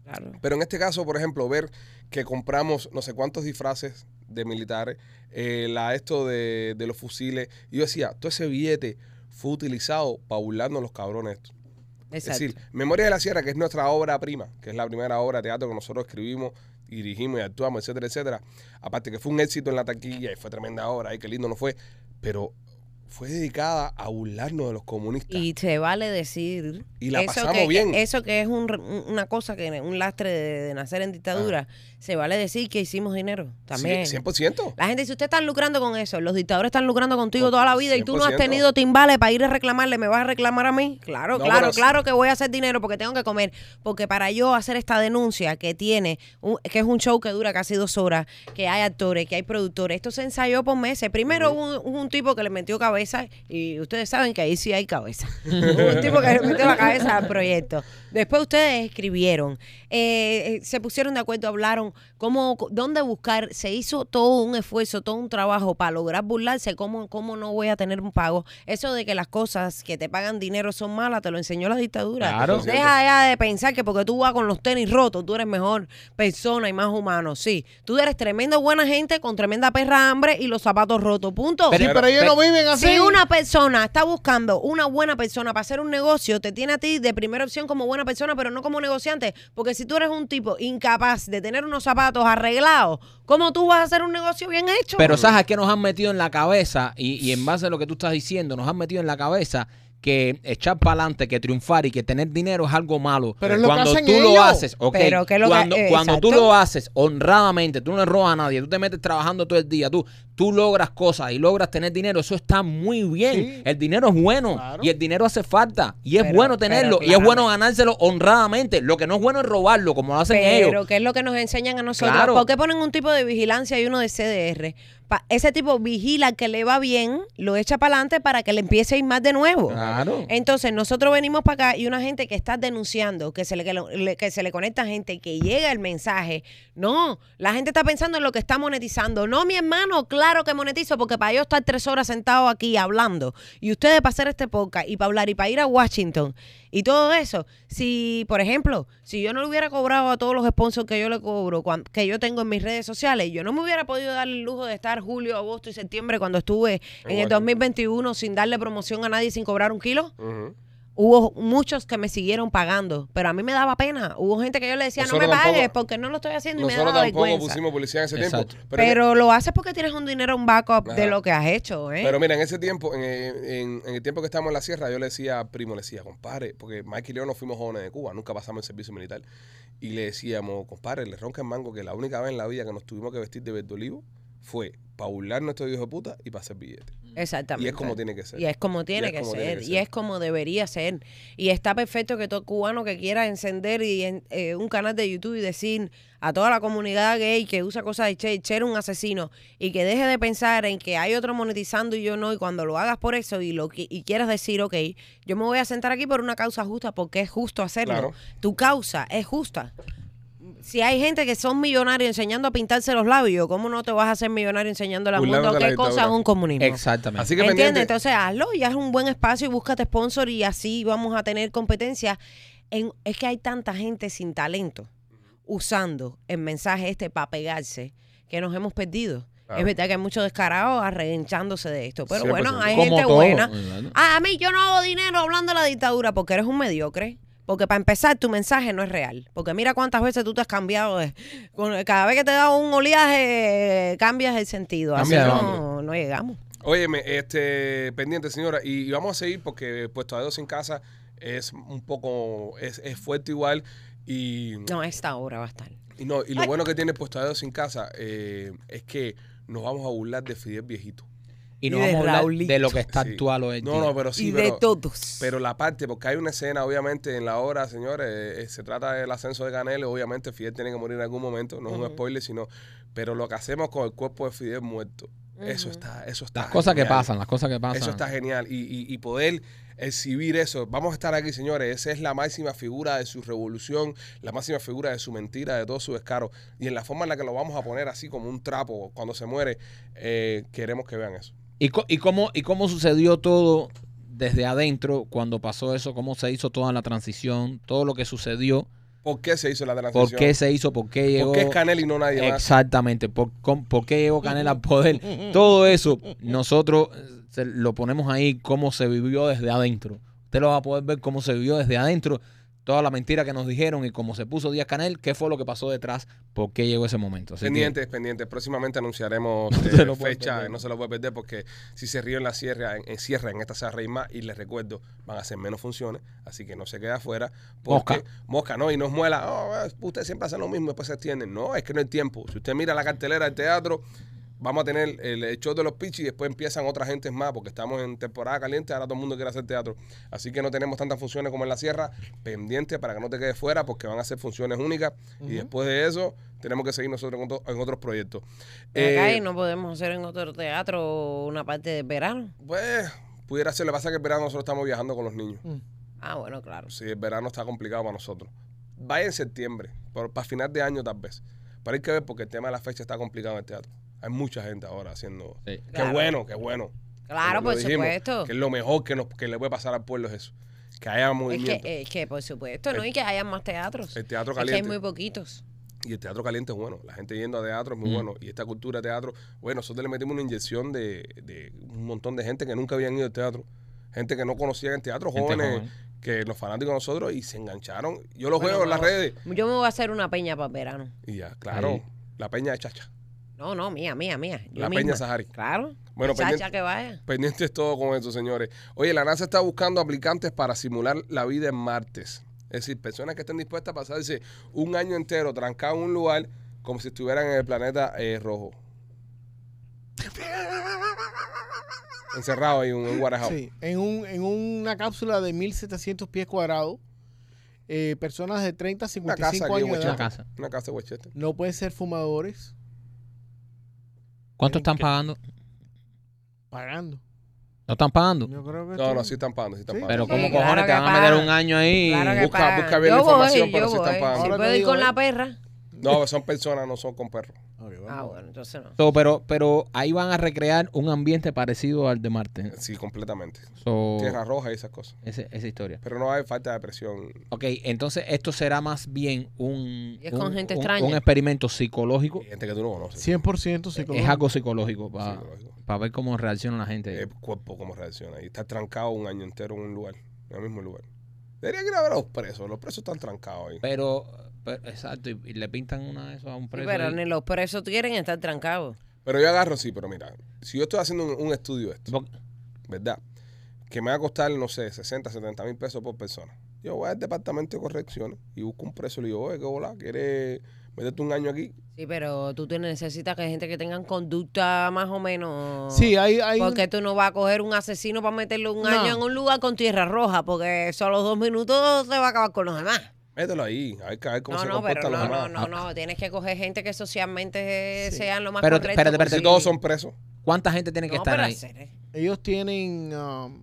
E: Claro.
A: Pero en este caso, por ejemplo, ver que compramos no sé cuántos disfraces de militares, eh, la esto de, de los fusiles. Y yo decía, todo ese billete fue utilizado para burlarnos los cabrones. estos. Es
E: Exacto.
A: decir, Memoria de la Sierra, que es nuestra obra prima, que es la primera obra de teatro que nosotros escribimos, dirigimos y actuamos, etcétera, etcétera. Aparte que fue un éxito en la taquilla y fue tremenda obra, y qué lindo nos fue. Pero fue dedicada a burlarnos de los comunistas.
E: Y te vale decir.
A: Y la pasamos
E: que,
A: bien.
E: Eso que es un r- un- una cosa, que un lastre de, de nacer en dictadura. Se vale decir que hicimos dinero también.
A: Sí, 100%.
E: La gente dice, usted está lucrando con eso, los dictadores están lucrando
A: Oh,
E: contigo toda la vida y tú no has
A: 100%.
E: tenido timbales para ir a reclamarle, ¿me vas a reclamar a mí? Claro,
A: No,
E: claro,
A: pero-
E: claro que voy a hacer dinero porque tengo que comer, porque para yo hacer esta denuncia que tiene, un- que es un show que dura casi dos horas, que hay actores, que hay productores, esto se ensayó por meses. Primero hubo un, un tipo que le metió cabeza y ustedes saben que ahí sí hay cabeza. Hubo un tipo que le metió la cabeza al proyecto. Después ustedes escribieron, eh, eh, se pusieron de acuerdo, hablaron cómo, dónde buscar, se hizo todo un esfuerzo, todo un trabajo para lograr burlarse, cómo, cómo no voy a tener un pago. Eso de que las cosas que te pagan dinero son malas, te lo enseñó la dictadura.
B: Claro.
A: Eso es cierto.
E: Deja ya de pensar que porque tú vas con los tenis rotos, tú eres mejor persona y más humano. Sí, tú eres tremenda buena gente con tremenda perra hambre y los zapatos rotos. Punto.
C: Sí,
B: Pero-
C: pero ellos
B: pero-
C: no viven así.
E: Si una persona está buscando una buena persona para hacer un negocio, te tiene a ti de primera opción como buena persona, pero no como negociante. Porque si tú eres un tipo incapaz de tener unos zapatos arreglados, ¿cómo tú vas a hacer un negocio bien hecho?
B: Pero sabes que nos han metido en la cabeza, y, y en base a lo que tú estás diciendo, nos han metido en la cabeza que echar para adelante, que triunfar y que tener dinero es algo malo.
C: Pero es lo que
B: cuando
C: hacen
B: tú lo
C: ellos.
B: haces, ok,
E: Pero que lo que-
B: cuando,
E: eh,
B: cuando tú
E: exacto.
B: lo haces honradamente, tú no le robas a nadie, tú te metes trabajando todo el día, tú, tú logras cosas y logras tener dinero, eso está muy bien.
C: Sí.
B: El dinero es bueno
C: Claro.
B: y el dinero hace falta y es
E: Pero-
B: bueno tenerlo
E: pero
B: y es bueno
E: claramente.
B: ganárselo honradamente. Lo que no es bueno es robarlo, como lo hacen
E: Pero
B: ellos.
E: que es lo que nos enseñan a nosotros.
B: Claro.
E: ¿Por qué ponen un tipo de vigilancia y uno de CDR? Pa- ese tipo vigila que le va bien, lo echa para adelante para que le empiece a ir más de nuevo.
B: Claro.
E: Entonces, nosotros venimos para acá y una gente que está denunciando, que se le, que lo- le- que se le conecta gente, que llega el mensaje. No, la gente está pensando en lo que está monetizando. No, mi hermano, claro que monetizo, porque para yo estar tres horas sentado aquí hablando, y ustedes para hacer este podcast, y para hablar, y para ir a Washington, y todo eso. Si, por ejemplo, si yo no le hubiera cobrado a todos los sponsors que yo le cobro, cuan- que yo tengo en mis redes sociales, yo no me hubiera podido dar el lujo de estar julio, agosto y septiembre cuando estuve en el
A: Washington.
E: 2021 sin darle promoción a nadie, sin cobrar un kilo.
A: Ujú.
E: Hubo muchos que me siguieron pagando, pero a mí me daba pena. Hubo gente que yo le decía,
A: Nosotros
E: no me
A: tampoco-
E: pagues porque no lo estoy haciendo y me
A: Nosotros
E: daba
A: tampoco
E: vergüenza.
A: pusimos policía en ese
B: Exacto.
A: tiempo.
E: Pero,
A: Pero,
E: lo haces porque tienes un dinero, un backup
A: Ajá.
E: de lo que has hecho, ¿eh?
A: Pero mira, en ese tiempo, en, en- en el tiempo que estábamos en la sierra, yo le decía a Primo, le decía, compadre, porque Mike y yo no fuimos jóvenes de Cuba, nunca pasamos el servicio militar. Y le decíamos, compadre, le ronca el mango que la única vez en la vida que nos tuvimos que vestir de verde olivo fue para burlar nuestro hijo de puta y para hacer billetes.
E: Exactamente.
A: Y es como tiene que ser.
E: Y es como tiene,
A: es
E: que,
A: como
E: ser,
A: tiene que
E: y
A: ser.
E: es como debería ser. Y está perfecto que todo cubano que quiera encender y en- eh, un canal de YouTube y decir a toda la comunidad gay que usa cosas de Che, Che era un asesino y que deje de pensar en que hay otro monetizando y yo no, y cuando lo hagas por eso y lo qui- y quieras decir, ok, yo me voy a sentar aquí por una causa justa porque es justo hacerlo.
A: Claro.
E: Tu causa es justa. Si hay gente que son millonarios enseñando a pintarse los labios, ¿cómo no te vas a hacer millonario enseñándole al
A: Burlándote
E: mundo
A: de la
E: qué cosa es
A: dictadura.
E: un comunismo?
B: Exactamente.
A: Así que
E: ¿Entiendes?
A: pendiente.
E: Entonces hazlo y haz un buen espacio y búscate sponsor y así vamos a tener competencia. En- es que hay tanta gente sin talento usando el mensaje este para pegarse que nos hemos perdido.
A: Claro.
E: Es verdad que hay muchos descarados arreganchándose de esto, pero bueno,
A: 100%.
E: hay
B: Como
E: gente
B: todo.
E: buena.
B: Bueno.
E: Ah, a mí yo no hago dinero hablando de la dictadura porque eres un mediocre. Porque para empezar, tu mensaje no es real. Porque mira cuántas veces tú te has cambiado. de- con- Cada vez que te da un oleaje, eh, cambias el sentido. Así
B: Cambia de
E: no, no llegamos.
A: Óyeme, este, pendiente, señora, y, y vamos a seguir porque puesto a dos en casa es un poco, es, es fuerte igual. Y,
E: No, esta hora va a estar.
A: y no, y lo bueno que tiene puesto a dos en casa eh, es que nos vamos a burlar de Fidel viejito.
B: Y nos
E: Y de
B: vamos a hablar
E: Raulito.
B: de lo que está
A: Sí.
B: actual hoy en
A: No,
B: día.
A: no, pero sí,
E: y
A: pero,
E: de todos.
A: Pero la parte, porque hay una escena, obviamente, en la obra, señores, eh, eh, se trata del ascenso de Canelo, obviamente Fidel tiene que morir en algún momento, no es un spoiler, sino, pero lo que hacemos con el cuerpo de Fidel muerto, eso está, eso está.
B: Las cosas que
A: genial.
B: pasan, las cosas que pasan.
A: Eso está genial. Y, y- y poder exhibir eso. Vamos a estar aquí, señores. Esa es la máxima figura de su revolución, la máxima figura de su mentira, de todo su descaro. Y en la forma en la que lo vamos a poner así como un trapo cuando se muere, eh, queremos que vean eso.
B: ¿Y, co- y cómo, ¿Y cómo sucedió todo desde adentro cuando pasó eso? ¿Cómo se hizo toda la transición? Todo lo que sucedió.
A: ¿Por qué se hizo la transición?
B: ¿Por qué se hizo? ¿Por qué llegó?
A: ¿Por qué es Canel y no nadie más?
B: Exactamente. ¿Por, com- por qué llegó Canela al poder? Mm, Todo eso nosotros eh, se lo ponemos ahí cómo se vivió desde adentro. Usted lo va a poder ver cómo se vivió desde adentro. Toda la mentira que nos dijeron y cómo se puso Díaz Canel, qué fue lo que pasó detrás, por qué llegó ese momento. Así que-
A: Pendientes, pendientes. Próximamente anunciaremos eh,
B: te lo puedes
A: fecha.
B: perder.
A: No se lo puede perder porque si se ríen la sierra, en, en sierra, en esta se va a reír más. Y les recuerdo, van a hacer menos funciones. Así que no se queda afuera. Porque,
B: Mosca.
A: Mosca, no. Y nos muela. "Oh, eh, ustedes siempre hacen lo mismo y después se extienden. No, es que no hay tiempo. Si usted mira la cartelera del teatro, vamos a tener el, el show de los pichis y después empiezan otras gentes más porque estamos en temporada caliente. Ahora todo el mundo quiere hacer teatro. Así que no tenemos tantas funciones como en la sierra. Pendiente para que no te quedes fuera porque van a hacer funciones únicas. Y después de eso, tenemos que seguir nosotros con to- en otros proyectos.
E: Ven acá,
A: Eh,
E: y no podemos hacer en otro teatro una parte de verano.
A: Pues, pudiera ser. Lo que pasa es que el verano nosotros estamos viajando con los niños.
E: Ah, bueno, claro.
A: Sí, el verano está complicado para nosotros. Vaya en septiembre, por- para final de año tal vez. Pero hay que ver porque el tema de la fecha está complicado en el teatro. Hay mucha gente ahora haciendo.
B: Sí.
A: Qué
E: Claro.
A: bueno, qué bueno.
E: Claro,
A: Lo
E: por
A: dijimos,
E: supuesto.
A: Que es lo mejor que, nos, que le puede pasar al pueblo es eso. Que haya
E: Es
A: movimiento.
E: que, es que, por supuesto, ¿no?
A: El-
E: Y que haya más teatros.
A: el teatro
E: Es que
A: caliente.
E: hay muy poquitos.
A: Y el teatro caliente es bueno. La gente yendo a teatro es muy
B: Mm.
A: bueno. Y esta cultura de teatro, bueno, nosotros le metimos una inyección de, de un montón de gente que nunca habían ido al teatro. Gente que no conocían el teatro,
B: Gente
A: jóvenes,
B: joven.
A: que los fanáticos de nosotros y se engancharon. Yo los
E: Bueno,
A: veo en las
E: vamos.
A: redes.
E: Yo me voy a hacer una peña para el verano.
A: Y ya, claro,
B: Ahí.
A: la peña de Chacha.
E: No, no, mía, mía, mía. Yo
A: La
E: misma.
A: peña Sahari.
E: Claro.
A: Bueno, pues
E: Bueno,
A: pendiente-
E: Chacha que vaya.
A: Pendientes todo con eso, señores. Oye, la NASA está buscando aplicantes para simular la vida en martes. Es decir, personas que estén dispuestas a pasarse un año entero trancado en un lugar como si estuvieran en el planeta eh, rojo. Encerrado ahí en un guarajao.
C: Sí, en, un, en una cápsula de 1700 pies cuadrados, eh, personas de 30 a
A: Una casa aquí en
C: 55 años de
B: Una
A: Westchester.
C: edad
B: casa.
A: Una casa de Westchester.
C: no pueden ser fumadores
B: ¿Cuánto están pagando?
C: pagando.
B: No están pagando.
C: Yo creo que
A: No,
C: esto-
A: no, sí están pagando, sí están
C: Sí.
A: pagando.
B: Pero
E: Sí,
B: como
E: claro
B: cojones te
E: que
B: van a meter
E: pagan.
B: un año ahí.
E: Claro que
A: busca-
E: pagan.
A: busca bien la
E: Yo voy,
A: información, pero
E: yo
A: sí están
E: voy.
A: pagando.
E: Si
C: Ahora
E: puedo
C: te
E: ir
C: digo,
E: con
C: eh.
E: la perra.
A: No, son personas, no son con perros.
C: Ok, vamos
E: Ah,
C: a ver.
E: bueno, entonces no.
B: So, pero, pero ahí van a recrear un ambiente parecido al de Marte.
A: Sí, completamente.
B: So,
A: Tierra roja y esas cosas.
B: ese- esa historia.
A: Pero no hay falta de presión.
B: Ok, entonces esto será más bien un,
E: Y es
B: un,
E: con gente
B: un-
E: extraña.
B: un experimento psicológico.
A: Y gente que tú no conoces.
C: 100%
B: Es
C: psicológico.
B: algo psicológico para
A: Psicológico.
B: ver cómo reacciona la gente.
E: Eh,
A: el cuerpo cómo reacciona. Y está trancado un año entero en un lugar, en el mismo lugar. Deberían ir a ver a los presos. Los presos están trancados ahí.
B: Pero, pero- exacto, y, y le pintan una de esas a un
E: Sí,
B: preso.
E: pero
B: ahí.
E: ni los presos quieren estar trancados.
A: Pero yo agarro, sí, pero mira, si yo estoy haciendo un, un estudio de esto, ¿verdad? Que me va a costar, no sé, 60, 70 mil pesos por persona. Yo voy al departamento de correcciones y busco un preso y le digo, oye, qué hola, ¿quieres meterte un año aquí?
E: Sí, pero tú te necesitas que gente que tengan conducta más o menos.
C: Sí, hay, hay un-
E: Porque tú no vas a coger un asesino para meterlo un
C: No.
E: año en un lugar con tierra roja, porque eso a los dos minutos se va a acabar con los demás.
A: Mételo ahí, hay que ver cómo
E: No,
A: se
E: no,
A: comportan
E: pero
A: los
E: no, no,
A: demás.
E: no, no. Tienes que coger gente que socialmente
C: Sí.
E: sean lo más
B: Pero,
E: correcto
B: espérate, espérate.
A: Si
E: posible.
A: todos son presos,
B: ¿Cuánta gente tiene que
E: No,
B: estar
E: pero
B: ahí?
E: hacer, eh.
C: ellos tienen um,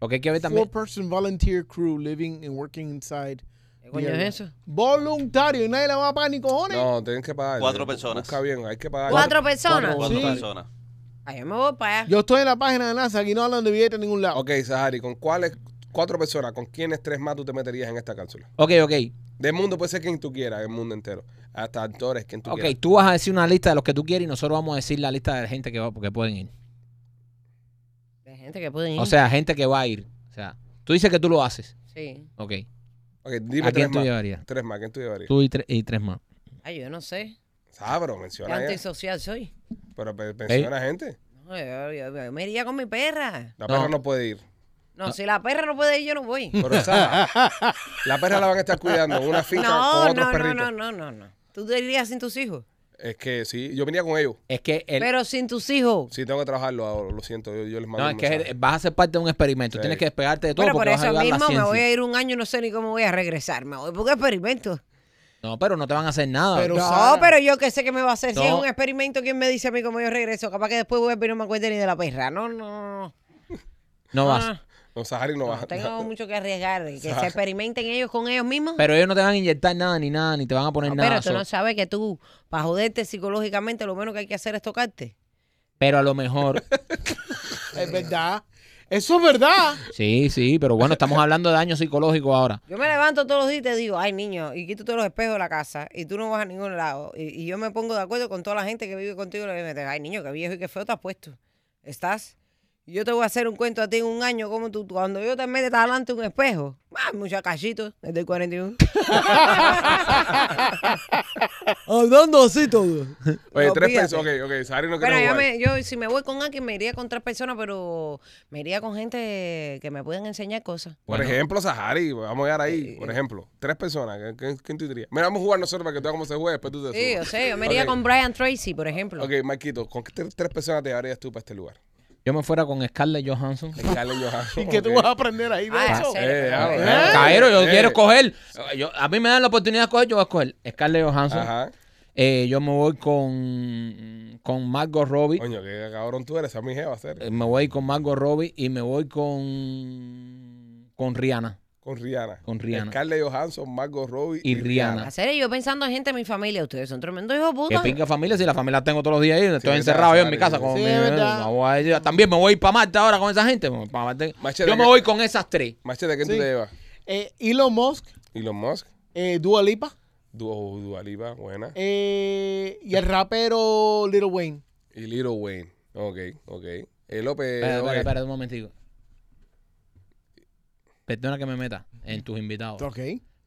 B: Lo que hay que ver también.
C: four person volunteer crew living and working inside
E: ¿Qué coño
C: Mierda.
E: es eso?
C: Voluntario. Y nadie le va a pagar ni cojones.
A: No, tienen que pagar.
D: Cuatro
A: Bu-
D: personas.
A: Busca bien, hay que pagar.
E: ¿Cuatro personas?
D: Cuatro
C: Sí.
D: personas.
E: Ay, yo me voy para allá.
C: Yo estoy en la página de NASA. Aquí no hablan de billetes en ningún lado.
A: Ok, Sahari, ¿con cuáles cuatro personas, con quiénes tres más tú te meterías en esta cápsula?
B: Ok, ok.
A: Del mundo puede ser quien tú quieras, el mundo entero. Hasta actores, quien tú
B: Ok,
A: quieras.
B: tú vas a decir una lista de los que tú quieres y nosotros vamos a decir la lista de gente que va, porque pueden ir.
E: De gente que pueden ir.
B: O sea, gente que va a ir. O sea, tú dices que tú lo haces.
E: Sí.
B: Ok.
A: Ok, dime
B: ¿A quién
A: tres
B: tú
A: más.
B: llevarías?
A: Tres más, ¿quién tú llevarías?
B: Tú y, tre- y tres más.
E: Ay, yo no sé.
A: Sabro,
E: Qué
A: menciona ya.
E: antisocial soy.
A: Pero pe- menciona gente.
E: No, yo, yo- yo me iría con mi perra.
A: La
B: No.
A: perra no puede ir.
E: No, si la perra no puede ir, yo no voy.
A: Pero Sara, la perra la van a estar cuidando en una finca con
E: No,
A: otros
E: no, no,
A: perritos.
E: no, no, no, no. Tú te irías sin tus hijos.
A: Es que sí, yo venía con ellos.
B: Es que el-
E: Pero sin tus hijos.
A: Sí, tengo que trabajarlo ahora, lo siento, yo, yo les mando
B: no,
A: un
B: es que
A: mensaje.
B: el- vas a ser parte de un experimento.
A: Sí.
B: Tienes que despegarte de todo
E: Pero por
B: porque vas a
E: eso
B: ayudar a la
E: mismo me
B: ciencia.
E: voy a ir un año y no sé ni cómo voy a regresar. Me voy porque experimento.
B: No, pero no te van a hacer nada.
C: Pero-
E: No,
C: Sara.
E: pero yo que sé que me va a hacer. Si es
B: No.
E: un experimento, ¿quién me dice a mí cómo yo regreso? Capaz que después vuelvo y no me acuerde ni de la perra. No, no, no, no.
B: no vas.
E: Ah,
A: No, Sahari no, va.
E: no, tengo mucho que arriesgar. Que
A: Sara.
E: se experimenten ellos con ellos mismos.
B: Pero ellos no te van a inyectar nada ni nada, ni te van a poner
E: No,
B: nada.
E: pero tú
B: so-
E: no sabes que tú, para joderte psicológicamente, lo menos que hay que hacer es tocarte.
B: Pero a lo mejor.
E: eh.
C: Es verdad. Eso es verdad.
B: sí, sí, pero bueno, estamos hablando de daño psicológico ahora.
E: Yo me levanto todos los días y te digo, ay niño, y quito todos los espejos de la casa y tú no vas a ningún lado. Y, y yo me pongo de acuerdo con toda la gente que vive contigo. Y me dice, ay niño, qué viejo y qué feo te has puesto. Estás. Yo te voy a hacer un cuento a ti en un año, como tú, tú- cuando yo te metes adelante un espejo. Ah, muchachito, desde el 41. Hablando así todo.
A: Oye,
E: No,
A: tres
E: fíjate.
A: personas. Ok, ok, Sahari no quiere
E: Bueno, pues. yo,
A: jugar.
E: me- yo si me voy con alguien me iría con tres personas, pero me iría con gente que me puedan enseñar cosas.
A: Por
B: Bueno.
A: ejemplo, Sahari, vamos a llegar
E: Eh,
A: ahí. Por ejemplo, tres personas. ¿qué- qué- ¿Quién tú dirías? Mira, vamos a jugar nosotros para que tú veas cómo se juega después tú te
E: Sí, yo
A: subas.
E: sé, yo me iría
A: Ok.
E: con Brian Tracy, por ejemplo.
A: Ok, Marquito, ¿con qué tres, tres personas te llevarías tú para este lugar?
B: Yo me fuera con Scarlett Johansson.
A: Scarlett Johansson.
C: ¿Y qué tú
A: ok.
C: vas a aprender ahí de
E: Ah,
C: eso?
E: sí.
A: Eh, ya,
E: Eh,
A: ya.
B: Caero, yo
A: Eh,
B: quiero escoger. Yo- a mí me dan la oportunidad de escoger, yo voy a escoger Scarlett Johansson.
A: Ajá.
B: Eh, yo me voy con, con Margot Robbie.
A: Coño, qué cabrón tú eres, esa es mi jeva, hacer.
B: Eh, Me voy con Margot Robbie y me voy con, con Rihanna.
A: Con Rihanna.
B: Con Rihanna.
A: Scarlett Johansson, Margot Robbie
B: Y Rihanna.
E: A serio, yo pensando en gente de mi familia, ustedes son tremendos hijos de
B: Que
E: puta.
B: pinga familia, si la familia la tengo todos los días ahí, estoy
A: verdad,
B: encerrado yo en
A: Sari,
B: mi casa
A: sí.
B: con
C: Sí,
B: mi-
C: verdad.
B: no voy a ir- También me voy a ir para Marte ahora con esa gente. me voy pa' Marte.
A: Machete, Eh,
B: Yo me
A: ¿qué-
B: voy con esas tres.
A: Machete, ¿quién
C: Sí.
A: tú te llevas?
C: Eh, Elon Musk,
A: Elon Musk,
C: eh, Dua Lipa
A: Dua, Dua Lipa, buena.
C: eh, y el rapero Little Wayne.
A: Y Little Wayne. Ok, ok. Eh, López.
B: Espera, espera,
A: ok.
B: espera un momentico. Perdona que me meta en tus invitados.
C: Ok.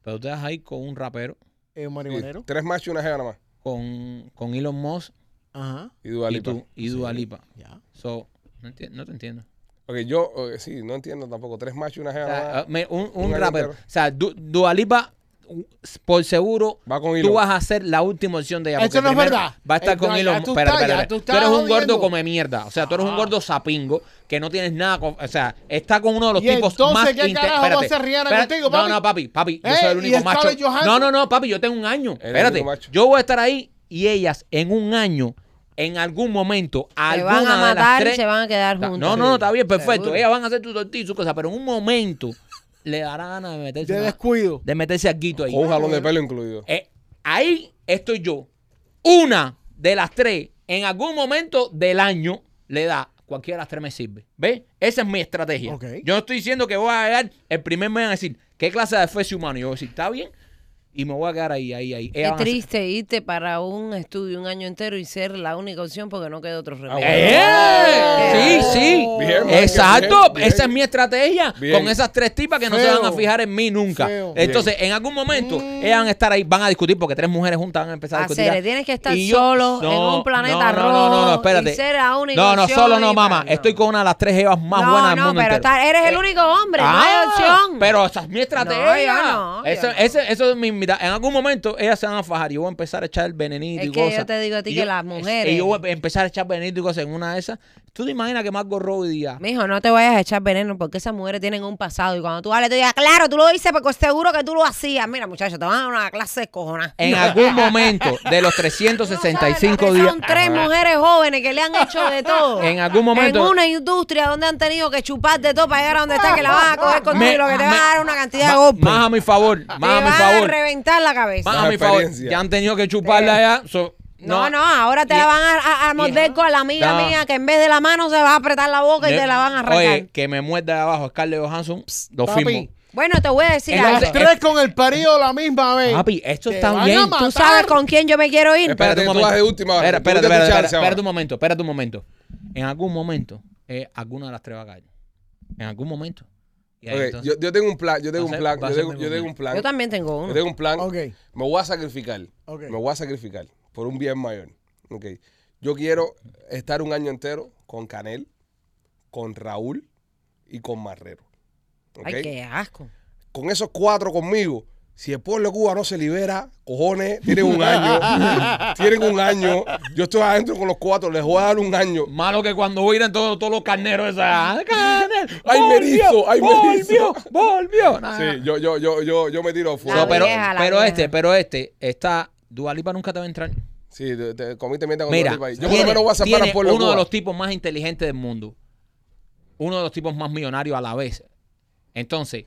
B: Pero tú estás ahí con un rapero,
C: Eh,
A: Sí,
C: marihuanero.
A: tres machos y una jeva nada más.
B: con, con Elon Musk
C: Ajá.
A: Y Dua
B: y
A: Lipa.
B: tú, y Dua Lipa.
C: Ya.
B: So, no, enti- no te entiendo.
A: Ok, yo, ok, sí, no entiendo tampoco. Tres machos y una jeva
B: O sea,
A: nada más.
B: eh, me- un, un
A: un
B: rapero. O
A: rapero.
B: sea, Du- Dua Lipa, u- por seguro,
A: Va con
B: tú
A: Elon.
B: vas a ser la última opción de ella.
C: Eso
B: porque
C: no es
B: primero
C: verdad.
B: Va a estar
C: Eh,
B: con
C: ya,
B: Elon
C: ya
B: Musk.
C: tú
B: Espera,
C: estás-
B: espera,
C: ya
B: espera.
C: tú
B: Tú,
C: estás
B: eres un
C: jodiendo. Ah.
B: gordo come mierda. O sea, tú eres un gordo sapingo que no tienes nada. con- o sea, está con uno de los
C: ¿Y
B: tipos
C: entonces
B: más
C: qué carajo va a
B: espérate,
C: hacer Rihanna
B: espérate.
C: contigo, papi?
B: No, no, papi, papi. Yo
C: Eh,
B: soy el
C: ¿y
B: único macho.
C: Scarlett Johansson?
B: No, no, no, papi, yo tengo un año.
A: El
B: Espérate.
A: único macho.
B: Yo voy a estar ahí y ellas en un año, en algún momento,
E: se van a
B: alguna de las
E: matar y
B: tres
E: se van a quedar
B: Está-
E: juntos.
B: No, no, no, está bien, perfecto.
E: Seguro.
B: Ellas van a hacer tu tortilla y su cosa, pero en un momento le dará ganas de meterse,
C: De
B: una-
C: descuido.
B: de meterse alguito ahí.
A: Con un jalón de pelo incluido.
B: Eh, ahí estoy yo. Una de las tres, en algún momento del año, le da. Cualquiera de las tres me sirve. ¿Ves? Esa es mi estrategia.
C: Ok.
B: Yo no estoy diciendo que voy a llegar el primer mes a decir, ¿qué clase de especie humano? Y yo voy a decir, está bien. Y me voy a quedar ahí, ahí, ahí. Ellas
E: Qué
B: van a hacer-
E: triste irte para un estudio un año entero y ser la única opción porque no queda
B: Ah,
E: otro remedio.
A: bueno.
B: ¡Eh! Sí, sí.
A: Ah, Bien, Mike,
B: Exacto.
A: bien, bien.
B: Esa es mi estrategia
A: Bien.
B: con esas tres tipas que no se
C: Feo.
B: van a fijar en mí nunca.
C: Feo.
B: Entonces, en algún momento,
A: Mm.
B: ellas van a estar ahí, van a discutir porque tres mujeres juntas van a empezar a discutir.
E: Hacer, Ah, tienes que estar solo en un planeta
B: no, No, no,
E: rojo
B: no, espérate.
E: y ser la única
B: no, no,
E: opción
B: solo no,
E: y
B: mamá.
E: para- no.
B: Estoy con una de las tres evas más
E: no,
B: buenas del
E: no,
B: mundo
E: pero
B: entero. Eh,
E: está- eres el único hombre, no hay
B: Ah,
E: opción.
B: Pero esa es mi estrategia.
E: No, yo no, yo
B: eso,
E: no.
B: ese- eso es mi mira, En algún momento ellas se van a fajar y yo voy a empezar a echar el venenito
E: Es
B: y
E: que yo
B: cosas.
E: te digo a ti
B: Y
E: que
B: yo-
E: las mujeres-
B: Y yo voy a empezar a echar venenito y cosas en una de esas. ¿Tú te imaginas que Margot Robbie diga?
E: Mijo, no te vayas a echar veneno porque esas mujeres tienen un pasado y cuando tú hables te digas, claro, tú lo dices porque seguro que tú lo hacías. Mira, muchacho, te van a dar una clase cojonada.
B: En algún momento de los 365 días.
E: Son tres mujeres jóvenes que le han hecho de todo.
B: En algún momento-
E: En una industria donde han tenido que chupar de todo para llegar a donde están, que la van a coger contigo
B: Me-
E: y lo que te van
B: me-
E: a dar una cantidad de
B: Ma-
E: golpes.
B: Más a mi favor,
E: te
B: más a mi
E: van a
B: favor.
E: reventar la cabeza.
B: Más a
A: Más
B: mi favor.
A: experiencia.
B: Ya han tenido que chuparla ya. so,
E: No, no, ahora te la van a, a- a morder con la amiga
B: No.
E: mía que en vez de la mano se va a apretar la boca y
B: Ne-
E: te la van a arrancar.
B: Oye, que me muerda de abajo Scarlett Johansson, pss, lo
C: Papi.
B: firmo.
E: Bueno, te voy a decir
B: Entonces,
E: algo.
C: Las tres con el parido la misma vez.
B: Papi, esto
C: Te
B: está
C: van a
B: bien.
C: matar.
E: ¿Tú sabes con quién yo me quiero ir?
A: Espérate, tú vas de última hora.
B: Espera,
A: Tú
B: espérate,
A: tienes
B: espérate,
A: tu chance
B: espérate,
A: ahora.
B: espérate un momento, espérate un momento. En algún momento, eh, alguna de las tres va a caer. En algún momento. Y ahí
A: Ok,
B: entonces-
A: yo, yo tengo un plan, yo tengo
B: Va a
A: un
B: ser-
A: plan,
B: va a
A: yo
B: ser
A: tengo,
B: mi
A: yo tengo
B: momento.
A: un plan.
E: Yo también tengo
A: Yo
E: uno.
A: tengo un plan.
C: Ok.
A: Me voy a sacrificar.
C: Ok.
A: Me voy a sacrificar por un bien mayor. Ok. Yo quiero estar un año entero con Canel, con Raúl y con Marrero. Ok.
E: Ay, qué asco.
A: Con esos cuatro conmigo. Si el pueblo de Cuba no se libera, cojones, tienen un año. tienen un año. Yo estoy adentro con los cuatro, les voy a dar un año.
B: Malo que cuando oiran todos todos los carneros esa.
A: Ay, merizo, ay, merizo.
B: volvió, volvió. Nah, nah.
A: Sí, yo, yo, yo, yo, yo me tiro
E: La
B: Ah. So,
A: fuera.
B: pero
E: vieja, la
B: pero
E: vieja.
B: este, pero este, está. Dualipa nunca te va a entrar.
A: Sí, te, te comiste mierda con
B: Mira,
A: todo el país. Yo por
B: tiene-
A: lo menos voy a salvar
B: tiene
A: al pueblo de
B: uno de
A: Cuba.
B: los tipos más inteligentes del mundo. Uno de los tipos más millonarios a la vez. Entonces,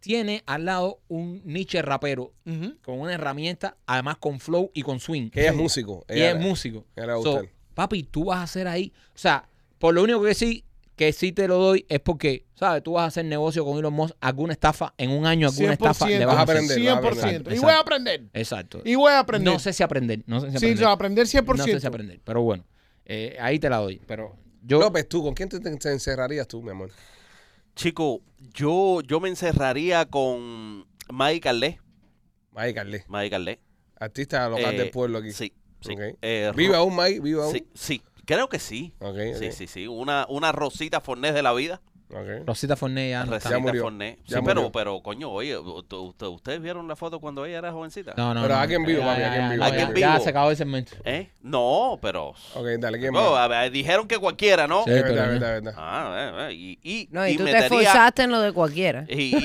B: tiene al lado un Nietzsche rapero
C: Ujú.
B: con una herramienta, además con flow y con swing.
A: Que ella es músico.
B: Y
A: Ella-
B: es músico.
A: ella le va a
B: So,
A: gustar.
B: papi, tú vas a hacer ahí. O sea, por lo único que sí, que sí te lo doy es porque, ¿sabes? Tú vas a hacer negocio con Elon Musk, alguna estafa, en un año alguna estafa le vas a hacer.
A: aprender, vas a aprender.
C: 100%. Y
B: Exacto.
C: voy a aprender.
B: Exacto.
C: Y voy a aprender.
B: No sé si aprender. No sé si
C: Sí,
B: aprender.
C: yo voy a aprender 100%.
B: No sé si aprender, pero bueno. eh, ahí te la doy. Pero yo.
A: López, tú, ¿con quién te, te encerrarías tú, mi amor?
D: Chico, yo, yo me encerraría con Mike Carlé.
A: Mike Carlé,
D: Mike Carlé.
A: artista local
D: Eh,
A: del pueblo aquí.
D: Sí, sí.
A: Ok.
D: Eh, Ro-
A: Viva aún, Mike, viva aún.
D: Sí, sí, creo que sí.
A: Ok,
D: Sí,
A: ok.
D: sí, sí. Una, una Rosita Fornés de la vida.
A: Ok.
B: Rosita Fornés ya no está.
D: Rosita
A: murió,
D: Fornés. Sí,
A: ya murió.
D: pero, pero, coño, oye, ¿usted- usted- ¿ustedes vieron la foto cuando ella era jovencita?
B: No, no.
A: Pero
B: no,
A: aquí en vivo,
B: ya,
A: papi,
B: ya,
A: aquí en
B: ya,
A: vivo,
B: no,
D: aquí
B: ya,
D: en vivo.
B: Ya se acabó el segmento.
D: ¿Eh? No, pero...
A: Ok, dale, ¿quién
D: Oh,
A: más?
D: a ver, dijeron que cualquiera, ¿no?
B: Sí.
A: Es
B: pero
A: verdad,
B: no.
A: es verdad, es verdad.
D: Ah, eh, eh, y, y,
E: No, y,
D: y
E: tú te
D: metería,
E: esforzaste en lo de cualquiera.
D: y,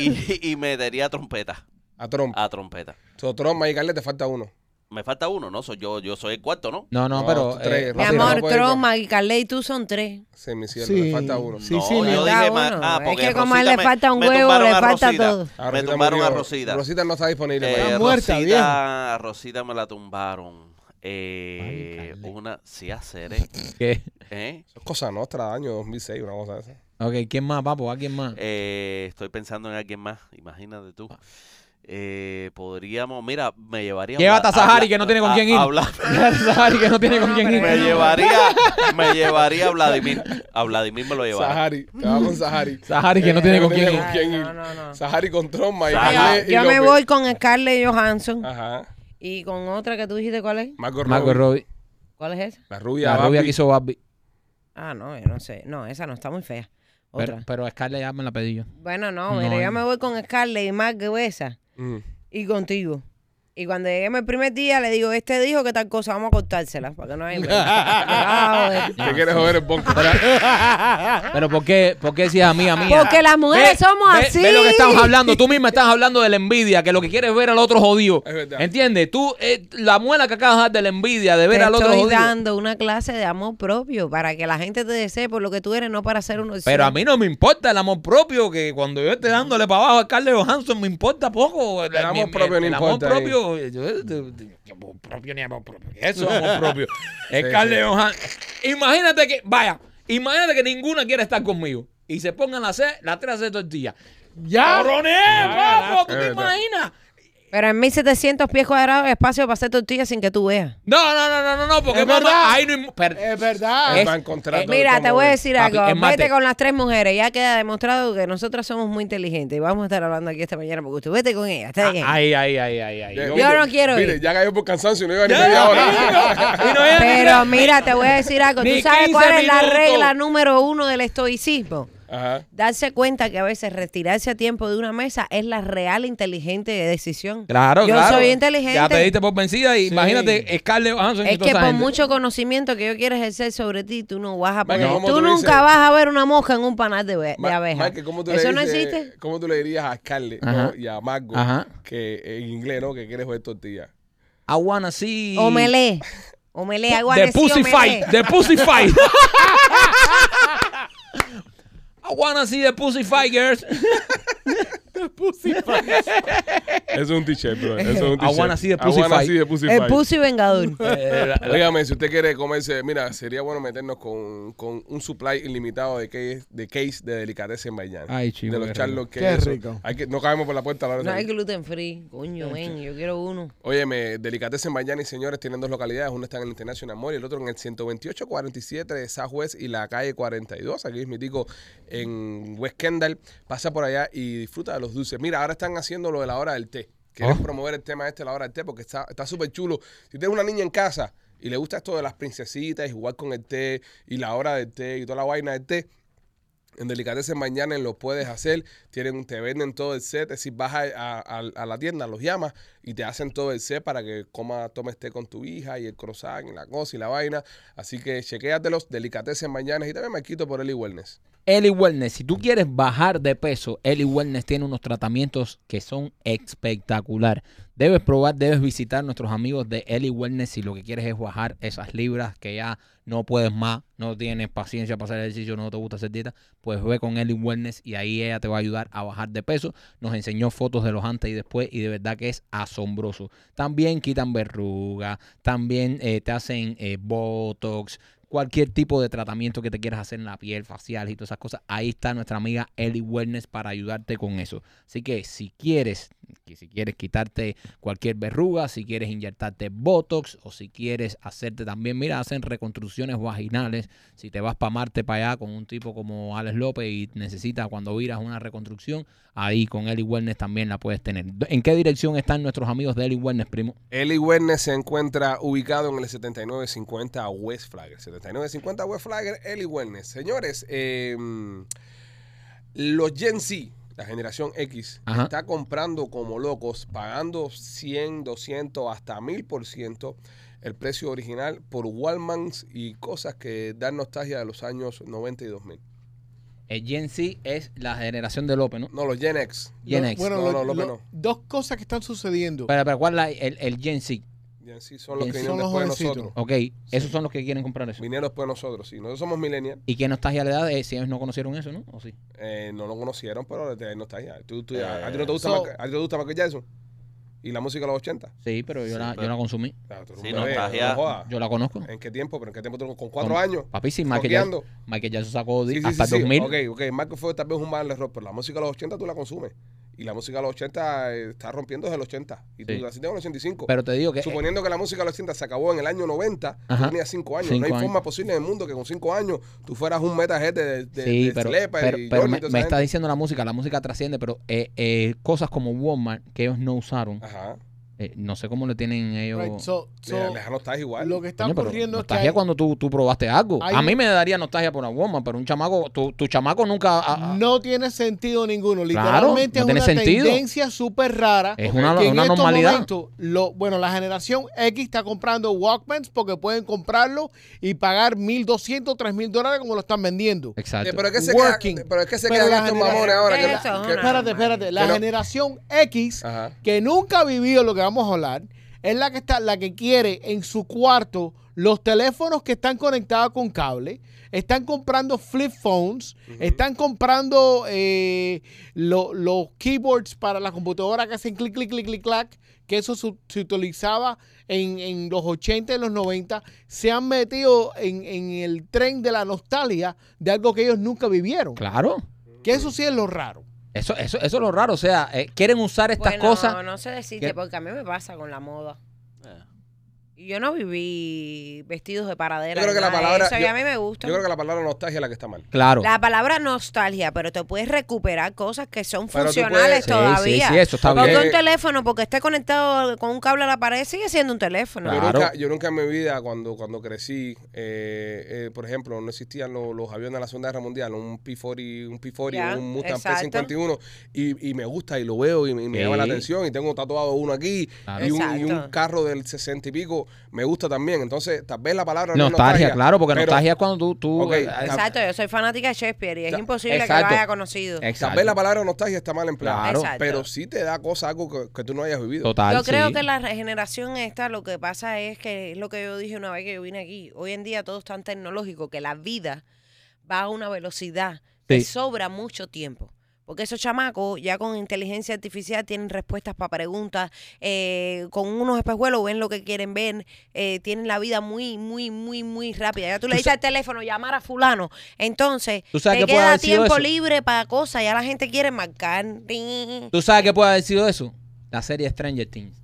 D: y- y metería trompeta.
A: A Trump.
D: A trompeta.
A: So, Trump, Mike Carlé, te falta uno.
D: Me falta uno, ¿no? Soy yo, yo soy el cuarto, ¿no?
B: No, no,
A: No,
B: pero.
A: tú tres,
B: eh,
E: Mi
A: Rosita,
B: papi,
E: amor,
A: no puede ir
E: Tron,
A: con-
E: Maggie Carley y tú son tres.
A: Sí, mi cielo,
C: Sí.
A: le falta uno.
C: Sí,
D: no,
C: sí,
D: yo
C: me
D: dije,
E: da
D: ma-
E: uno.
D: ah,
E: Es
D: porque
E: que como
D: Rosita
E: a él le
D: me-
E: falta un
D: me
E: huevo,
D: tumbaron
E: le
D: a
E: falta
D: Rosita.
E: todo.
A: Ah,
D: Me
A: Rosita
D: tumbaron a
A: murió.
D: Rosita.
A: Rosita no está disponible.
D: Eh,
A: Mike.
C: Está muerta,
D: Rosita,
C: vieja.
D: Rosita me la tumbaron. Eh,
B: Ay, Carle.
D: una, sí, hacer, ¿eh?
B: ¿qué?
D: ¿Eh?
A: Eso es Cosa Nostra, año 2006, una cosa de esa.
B: Ok, ¿quién más, papo? ¿A quién más?
D: Eh, estoy pensando en alguien más, imagínate tú.
B: Ah.
D: Eh, podríamos, mira, me llevaría.
B: Llévate a
D: habla-
B: Sahari, que no tiene con
D: a-
B: quién ir.
D: a hablar-
B: Sahari, que no tiene con quién ir.
D: me llevaría, me llevaría a Vladimir. A Vladimir me lo llevaría.
A: Sahari, te vas con Sahari. Eh,
B: Sahari, que no tiene con quién ir.
A: con quién ir.
E: No, no, no.
A: Sahari con Trump, Mike
D: Sahari.
A: Carlé y Ah.
E: Yo me
A: López.
E: voy con Scarlett Johansson
A: Ajá.
E: y con otra que tú dijiste, ¿cuál es?
A: Marco
B: Marco
A: Robbie.
B: Robbie.
E: ¿Cuál es esa?
A: La rubia.
B: La rubia
A: Barbie.
B: que hizo Barbie.
E: Ah, no, yo no sé. No, esa no, está muy fea. Otra.
B: Pero, pero Scarlett ya me la pedí yo.
E: bueno, no,
B: No,
E: pero
B: no.
E: yo me voy con Scarlett y Maggie esa
A: Mm.
E: y contigo. Y cuando lleguemos el primer día le digo, este dijo que tal cosa, vamos a cortársela para que no haya... Ah, joder.
A: Te quieres joder el bonco.
B: Pero ¿por qué, por qué si es amiga mía?
E: Ah. Porque las mujeres somos
B: ve-
E: así.
B: Ve lo que estamos hablando. Tú misma estás hablando de la envidia, que lo que quieres es ver al otro jodido.
A: Es verdad.
B: ¿Entiendes? Tú, eh, la muela que acabas de dar de la envidia, de ver
E: te
B: al otro
E: estoy
B: jodido.
E: dando una clase de amor propio para que la gente te desee por lo que tú eres, no para ser uno.
B: Pero a mí no me importa el amor propio, que cuando yo esté dándole para abajo a Carlos Johansson me importa poco.
A: El amor propio no
B: el amor
A: importa,
B: propio, yo- yo- yo- amor propio ni amor propio. Eso es amor propio. es
A: Sí,
B: Carlos
A: sí.
B: Johansson. Imagínate que, vaya, imagínate que ninguna quiera estar conmigo y se pongan las tres, las tres a hacer tortillas.
C: Ya.
B: ¡Coroné, papo! ¿Tú
A: Es
B: te
A: verdad.
B: imaginas?
E: Pero en 1700 pies cuadrados de espacio para hacer tortillas sin que tú veas.
B: No, no, no, no, no, no, porque
C: Es
B: mamá,
C: verdad.
B: ahí no hay... per-
C: Es verdad.
B: Es-
A: Va a encontrar
B: eh,
A: todo
E: Mira,
A: cómo
E: te voy a
A: es.
E: decir
B: Papi, es
E: algo.
B: mate.
E: Vete con las tres mujeres. Ya queda demostrado que nosotras somos muy inteligentes. Y vamos a estar hablando aquí esta mañana porque usted vete con ella.
B: Ah,
E: Está bien.
B: Ahí, ahí, ahí, ahí, ahí.
A: Ya,
E: Yo
A: mire,
E: no quiero
A: Mire,
E: ir.
A: ya cayó por cansancio y no iba ni
B: Ya,
A: media hora.
B: amigo, y no es-
E: Pero mira, te voy a decir algo.
B: Ni
E: ¿Tú sabes
B: 15
E: cuál es la
B: minutos.
E: regla número uno del estoicismo?
A: Ajá.
E: darse cuenta que a veces retirarse a tiempo de una mesa es la real inteligente decisión.
B: Claro,
E: Yo
B: claro.
E: soy inteligente.
B: Ya te diste por vencida y
C: Sí.
B: imagínate Scarlett Johansson y
E: Es
B: toda
E: que
B: esa
E: por
B: gente.
E: mucho conocimiento que yo quiera ejercer sobre ti, tú no vas a
A: Mike,
E: poder.
A: ¿cómo
E: tú,
A: tú le
E: nunca
A: dices?
E: vas a ver una mosca en un panal de, be- de
A: Ma-
E: abeja.
A: Mike, ¿cómo tú le
E: Eso no
A: dices-
E: existe.
A: ¿Cómo tú le dirías a Scarlett ¿no?
B: Ajá.
A: y a Margot
B: Ajá.
A: que en inglés, ¿no? Que quieres ver tortilla?
B: I wanna see.
E: Omelé. Omelé, agua
B: The Pussy Fight. The Pussy Fight. I wanna see the Pussy Fight, girls.
A: Eso es un t-shirt, bro. Eso es un
B: I
A: t-shirt.
B: wanna see the
A: I wanna
B: pussy
A: see the pussy
E: El
A: fight.
E: pussy vengador.
A: Óigame, si usted quiere comerse, mira, sería bueno meternos con, con un supply ilimitado de case de, case de delicatessen en Bayán.
B: Ay, chico,
A: De los
B: qué
A: Charlotte Case.
C: Qué
A: eso.
C: rico.
A: Hay que, no cabemos por la puerta a la hora de
E: No hay
A: salir.
E: gluten free. Coño, ven, yo quiero uno.
A: Óyeme, Delicatessen Miami, señores, tienen dos localidades. Una está en el International Mall y el otro en el 12847 de Southwest y la calle 42. Aquí es mi tico en West Kendall. Pasa por allá y disfruta de los dulces. Mira, ahora están haciendo lo de la hora del té. Quieren promover el tema este de la hora del té porque está está súper chulo. Si tienes una niña en casa y le gusta esto de las princesitas y jugar con el té y la hora del té y toda la vaina del té, en Delicatessen Mañana lo puedes hacer. Tienen, te venden todo el set. Es decir, vas a, a- a- a la tienda, los llamas y te hacen todo el set para que coma, tomes té con tu hija y el croissant y la cosa y la vaina. Así que chequéatelos, Delicatessen Mañana y también me quito por Eli Wellness.
B: Ellie Wellness, si tú quieres bajar de peso, Ellie Wellness tiene unos tratamientos que son espectacular. Debes probar, debes visitar nuestros amigos de Ellie Wellness si lo que quieres es bajar esas libras que ya no puedes más, no tienes paciencia para hacer ejercicio, no te gusta hacer dieta, pues ve con Ellie Wellness y ahí ella te va a ayudar a bajar de peso. Nos enseñó fotos de los antes y después y de verdad que es asombroso. También quitan verruga, también eh, te hacen eh, botox, cualquier tipo de tratamiento que te quieras hacer en la piel, facial y todas esas cosas, ahí está nuestra amiga Ellie Wellness para ayudarte con eso. Así que si quieres, que si quieres quitarte cualquier verruga, si quieres inyectarte Botox o si quieres hacerte también, mira, hacen reconstrucciones vaginales. Si te vas para Marte para allá con un tipo como Alex López y necesitas cuando viras una reconstrucción, ahí con Ellie Wellness también la puedes tener. ¿En qué dirección están nuestros amigos de Ellie Wellness, primo?
A: Eli Wellness se encuentra ubicado en el 7950 West Flagger. 7950 West Flagger, Eli Wellness. Señores, eh, los Gen Z, la generación X,
B: Ajá.
A: está comprando como locos, pagando 100, 200, hasta 1000% el precio original por Walmans y cosas que dan nostalgia de los años 90 y 2000.
B: El Gen Z es la generación de López, ¿no?
A: No, los Gen X.
B: Gen X.
A: No,
C: Bueno, lo-
A: no, López
C: lo-
A: no.
C: dos cosas que están sucediendo.
B: Pero, pero ¿cuál es el, el Gen Z?
A: Gen Z son los
B: Gen
A: que
B: Z.
A: vinieron
C: Son los
A: después de
C: jovencitos.
A: nosotros.
B: Ok, esos son los que quieren comprar eso.
A: Vinieron después de nosotros, sí. Nosotros somos millennials.
B: ¿Y qué nostalgia le da de eh, si ellos no conocieron eso, no? ¿O sí?
A: Eh, no lo conocieron, pero de ahí no está ya. Tú, tú-
D: Eh,
A: a, a ti no te gusta
C: so-
A: Michael- a ti no te gusta Michael Jackson? ¿Y la música de los 80?
B: Sí, pero yo,
D: Sí,
B: la, yo
D: pero-
B: la consumí.
A: Ah, tú eres
D: Sí,
A: un bebé,
D: nostalgia.
A: no jodas.
B: Yo la conozco.
A: ¿En qué tiempo? ¿Pero en qué tiempo? tú- ¿Con cuatro
B: Con-
A: años?
B: Papi, sí, Michael
A: Rockeando.
B: Jackson, Michael Jackson sacó di-
A: Sí, sí,
B: hasta el
A: sí, sí.
B: 2000.
A: Ok, ok. Michael fue tal vez un mal error, pero la música de los 80 tú la consumes. Y la música de los 80 eh, está rompiendo desde los 80. Y tú
B: Sí.
A: naciste en los 85.
B: Pero te digo que... eh,
A: Suponiendo que la música de los 80 se acabó en el año 90,
B: Ajá.
A: tú tenías 5 años.
B: Cinco
A: no hay
B: años.
A: forma posible en el mundo que con 5 años tú fueras un metahead de, de,
B: sí,
A: de
B: pero,
A: Slepa
B: pero-
A: y
B: pero
A: Johnny y
B: me,
A: toda
B: me
A: esa
B: estás
A: gente.
B: diciendo la música, la música trasciende, pero eh, eh, cosas como Walmart que ellos no usaron,
A: Ajá.
B: eh, no sé cómo le tienen ellos...
C: Right, so- so,
A: Le- Lejano estás igual.
C: lo que está
B: Coño, pero
C: ocurriendo es que
B: nostalgia
C: hay-
B: cuando tú, tú probaste algo.
C: hay
B: A
C: un-
B: mí me daría nostalgia por una Walmart, pero un chamaco, tu, tu chamaco nunca... ah, a- a-
C: no tiene sentido ninguno.
B: Claro,
C: Literalmente
B: no tiene
C: es una
B: sentido.
C: tendencia súper rara.
B: Es
A: Ok.
B: una,
C: que en
B: una
C: estos
B: normalidad.
C: momentos, lo, bueno, la generación X está comprando Walkmans porque pueden comprarlo y pagar 1.200, 3.000 dólares como lo están vendiendo.
B: Exacto.
A: Eh, pero es que se
C: Working.
A: queda- pero es que se
C: Pero
A: quedan
C: la
A: estos
C: generación-
A: mamones ahora. que-
E: Eso es
A: que-
E: una-
C: Espérate, espérate. La
A: Pero-
C: generación
B: Ah.
C: X,
A: Ajá.
C: que nunca ha vivido lo que vamos a hablar, es la que está, la que quiere en su cuarto los teléfonos que están conectados con cable, están comprando flip phones, están comprando eh, lo- los keyboards para la computadora que hacen clic, clic, clic, clic, clac, que eso su- se utilizaba en, en los 80 y los 90, se han metido en, en el tren de la nostalgia de algo que ellos nunca vivieron.
B: Claro.
C: Que eso sí es lo raro.
B: Eso, eso, eso es lo raro. O sea, eh, quieren usar estas
E: Bueno,
B: cosas.
E: No, no sé decirte,
B: ¿Qué?
E: porque a mí me pasa con la moda.
D: Eh,
E: Yo no viví vestidos de paradera.
A: Yo creo
E: ni
A: que la
E: nada de
A: palabra.
E: eso, y
A: yo-
E: a mí me gusta.
A: Yo creo que la palabra nostalgia es la que está mal.
B: Claro.
E: La palabra nostalgia, pero te puedes recuperar cosas que son
A: Pero tú puedes-
E: funcionales
A: Sí,
E: todavía.
B: sí, sí, eso está
E: porque
A: bien.
E: un teléfono, porque esté conectado con un cable a la pared, sigue siendo un teléfono.
A: Yo,
B: Claro.
A: nunca, yo nunca en mi vida, cuando, cuando crecí, eh, eh, por ejemplo, no existían lo- los, aviones de la Segunda Guerra Mundial, un P-40, un, P-40,
E: Ya,
A: un Mustang
E: exacto.
A: P-51, y, y me gusta y lo veo y me, y me
B: Sí.
A: llama la atención, y tengo tatuado uno aquí,
B: Claro.
A: y, un, y un
E: Exacto.
A: carro del 60 y pico, me gusta también. Entonces, tal vez la palabra no es
B: nostalgia, claro, porque
A: pero
B: nostalgia es cuando tú. tú
A: Ok,
B: eh,
A: exacto.
E: Exacto, yo soy fanática de Shakespeare y es
A: Ya,
E: imposible que
B: exacto.
E: lo haya conocido.
A: Tal
B: exacto.
A: vez la palabra nostalgia está mal empleada,
E: Claro. Exacto.
A: pero sí te da cosa, algo que, que tú no hayas vivido.
B: Total.
E: Yo creo
B: sí.
E: que la regeneración esta, lo que pasa es que es lo que yo dije una vez que yo vine aquí. Hoy en día todo es tan tecnológico que la vida va a una velocidad que
B: Sí.
E: sobra mucho tiempo. Porque esos chamacos ya con inteligencia artificial tienen respuestas para preguntas, eh, con unos espejuelos ven lo que quieren ver, eh, tienen la vida muy, muy, muy, muy rápida. Ya tú le
B: Tú
E: dices al teléfono llamar a fulano, entonces
B: ¿Tú sabes
E: te
B: qué puede
E: queda
B: haber sido
E: tiempo
B: eso?
E: libre para cosas, ya la gente quiere marcar.
B: ¿Tú sabes qué puede haber sido eso? La serie Stranger Things.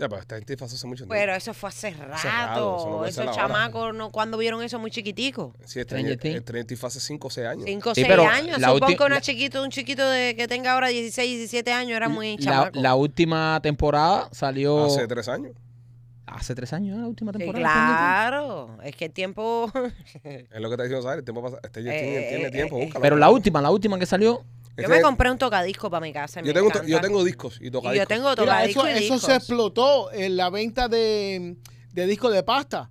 A: Ya, pues, pero esta gente pasó hace mucho tiempo.
E: Pero eso fue hace rato.
A: rato, eso no puede ser
E: Esos
A: ahora.
E: chamacos, no, cuando vieron eso muy chiquitico.
A: sí, el
B: Stranger Things.
A: Trinity fue hace 5 o 6 años.
E: Cinco o
B: Sí,
E: seis
B: pero
E: años.
B: la
E: Supongo
B: ulti-
E: que una
B: la-
E: chiquito, un chiquito de que tenga ahora 16, 17 años era muy
B: La,
E: chamaco.
B: la última temporada salió.
A: Hace 3 años.
B: Hace tres años, ¿eh? la última
E: Sí,
B: temporada. de Stranger Things.
E: claro, es que el tiempo.
A: Es lo que está diciendo Sara, el tiempo pasa. Este
E: Eh,
A: tiene,
E: eh,
A: tiene
E: eh,
A: tiempo,
E: eh.
A: búscalo.
B: Pero la última, la última que salió.
E: Yo
A: Este-
E: me compré un tocadisco para mi casa.
A: yo
E: me
A: tengo,
E: encanta.
A: yo tengo discos y
E: Y
A: tocadiscos.
E: yo tengo
C: Mira, eso,
E: tocadiscos y
C: eso
E: discos.
C: se explotó en la venta de, de discos de pasta.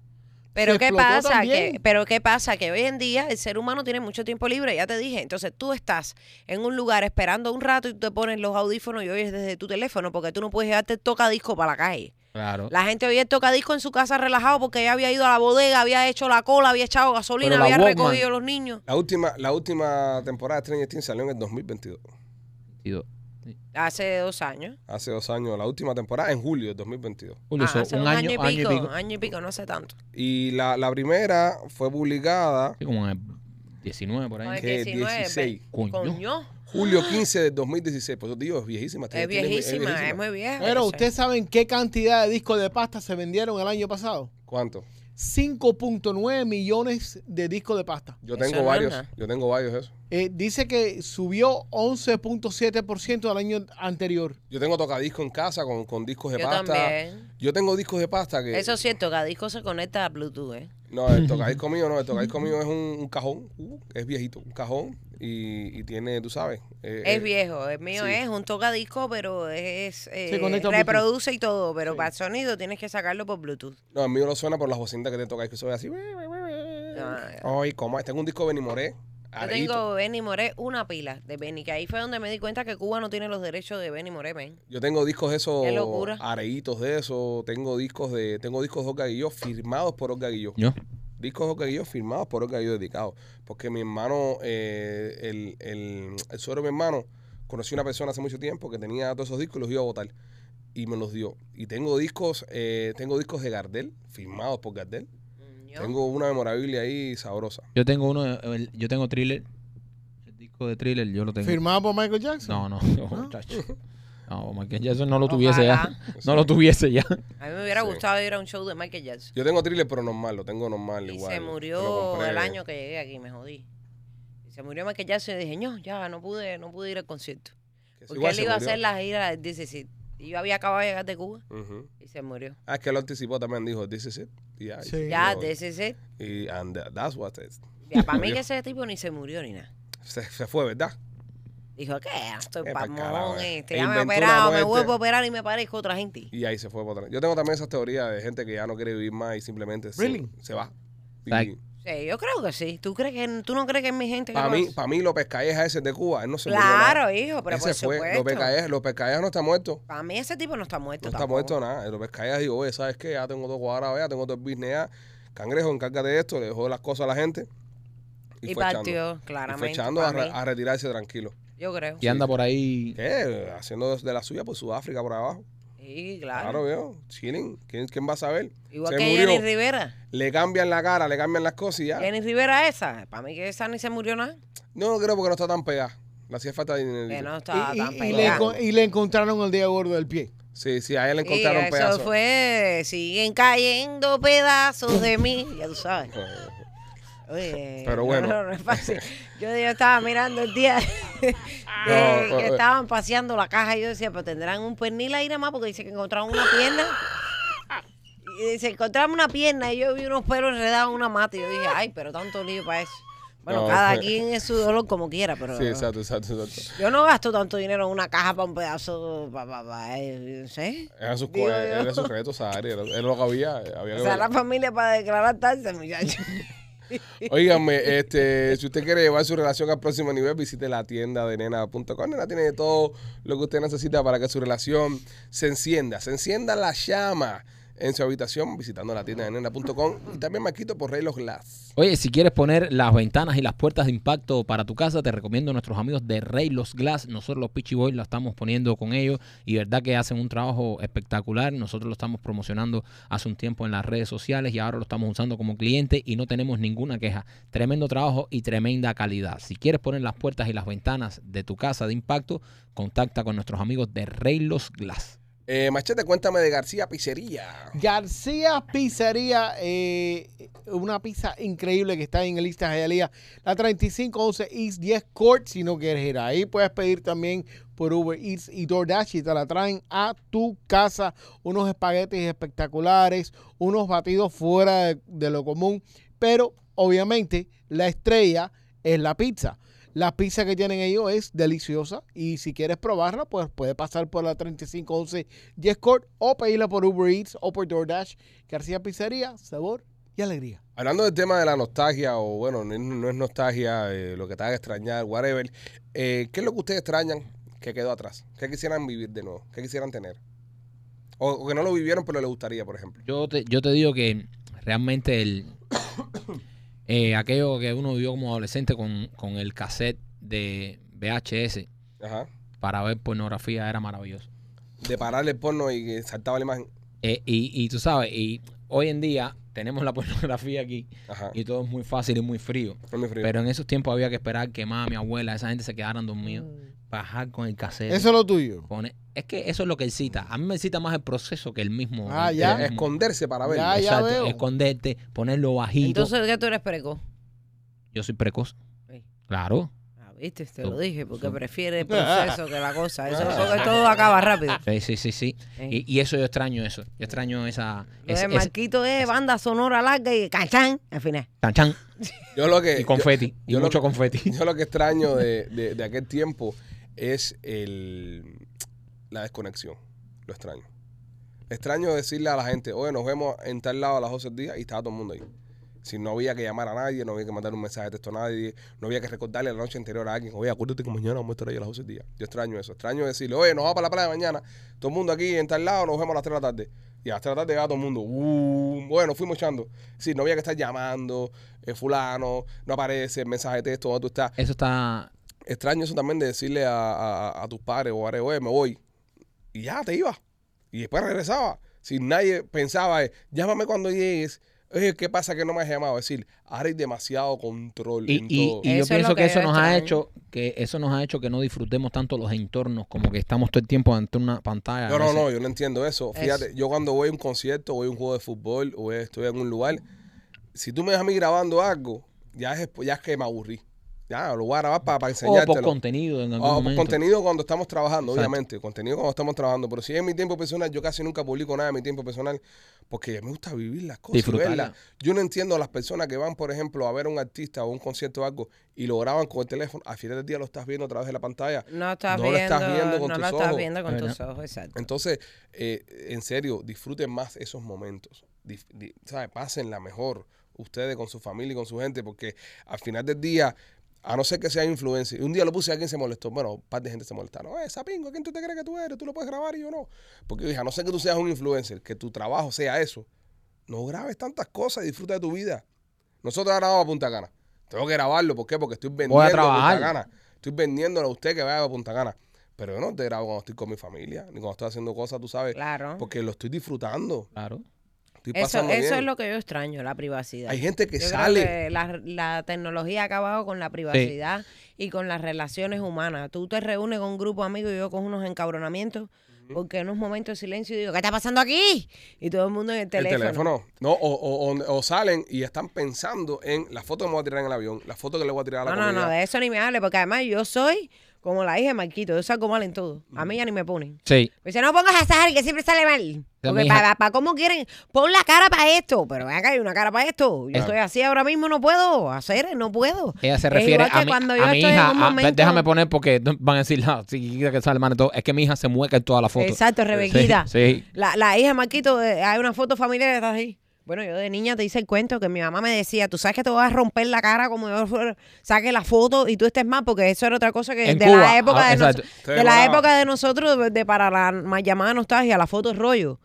E: Pero
C: se
E: qué
C: explotó
E: pasa,
C: también.
E: que, pero qué pasa que hoy en día el ser humano tiene mucho tiempo libre, ya te dije. Entonces tú estás en un lugar esperando un rato y tú te pones los audífonos y oyes desde tu teléfono porque tú no puedes llevarte el tocadisco para la calle.
B: Claro.
E: La gente hoy el tocadisco en su casa relajado porque ya había ido a la bodega, había hecho la cola, había echado gasolina,
B: Pero la
E: había
B: Walkman-
E: recogido los niños.
A: La última, la última temporada de Stranger Things salió en el 2022.
E: Ah, Hace dos años.
A: Hace dos años, la última temporada en julio del 2022.
B: Julio,
E: Ah,
B: eso,
E: hace
B: un año, año y pico.
E: año y pico, ¿eh? no hace tanto.
A: Y la, la primera fue publicada
B: Sí, como en el 19 por
E: Ay,
B: ahí.
A: que
E: 19,
A: 16.
B: Coño.
E: Coño,
A: Julio 15 del 2016. Por eso digo, es viejísima.
E: es
A: Stranger Things,
E: viejísima, es muy vieja.
C: Pero
E: sí.
C: ustedes saben qué cantidad de discos de pasta se vendieron el año pasado.
A: ¿Cuánto?
C: 5.9 millones de discos de pasta.
A: Yo
E: Eso
A: tengo
E: no es
A: varios.
E: nada.
A: Yo tengo varios de esos.
C: Eh, dice que subió 11.7% al año anterior.
A: Yo tengo tocadiscos en casa con, con discos de
E: Yo
A: pasta.
E: también.
A: Yo tengo discos de pasta que.
E: Eso sí, el tocadisco se conecta a Bluetooth, ¿eh?
A: No, el tocadisco mío no, el tocadisco mío es un, un cajón, uh, es viejito, un cajón y, y tiene, tú sabes. eh, eh,
E: Es viejo, el mío
A: sí.
E: es un tocadisco, pero es eh,
C: Se conecta a Bluetooth.
E: reproduce y todo, pero para el sonido tienes que sacarlo por Bluetooth.
A: No, el mío lo suena por las bocinas que te toca, que soy así.
E: Ah,
A: Ay, cómo es. Tengo un disco de Benny Moré.
E: Yo
A: areíto.
E: tengo Benny Moré, una pila de Benny, que ahí fue donde me di cuenta que Cuba no tiene los derechos de Benny Moré, men.
A: Yo tengo discos de esos
E: Qué locura.
A: areitos de eso, tengo discos de, tengo discos de Olga Guilló firmados por Olga Guilló.
B: Yo.
A: Discos de Olga Guilló firmados por Olga Guilló dedicados. Porque mi hermano, eh, el, el, el suegro de mi hermano, conocí una persona hace mucho tiempo que tenía todos esos discos y los iba a votar. Y me los dio. Y tengo discos, eh, tengo discos de Gardel, firmados por Gardel.
E: Mm, Yo-
A: Tengo una memorabilia ahí sabrosa.
B: Yo tengo uno, el- yo tengo thriller. El disco de thriller, yo lo tengo.
C: Firmado por Michael Jackson.
B: No, no, no, chacho. No, Michael Jackson no lo tuviese
E: Ojalá.
B: ya. No lo tuviese ya.
E: A mí me hubiera
A: Sí.
E: gustado ir a un show de Michael Jackson.
A: Yo tengo thriller, pero normal, lo tengo normal
E: Y
A: igual.
E: se
A: Lo
E: murió
A: compré-
E: el año que llegué aquí, me jodí. Y se murió Michael Jackson y dije, no, ya no pude, no pude ir al concierto.
A: que
E: Porque
A: igual
E: él
A: se
E: iba a
A: murió.
E: hacer la gira del 17. Y yo había acabado de llegar de Cuba
A: Ujú.
E: y se murió.
A: Ah, es que lo anticipó también, dijo, this is it. Y ahí
C: Sí.
A: se
E: Ya,
A: murió.
E: de ese set,
A: Y and tha- that's what it is.
E: ya para mí
A: Murió.
E: que ese tipo ni se murió ni nada.
A: Se, se fue, ¿verdad?
E: Dijo, ¿qué? Estoy
A: Eh, pa'l carajo,
E: palmón
A: eh.
E: este.
A: E
E: Ya me he
A: inventó una
E: operado, me
A: muerte.
E: vuelvo a operar y me parezco a otra gente.
A: Y ahí se fue para atrás. Yo tengo también esas teorías de gente que ya no quiere vivir más y simplemente se-
C: Really?
A: se, va.
B: Like-
E: Sí, yo creo que sí. ¿Tú, crees que, ¿Tú no crees que es mi gente? que
A: Para
E: lo
A: mí,
E: hace?
A: para mí López Calleja ese de Cuba, él no se murió nada.
E: claro, hijo, pero
A: Ese
E: por
A: fue, López
E: supuesto.
A: Calleja, López Calleja no está muerto.
E: Para mí ese tipo no está muerto
A: No está
E: tampoco.
A: muerto nada. López Calleja dijo, oye, ¿sabes qué? Ya tengo todo cuadrado, ya tengo todo el business ya. Cangrejo, encárgate de esto, le dejó las cosas a la gente. Y,
E: Y,
A: fue echando.
E: partió,
A: Y
E: claramente.
A: fue echando
E: pa'
A: a, re-
E: mí.
A: a retirarse tranquilo.
E: Yo creo.
B: Y anda por ahí.
A: ¿Qué? Haciendo de la suya por Sudáfrica, por abajo.
E: Sí,
A: Claro,
E: claro.
A: veo. Chilling. ¿Quién, quién va a saber?
E: Igual
A: Se
E: que
A: murió.
E: Jenny Rivera.
A: Le cambian la cara, le cambian las cosas y ya.
E: Jenny Rivera esa. Para mí que esa ni se murió nada.
A: No, no creo porque no está tan pegada. Le hacía falta dinero.
E: Que no estaba
C: Y-
E: tan
C: y, y le,
E: pegada.
C: enco- y le encontraron el dedo gordo del pie.
A: Sí, sí, a él le
E: Sí,
A: encontraron
E: eso
A: pedazos.
E: fue, siguen cayendo pedazos de mí, ya tú sabes. Oye,
A: Pero bueno.
E: no, no es fácil. Yo, yo estaba mirando el día de-
A: No,
E: que
A: eh,
E: estaban paseando la caja y yo decía, pero tendrán un pernil ahí nada más porque dice que encontraron una pierna. Y dice, encontramos una pierna y yo vi unos pelos enredados en una mata y yo dije, ay, pero tanto lío para eso. Bueno,
A: No,
E: cada
A: fue-
E: quien es su dolor como quiera, pero...
A: Sí, exacto, exacto, exacto.
E: Yo no gasto tanto dinero en una caja para un pedazo, pa, pa, pa, eh, no sé.
A: Era su,
E: Digo yo.
A: era su reto, Sahari. Era, era lo que había. había
E: O
A: que
E: sea,
A: ver.
E: la familia para declarar taxes, muchachos.
A: Óigame, este, si usted quiere llevar su relación al próximo nivel, visite la tienda de nena.com. Nena tiene todo lo que usted necesita para que su relación se encienda. Se encienda la llama en su habitación visitando la tienda de nena.com y también Marquito por Reylos Glass.
B: Oye, si quieres poner las ventanas y las puertas de impacto para tu casa, te recomiendo a nuestros amigos de Rey Los Glass. Nosotros los Pitchy Boys la estamos poniendo con ellos y verdad que hacen un trabajo espectacular. Nosotros lo estamos promocionando hace un tiempo en las redes sociales y ahora lo estamos usando como cliente y no tenemos ninguna queja. Tremendo trabajo y tremenda calidad. Si quieres poner las puertas y las ventanas de tu casa de impacto, contacta con nuestros amigos de Rey Los Glass.
A: Eh, Machete, cuéntame de García Pizzería.
C: García Pizzería, eh, una pizza increíble que está en el East Hialeah, la 3511 East 10 Court, si no quieres ir ahí, puedes pedir también por Uber Eats y DoorDash y te la traen a tu casa, unos espaguetis espectaculares, unos batidos fuera de, de lo común, pero obviamente la estrella es la pizza. La pizza que tienen ellos es deliciosa y si quieres probarla, pues puedes pasar por la 3511 Discord o pedirla por Uber Eats o por DoorDash. García Pizzería, sabor y alegría.
A: Hablando del tema de la nostalgia, o bueno, no, no es nostalgia, eh, lo que te haga extrañar, whatever. eh, ¿Qué es lo que ustedes extrañan que quedó atrás? ¿Qué quisieran vivir de nuevo? ¿Qué quisieran tener? O, o que no lo vivieron, pero les gustaría, por ejemplo.
B: Yo te, yo te digo que realmente el eh, aquello que uno vivió como adolescente con, con el cassette de VHS
A: Ajá.
B: para ver pornografía era maravilloso.
A: de pararle el porno y que saltaba la imagen.
B: Eh, y, y tú sabes, y hoy en día tenemos la pornografía aquí
A: Ajá.
B: y todo es muy fácil y muy frío.
A: Fue muy frío.
B: Pero en esos tiempos había que esperar que mami, abuela, esa gente se quedaran dormidos, bajar con el cassette.
C: Eso es lo tuyo.
B: poner- es que eso es lo que él cita. A mí me cita más el proceso que el mismo.
C: Ah,
B: el
C: ya. ah,
A: Eh,
B: mismo-
A: Esconderse para ver.
C: Ya, ya
B: Exacto,
C: veo.
B: esconderte, ponerlo bajito.
E: Entonces, ¿qué tú eres precoz?
B: Yo soy precoz.
E: Sí.
B: Claro.
E: Ah, viste, te lo
B: Tú-
E: dije, porque
B: tú-
E: prefiere el proceso que la cosa. Eso porque todo acaba rápido.
B: Sí, sí, sí, sí.
E: Eh.
B: Y, y eso yo extraño eso. Yo extraño esa...
E: Lo
B: ese-
E: de
B: ese-
E: Marquito es banda sonora larga y canchán al final.
B: chan, chan,
A: Yo lo que,
B: y confeti. y
A: Eh, yo lo-
B: mucho confeti.
A: yo- yo lo que extraño de, de- de aquel tiempo es el, la desconexión. Lo extraño. Extraño decirle a la gente, oye, nos vemos en tal lado a las 12 del día y estaba todo el mundo ahí. Si no había que llamar a nadie, no había que mandar un mensaje de texto a nadie, no había que recordarle la noche anterior a alguien, oye, acuérdate que mañana vamos a estar ahí a las 12 del día. Yo extraño eso. Extraño decirle, oye, nos vamos para la playa mañana, todo el mundo aquí en tal lado, nos vemos a las 3 de la tarde. Y a las 3 de la tarde llegaba todo el mundo. "Uh, bueno, fuimos echando. Sí, no había que estar llamando, eh, fulano, no aparece, mensaje de texto, ¿dónde tú estás?
B: Eso está...
A: extraño eso también de decirle a, a- a tus padres o a oye, me voy. Y ya te ibas. Y después regresaba. Si nadie pensaba, eh, llámame cuando llegues. Oye, ¿qué pasa que no me has llamado? Es decir, ahora hay demasiado control
B: Y,
A: en
B: y-
A: todo.
B: y yo
E: Eso es
B: pienso
E: lo
B: que,
E: que
B: eso
E: yo
B: nos ha
E: extraño.
B: hecho que eso nos ha hecho que no disfrutemos tanto los entornos como que estamos todo el tiempo ante una pantalla.
A: no,
B: a
A: no,
B: veces.
A: no, yo no entiendo eso. Fíjate, yo cuando voy a un concierto, voy a un juego de fútbol, o estoy en un lugar, si tú me dejas a mí grabando algo, ya es, ya es que me aburrí. Ya, lo voy a grabar para, para
B: O
A: enseñártelo.
B: por contenido en algún
A: Ah, pues,
B: momento.
A: contenido cuando estamos trabajando,
B: Exacto.
A: obviamente. Contenido cuando estamos trabajando. Pero si es mi tiempo personal, yo casi nunca publico nada de mi tiempo personal. Porque me gusta vivir las cosas. y
B: Disfrutarla.
A: verlas. Yo no entiendo a las personas que van, por ejemplo, a ver a un artista o un concierto o algo y lo graban con el teléfono. Al final del día lo estás viendo a través de la pantalla.
E: No estás
A: No lo
E: viendo,
A: estás viendo con
E: no
A: tus
E: lo estás
A: ojos.
E: viendo con
B: Verdad.
E: tus ojos, exacto.
A: Entonces, eh, en serio, disfruten más esos momentos. Dif- di- ¿sabe? Pásenla mejor ustedes con su familia y con su gente, porque al final del día, a no ser que sea influencer, un día lo puse y alguien se molestó. Bueno, un par de gente se molestaron. Eh, Sapingo, ¿quién tú te crees que tú eres? Tú lo puedes grabar y yo no. Porque yo dije, a no ser que tú seas un influencer, que tu trabajo sea eso, no grabes tantas cosas y disfruta de tu vida. Nosotros ahora vamos a Punta Cana. Tengo que grabarlo, ¿por qué? Porque estoy vendiendo
B: trabajar.
A: Punta Cana. Estoy vendiéndolo a usted que vaya a Punta Cana. Pero yo no te grabo cuando estoy con mi familia, ni cuando estoy haciendo cosas, tú sabes,
E: Claro.
A: porque lo estoy disfrutando.
B: Claro.
A: Estoy
E: Eso,
A: pasando
E: eso
A: bien.
E: es lo que yo extraño, la privacidad.
A: Hay gente que
E: Yo creo
A: sale.
E: que la, la tecnología ha acabado con la privacidad y con las relaciones humanas. Tú te reúnes con un grupo de amigos y yo con unos encabronamientos porque en unos momentos de silencio digo, ¿qué está pasando aquí? Y todo el mundo en el teléfono.
A: El teléfono. No, o, o- o- o salen y están pensando en la foto que me voy a tirar en el avión, la foto que le voy a tirar a la
E: No, no, no,
A: comunidad.
E: de eso ni me hable, porque además yo soy como la hija de Marquito, yo salgo mal en todo. A mí ya ni me ponen.
B: Sí.
E: Me dice, no pongas a Sahari que siempre sale mal.
B: Ya,
E: Porque
B: mija.
E: para cómo quieren, pon la cara para esto, pero ven acá hay una cara para esto. Yo
B: Eh.
E: estoy así ahora mismo, no puedo hacer, no puedo.
B: Ella se
E: Es
B: refiere
E: igual que
B: a mi,
E: cuando
B: a
E: yo
B: mi
E: estoy en
B: hija.
E: un
B: a-
E: momento-
B: déjame poner porque van a decir, "Ah, sí, que sale mal", entonces, Es que mi hija se mueca en toda la foto.
E: Exacto, Rebequita.
B: Sí.
E: La, la hija de Marquito, eh, hay una foto familiar que está así. Bueno, yo de niña te hice el cuento que mi mamá me decía, tú sabes que te vas a romper la cara como yo fuera- saque la foto y tú estés mal, porque eso era otra cosa que
B: En
E: de
B: Cuba,
E: la época
B: ah,
E: de, nos-
B: exacto.
A: Te
E: de la
A: demoraba.
E: época de nosotros, de, de para la ma- llamada nostalgia, la foto es rollo.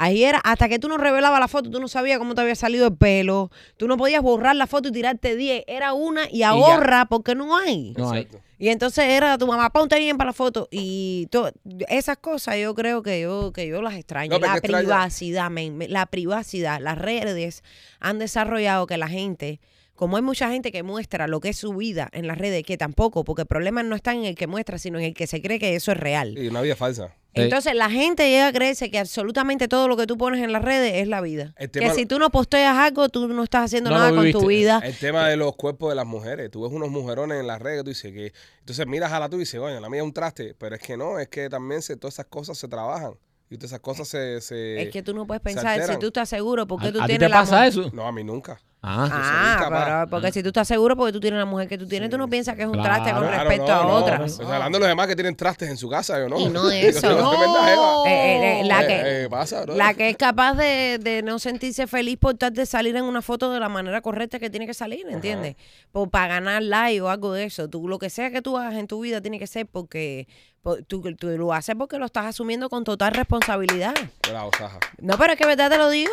E: Ahí era, hasta que tú no revelabas la foto, tú no sabías cómo te había salido el pelo, tú no podías borrar la foto y tirarte 10, era una y ahorra porque no hay.
B: No hay.
A: Exacto.
E: Y entonces era tu mamá, ponte bien para la foto. Y to- esas cosas yo creo que yo, que yo las extraño.
A: No, pero
E: la
A: que extraña-
E: privacidad, men, me- la privacidad. Las redes han desarrollado que la gente, como hay mucha gente que muestra lo que es su vida en las redes, que tampoco, porque el problema no está en el que muestra, sino en el que se cree que eso es real.
A: Y una vida falsa.
B: Sí.
E: Entonces la gente llega a creerse que absolutamente todo lo que tú pones en las redes es la vida.
A: El
E: Que
A: tema-
E: si tú no posteas algo, tú no estás haciendo
B: No lo
E: nada con tu
B: viviste.
E: vida.
A: El tema de los cuerpos de las mujeres. Tú ves unos mujerones en las redes, tú dices que. Entonces miras a la tuya y dices, oye, la mía es un traste. Pero es que no, es que también se, todas esas cosas se trabajan. Y todas esas cosas se. se-
E: Es que tú no puedes
A: Eh, se
E: pensar, si
A: alteran.
E: tú estás seguro, ¿por qué tú
B: ¿A, a ti
E: tienes
B: te
E: la
B: pasa
E: mujer?
B: eso?
A: No, a mí nunca.
B: Ah.
E: Ah,
A: incapaz.
E: pero porque si tú estás seguro, porque tú tienes la mujer que tú tienes, tú no piensas que es un
B: Claro,
E: traste con
A: Claro,
E: respecto
A: no,
E: a
A: no.
E: otra.
A: O sea, hablando de los demás que tienen trastes en su casa, yo no.
E: Y no de
A: Digo,
E: eso.
A: yo,
E: No.
A: tremenda jeva.
E: Eh, eh, eh, la
A: Eh,
E: que-
A: eh, pasa, bro.
E: La que es capaz de, de no sentirse feliz por tratar de salir en una foto de la manera correcta que tiene que salir, ¿entiendes? Por, para ganar like o algo de eso. Tú, lo que sea que tú hagas en tu vida tiene que ser porque por- tú, tú lo haces porque lo estás asumiendo con total responsabilidad.
A: Bravo, Saja.
E: No, pero es que verdad te lo digo.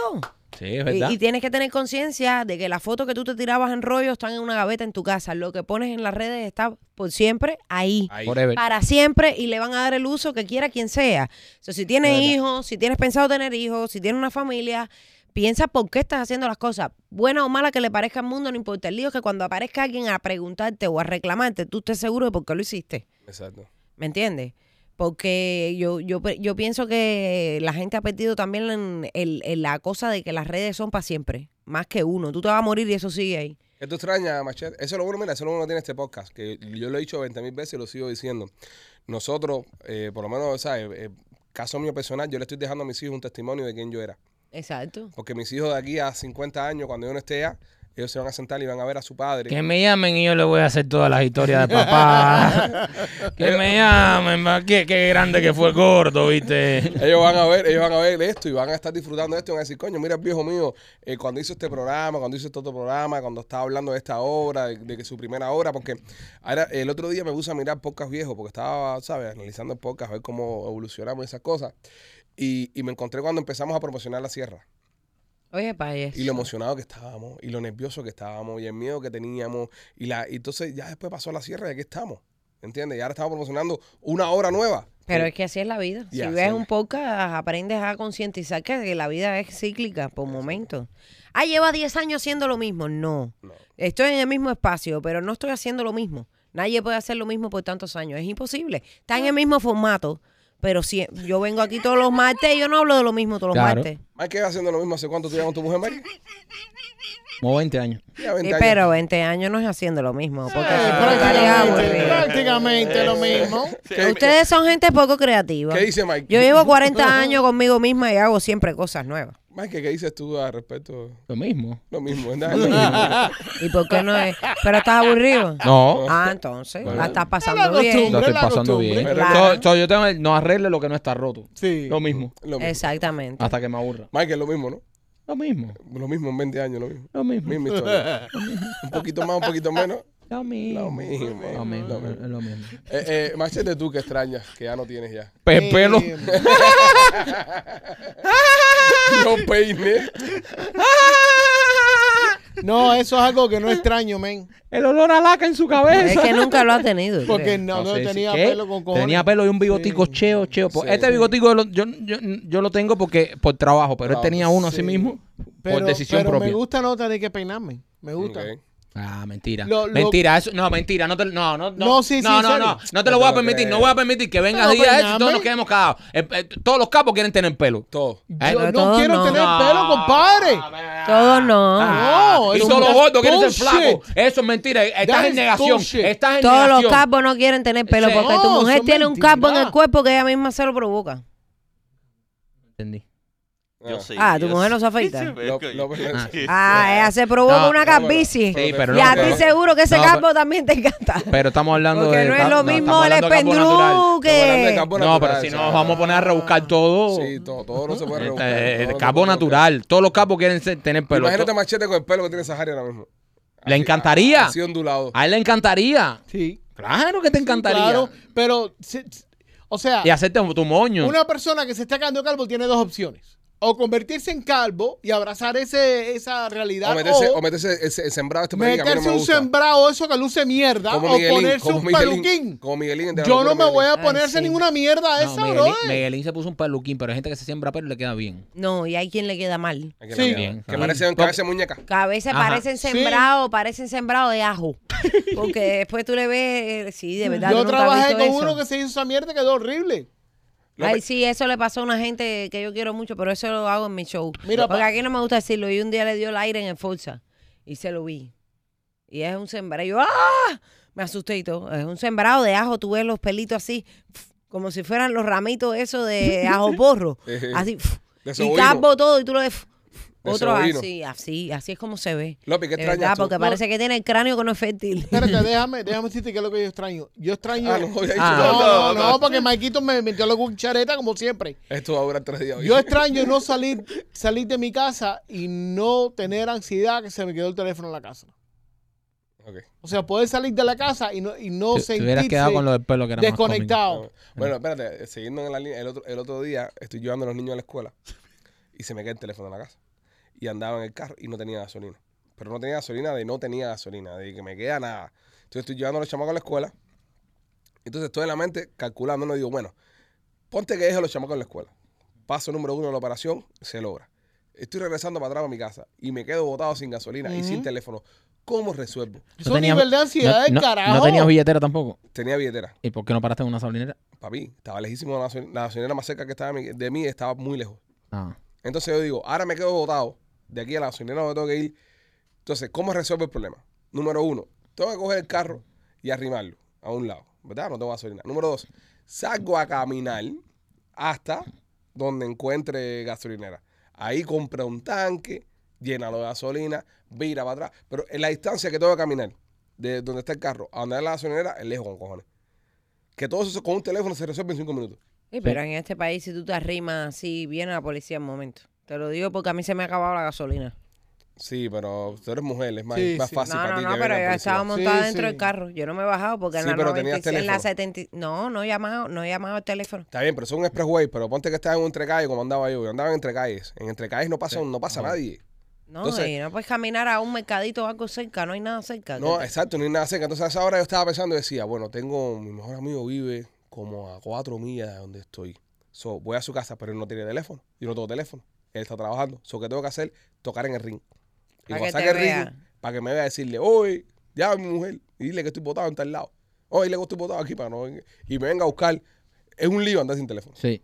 B: Sí, es
E: Y,
B: verdad.
E: y tienes que tener conciencia de que las fotos que tú te tirabas en rollo están en una gaveta en tu casa. Lo que pones en las redes está por siempre ahí.
A: Ahí.
B: Forever.
E: Para siempre y le van a dar el uso que quiera quien sea. So, si tienes hijos, si tienes pensado tener hijos, si tienes una familia, piensa por qué estás haciendo las cosas. Buena o mala que le parezca al mundo, no importa. El lío es que cuando aparezca alguien a preguntarte o a reclamarte, tú estés seguro de por qué lo hiciste.
A: Exacto.
E: ¿Me entiendes? Porque yo, yo, pe- yo pienso que la gente ha perdido también en- el- en la cosa de que las redes son para siempre, más que uno. Tú te vas a morir y eso sigue ahí.
A: ¿Qué tú extrañas, Machete? Eso es lo bueno, mira, eso es lo bueno que tiene este podcast, que yo lo he dicho 20 mil veces y lo sigo diciendo. Nosotros, eh, por lo menos, ¿sabes? Eh, caso mío personal, yo le estoy dejando a mis hijos un testimonio de quién yo era.
E: Exacto.
A: Porque mis hijos de aquí a 50 años, cuando yo no esté ya, ellos se van a sentar y van a ver a su padre.
G: Que me llamen y yo le voy a hacer todas las historias de papá. que me llamen, ma, qué, qué grande que fue el gordo, viste.
A: Ellos van a ver, ellos van a ver esto y van a estar disfrutando de esto y van a decir, coño, mira el viejo mío, eh, cuando hizo este programa, cuando hizo este otro programa, cuando estaba hablando de esta obra, de, de que su primera obra, porque ahora el otro día me puse a mirar podcast viejos, porque estaba, ¿sabes? Analizando el podcast, a ver cómo evolucionamos y esas cosas. Y, y me encontré cuando empezamos a promocionar la sierra.
E: Oye, Payes.
A: Y lo emocionado que estábamos, y lo nervioso que estábamos, y el miedo que teníamos. Y la, y entonces ya después pasó la sierra y aquí estamos. ¿Entiendes? Y ahora estamos promocionando una obra nueva.
E: Pero es que así es la vida.
A: Ya,
E: si ves
A: sí.
E: un podcast, aprendes a concientizar que que la vida es cíclica por momentos. Ah, lleva 10 años haciendo lo mismo. No. Estoy en el mismo espacio, pero no estoy haciendo lo mismo. Nadie puede hacer lo mismo por tantos años. Es imposible. Está en el mismo formato. Pero si yo vengo aquí todos los martes y yo no hablo de lo mismo todos los
B: Claro.
E: martes.
A: Mike, haciendo lo mismo? ¿Hace cuánto tú llevas con tu mujer, Mike?
B: Como 20 años.
A: Ya 20
E: Sí,
A: años.
E: Eh, pero 20 años no es haciendo lo mismo. Porque
C: Eh,
E: si
B: Ah,
E: no, estaría
C: prácticamente,
E: aburrido.
C: prácticamente lo mismo.
A: ¿Qué-
E: Ustedes son gente poco creativa.
A: Eh, ¿Qué dice Mike?
E: Yo llevo 40 años conmigo misma y hago siempre cosas nuevas.
A: Mike, ¿qué dices tú al respecto?
B: Lo mismo.
A: Lo mismo, ¿verdad?
E: ¿Y por qué no es? Pero estás aburrido.
B: No.
E: Ah, entonces, la estás
C: Es la
E: pasando bien.
B: Lo estoy
C: la
B: pasando
C: costumbre.
B: bien.
E: Claro.
B: So- so yo tengo el- no arregle lo que no está roto.
C: Sí.
B: Lo mismo.
A: lo mismo.
E: Exactamente.
B: Hasta que me aburra.
A: Mike, es lo mismo, ¿no?
B: Lo mismo.
A: Lo mismo en 20 años, lo mismo.
B: Lo mismo.
A: Misma historia. un poquito más, un poquito menos.
B: Lo mismo.
A: Lo mismo.
B: Lo mismo.
A: Lo mismo.
B: es Lo mismo.
A: Eh, eh, machete, tú que extrañas, que ya no tienes ya.
B: Pepelo.
A: Yo peine.
C: No, eso es algo que no extraño, men.
B: El olor a laca en su cabeza.
E: Es que nunca lo has tenido. yo
C: Porque
E: creo.
C: no, no
B: sé si-
C: tenía
B: ¿qué?
C: pelo con cojones.
B: Tenía pelo y un bigotico cheo, cheo. Por-
A: Sí.
B: Este bigotico lo- yo, yo, yo lo tengo porque por trabajo, pero él
A: Trabajo,
B: tenía uno a
A: sí.
B: sí mismo
C: Pero-
B: por decisión
C: pero
B: propia.
C: me gusta no tener que peinarme. Me gusta.
A: Ok.
B: Ah, mentira.
C: Lo- lo-
B: mentira, eso, no, mentira, no te, no, no, no,
C: No, sí, sí,
B: no, no,
C: serio.
B: no, no te lo voy a permitir, no voy a permitir que vengas
C: Pero,
B: y digas eso y
C: Fernández.
B: todos nos quedemos cagados. Eh, eh, todos los capos quieren tener pelo.
A: Todo.
B: ¿Eh?
C: Yo no
E: todo
C: quiero
E: no.
C: tener
B: No.
C: pelo, compadre.
E: Todos no.
B: Ah,
C: No,
B: y
C: eso
B: todos
C: es
B: los gordos quieren ser
C: bullshit.
B: flacos. Eso es mentira. eh, Estás
C: That
B: en
C: is
B: negación.
C: bullshit.
B: Estás en
E: Todos los
B: negación.
E: capos no quieren tener pelo
B: Sí.
E: porque tu
C: No,
E: mujer
C: son
E: tiene un capo en
C: mentiras.
E: el cuerpo que ella misma se lo provoca.
B: Entendí.
D: Yo
A: Ah.
D: sí,
E: Ah, tu
D: yo
E: mujer
D: sí.
E: no se afeita.
A: Lo- lo-
D: Ah.
E: Ah, ella se provoca
B: No,
E: una
A: no, pero-
E: calvicie.
B: Sí, pero
E: y
B: no,
E: a
B: pero-
E: ti seguro que ese
B: no,
E: capo también te encanta.
B: Pero estamos hablando
E: Porque
B: de.
E: no es
B: cap-
E: lo
B: estamos
E: mismo el
B: hablando de campo natural.
E: espendruque.
A: Estamos hablando de campo
B: No, pero
A: natural,
B: si
A: o sea,
B: nos vamos a poner a rebuscar todo.
A: Sí, todo, todo no se puede rebuscar.
B: Eh,
A: todo no se
B: capo
A: puede rebuscar.
B: natural. Todos los capos quieren ser- tener pelo.
A: Imagínate
B: To-
A: machete con el pelo que tiene Sahari ahora mismo.
B: ¿Le encantaría?
A: Así ondulado.
B: A él le encantaría.
C: Sí.
B: Claro que te encantaría.
C: Claro, pero, se- se- o sea,
B: Y hacerte tu moño.
C: una persona que se está quedando calvo tiene dos opciones. O convertirse en calvo y abrazar ese, esa realidad.
A: O meterse,
C: o
A: o meterse el, el sembrado este perico, a mí no
C: meterse
A: me
C: un
A: gusta.
C: sembrado eso que luce mierda. o ponerse
A: como
C: un
A: Miguelín,
C: peluquín.
A: Como Miguelín. en Te la
C: Yo
A: locura,
C: no me voy a
E: Ay,
C: ponerse
E: Ah, sí.
C: ninguna mierda
B: No,
C: esa,
B: Miguelín,
C: brother.
B: Miguelín se puso un peluquín, pero hay gente que se siembra pelo y le queda bien.
E: No, y hay quien le queda mal.
A: Miguelín. Hay
C: Sí.
A: Que,
B: Bien,
A: sí. que
B: claro.
A: parece un cabeza de muñeca.
E: Que a veces
B: Ajá.
E: parecen
C: Sí.
E: sembrados, parecen sembrados de ajo. Porque después tú le ves, eh, sí, de verdad. tú
C: Yo
E: nunca has
C: trabajé
E: visto
C: con
E: eso.
C: uno que se hizo esa mierda y quedó horrible.
E: Ay, sí, eso le pasó a una gente que yo quiero mucho, pero eso lo hago en mi show.
C: Mira,
E: Porque
C: pa-
E: aquí no me gusta decirlo. Y un día le dio el aire en el Forza y se lo vi. Y es un sembrado. Y yo, ¡ah! Me asusté y todo. Es un sembrado de ajo. Tú ves los pelitos así, pf, como si fueran los ramitos esos de ajo porro.
A: Ejé.
E: Así, pf,
A: De
E: y
A: cebollino.
E: calvo todo. Y tú lo ves. pf,
A: De
E: Otro
A: cebollino.
E: así, así, así es como se ve.
A: López, ¿qué
E: De
A: extrañas
E: verdad,
A: tú?
E: porque
A: No.
E: parece que tiene el cráneo que no es fértil.
C: Espérate, déjame, déjame decirte qué es lo que yo extraño. Yo extraño.
A: Ah, no, había dicho.
B: Ah.
C: No, no,
D: No,
C: no,
D: no.
C: porque Maikito me metió la cuchareta como siempre.
A: Esto va a durar tres días hoy.
C: Yo extraño no salir, salir de mi casa y no tener ansiedad que se me quedó el teléfono en la casa.
A: Ok.
C: O sea, poder salir de la casa y no, y no
B: Te- te hubieras
C: sentirse
B: quedado con lo del pelo que era más
C: desconectado.
A: Bueno, espérate, siguiendo en la línea, el otro, el otro día estoy llevando a los niños a la escuela y se me cae el teléfono en la casa. Y andaba en el carro y no tenía gasolina. Pero no tenía gasolina de no tenía gasolina, de que me queda nada. Entonces estoy llevando a los chamacos a la escuela. Entonces estoy en la mente calculando, no digo, bueno, ponte que deje a los chamacos en la escuela. Paso número uno de la operación, se logra. Estoy regresando para atrás a mi casa y me quedo botado sin gasolina y sin teléfono. ¿Cómo resuelvo?
C: Es un nivel de ansiedad del
B: no,
C: carajo.
B: No tenías billetera tampoco.
A: Tenía billetera.
B: ¿Y por qué no paraste en una salinera?
A: Papi, estaba lejísimo. La gasolinera, la gasolinera más cerca que estaba de mí- de mí estaba muy lejos.
B: Ah.
A: Entonces yo digo, ahora me quedo botado de aquí a la gasolinera donde tengo que ir. Entonces, ¿cómo resuelvo el problema? Número uno, tengo que coger el carro y arrimarlo a un lado, ¿verdad? No tengo gasolina. Número dos, salgo a caminar hasta donde encuentre gasolinera. Ahí compra un tanque, llénalo de gasolina, vira para atrás. Pero en la distancia que tengo que caminar, de donde está el carro a donde está la gasolinera, es lejos con cojones. Que todo eso con un teléfono se resuelve en cinco minutos.
E: Sí, pero en este país, si tú te arrimas así, viene la policía al momento. Te lo digo porque a mí se me ha acabado la gasolina.
A: Sí, pero tú eres mujer, es más,
C: Sí,
A: más
C: sí.
A: fácil
E: no,
A: Ah, para
E: no,
A: ti
E: no,
A: que
E: pero
A: venga
E: yo
A: el
E: estaba
A: policía.
E: montada
C: Sí,
E: dentro
C: sí.
E: del carro. Yo no me he bajado porque
A: Sí,
E: en la
A: pero tenías
E: 96, en la
A: teléfono.
E: 70. No, no he llamado, no he llamado al teléfono.
A: Está bien, pero son expressway, pero ponte que estás en un entrecalle como andaba yo. Yo andaba en entrecalles. En entrecalles no pasa, no pasa nadie.
E: No,
A: Entonces-
E: y no puedes caminar a un mercadito o algo cerca, no hay nada cerca.
A: No,
E: Que-
A: exacto, ni nada cerca. Entonces a esa hora yo estaba pensando y decía, bueno, tengo, mi mejor amigo vive como a cuatro millas de donde estoy. So, voy a su casa, pero él no tiene teléfono. Yo no tengo teléfono. Él está trabajando. So, ¿qué tengo que hacer? Tocar en el ring. Y
E: Pa'
A: cuando
E: que
A: saque
E: te
A: el ring,
E: vea.
A: para que me vea decirle, oye, ya mi mujer, y dile que estoy botado en tal lado. Oye, le que estoy botado aquí para no venga. Y me venga a buscar. Es un lío andar sin teléfono.
B: Sí.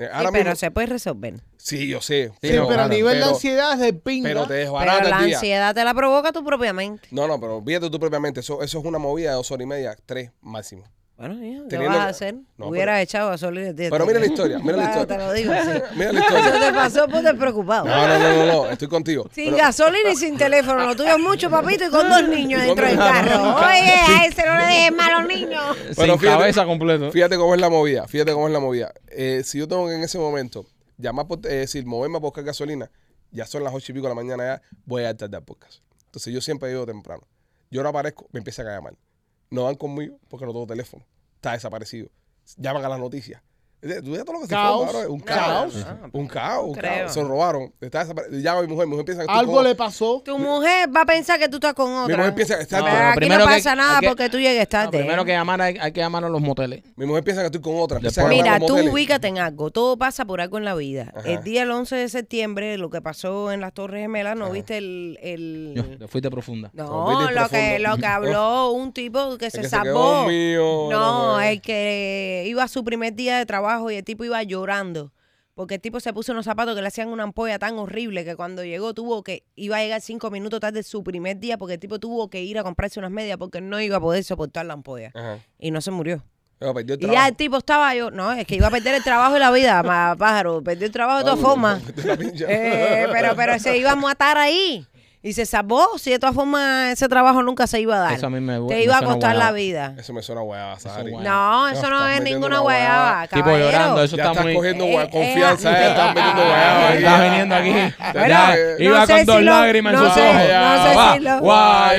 A: Eh,
E: Sí,
A: ahora
E: pero
A: mismo-
E: se puede resolver.
A: Sí, yo sé.
C: Sí, pero a nivel de
A: pero-
C: ansiedad es de pinga.
A: Pero te
E: Pero
A: desbarata
E: la
A: el día.
E: ansiedad te la provoca tú propiamente.
A: No, no, pero fíjate tú propiamente. Eso, eso es una movida de dos horas y media, tres máximo.
E: Bueno, hijo, ¿qué
A: Teniendo
E: vas a
A: que-
E: hacer?
A: No,
E: Hubieras echado gasolina. tío,
A: Pero
E: te-
A: mira la historia, mira la
E: Claro,
A: historia.
E: Te lo digo así.
A: Mira la
E: Eso te
A: historia.
E: pasó por despreocupado.
A: No, no, no, no, no, estoy contigo.
E: Sin
A: Pero-
E: gasolina y sin teléfono. Lo tuyo es mucho, papito, y con dos niños dentro del carro. Oye, a ese no le dejes mal a los niños.
A: Pero
B: Sin
A: fíjate-
B: cabeza completo.
A: Fíjate cómo es la movida, fíjate cómo es la movida. Eh, si yo tengo que en ese momento llamar, por, eh, decir, moverme a buscar gasolina, ya son las ocho y pico de la mañana ya, voy a tardar podcast. Entonces yo siempre llego temprano. Yo no aparezco, me empiezan a llamar. No van conmigo porque no tengo teléfono. Está desaparecido. Llaman a las noticias. Eh, Tú ves todo lo que se
C: Caos.
A: fue, cabrón, Un
C: Caos.
A: caos. Un caos. Un
E: Creo.
A: caos. Se robaron. Está desapare- Llama a mi mujer. Mi mujer piensa que estoy
C: Algo
A: con-
C: le pasó.
E: Tu mujer va a pensar que tú estás con
A: Mi
E: otra.
A: mujer piensa que está-
E: Pero aquí
B: primero
E: no
B: que-
E: pasa nada
B: hay que-
E: porque tú llegues
B: No,
E: tarde. ¿eh?
B: primero que llamar, hay, hay que llamar a los moteles.
A: Mi mujer piensa que estoy con otra.
B: Después-
A: piensa que
E: Mira,
A: ando en
E: tú
A: moteles.
E: ubícate en algo. Todo pasa por algo en la vida.
A: Ajá.
E: El día el 11 de septiembre, lo que pasó en las Torres Gemelas, ¿no viste el... el-
B: Yo, te fuiste profunda.
A: Nos
E: No,
A: viste
E: lo que,
A: profundo.
E: lo que habló un tipo que se
A: que se
E: salvó.
A: quedó mío, no
E: no,
A: fue.
E: el que iba a su primer día de trabajo y el tipo iba llorando. Porque el tipo se puso unos zapatos que le hacían una ampolla tan horrible que cuando llegó tuvo que, iba a llegar cinco minutos tarde su primer día porque el tipo tuvo que ir a comprarse unas medias porque no iba a poder soportar la ampolla.
A: Ajá.
E: Y no se murió.
A: Pero perdió el
E: Y ya el
A: trabajo.
E: tipo estaba yo, no, es que iba a perder el trabajo y la vida, ma- pájaro, perdió el trabajo de todas formas.
A: Perdió la pincha.
E: Eh, pero, pero se iba a matar ahí. Y se salvó, si de todas formas ese trabajo nunca se iba a dar.
B: Eso a mí me-
E: Te
B: me
E: iba a
B: suena
E: costar la
B: guayaba.
E: vida.
A: Eso me suena guayaba, Sahari.
B: guayaba.
E: No, eso no,
A: estás
E: es
A: metiendo
E: ninguna
A: una
E: guayaba,
B: Tipo
E: caballero.
B: llorando, eso
A: Ya
B: está
A: estás
B: muy...
A: cogiendo
E: Eh,
A: guay-
E: eh,
A: confianza,
E: ah,
A: eh, estás metiendo guayaba.
B: Ah,
A: aquí.
B: Está
E: eh,
B: viniendo aquí.
A: Bueno,
B: Ya,
A: eh,
B: iba
E: no sé
B: con dos
E: si lo-
B: lágrimas en
E: no
B: sus
E: sé,
B: ojos.
E: no sé
B: Guayaba,
E: si lo-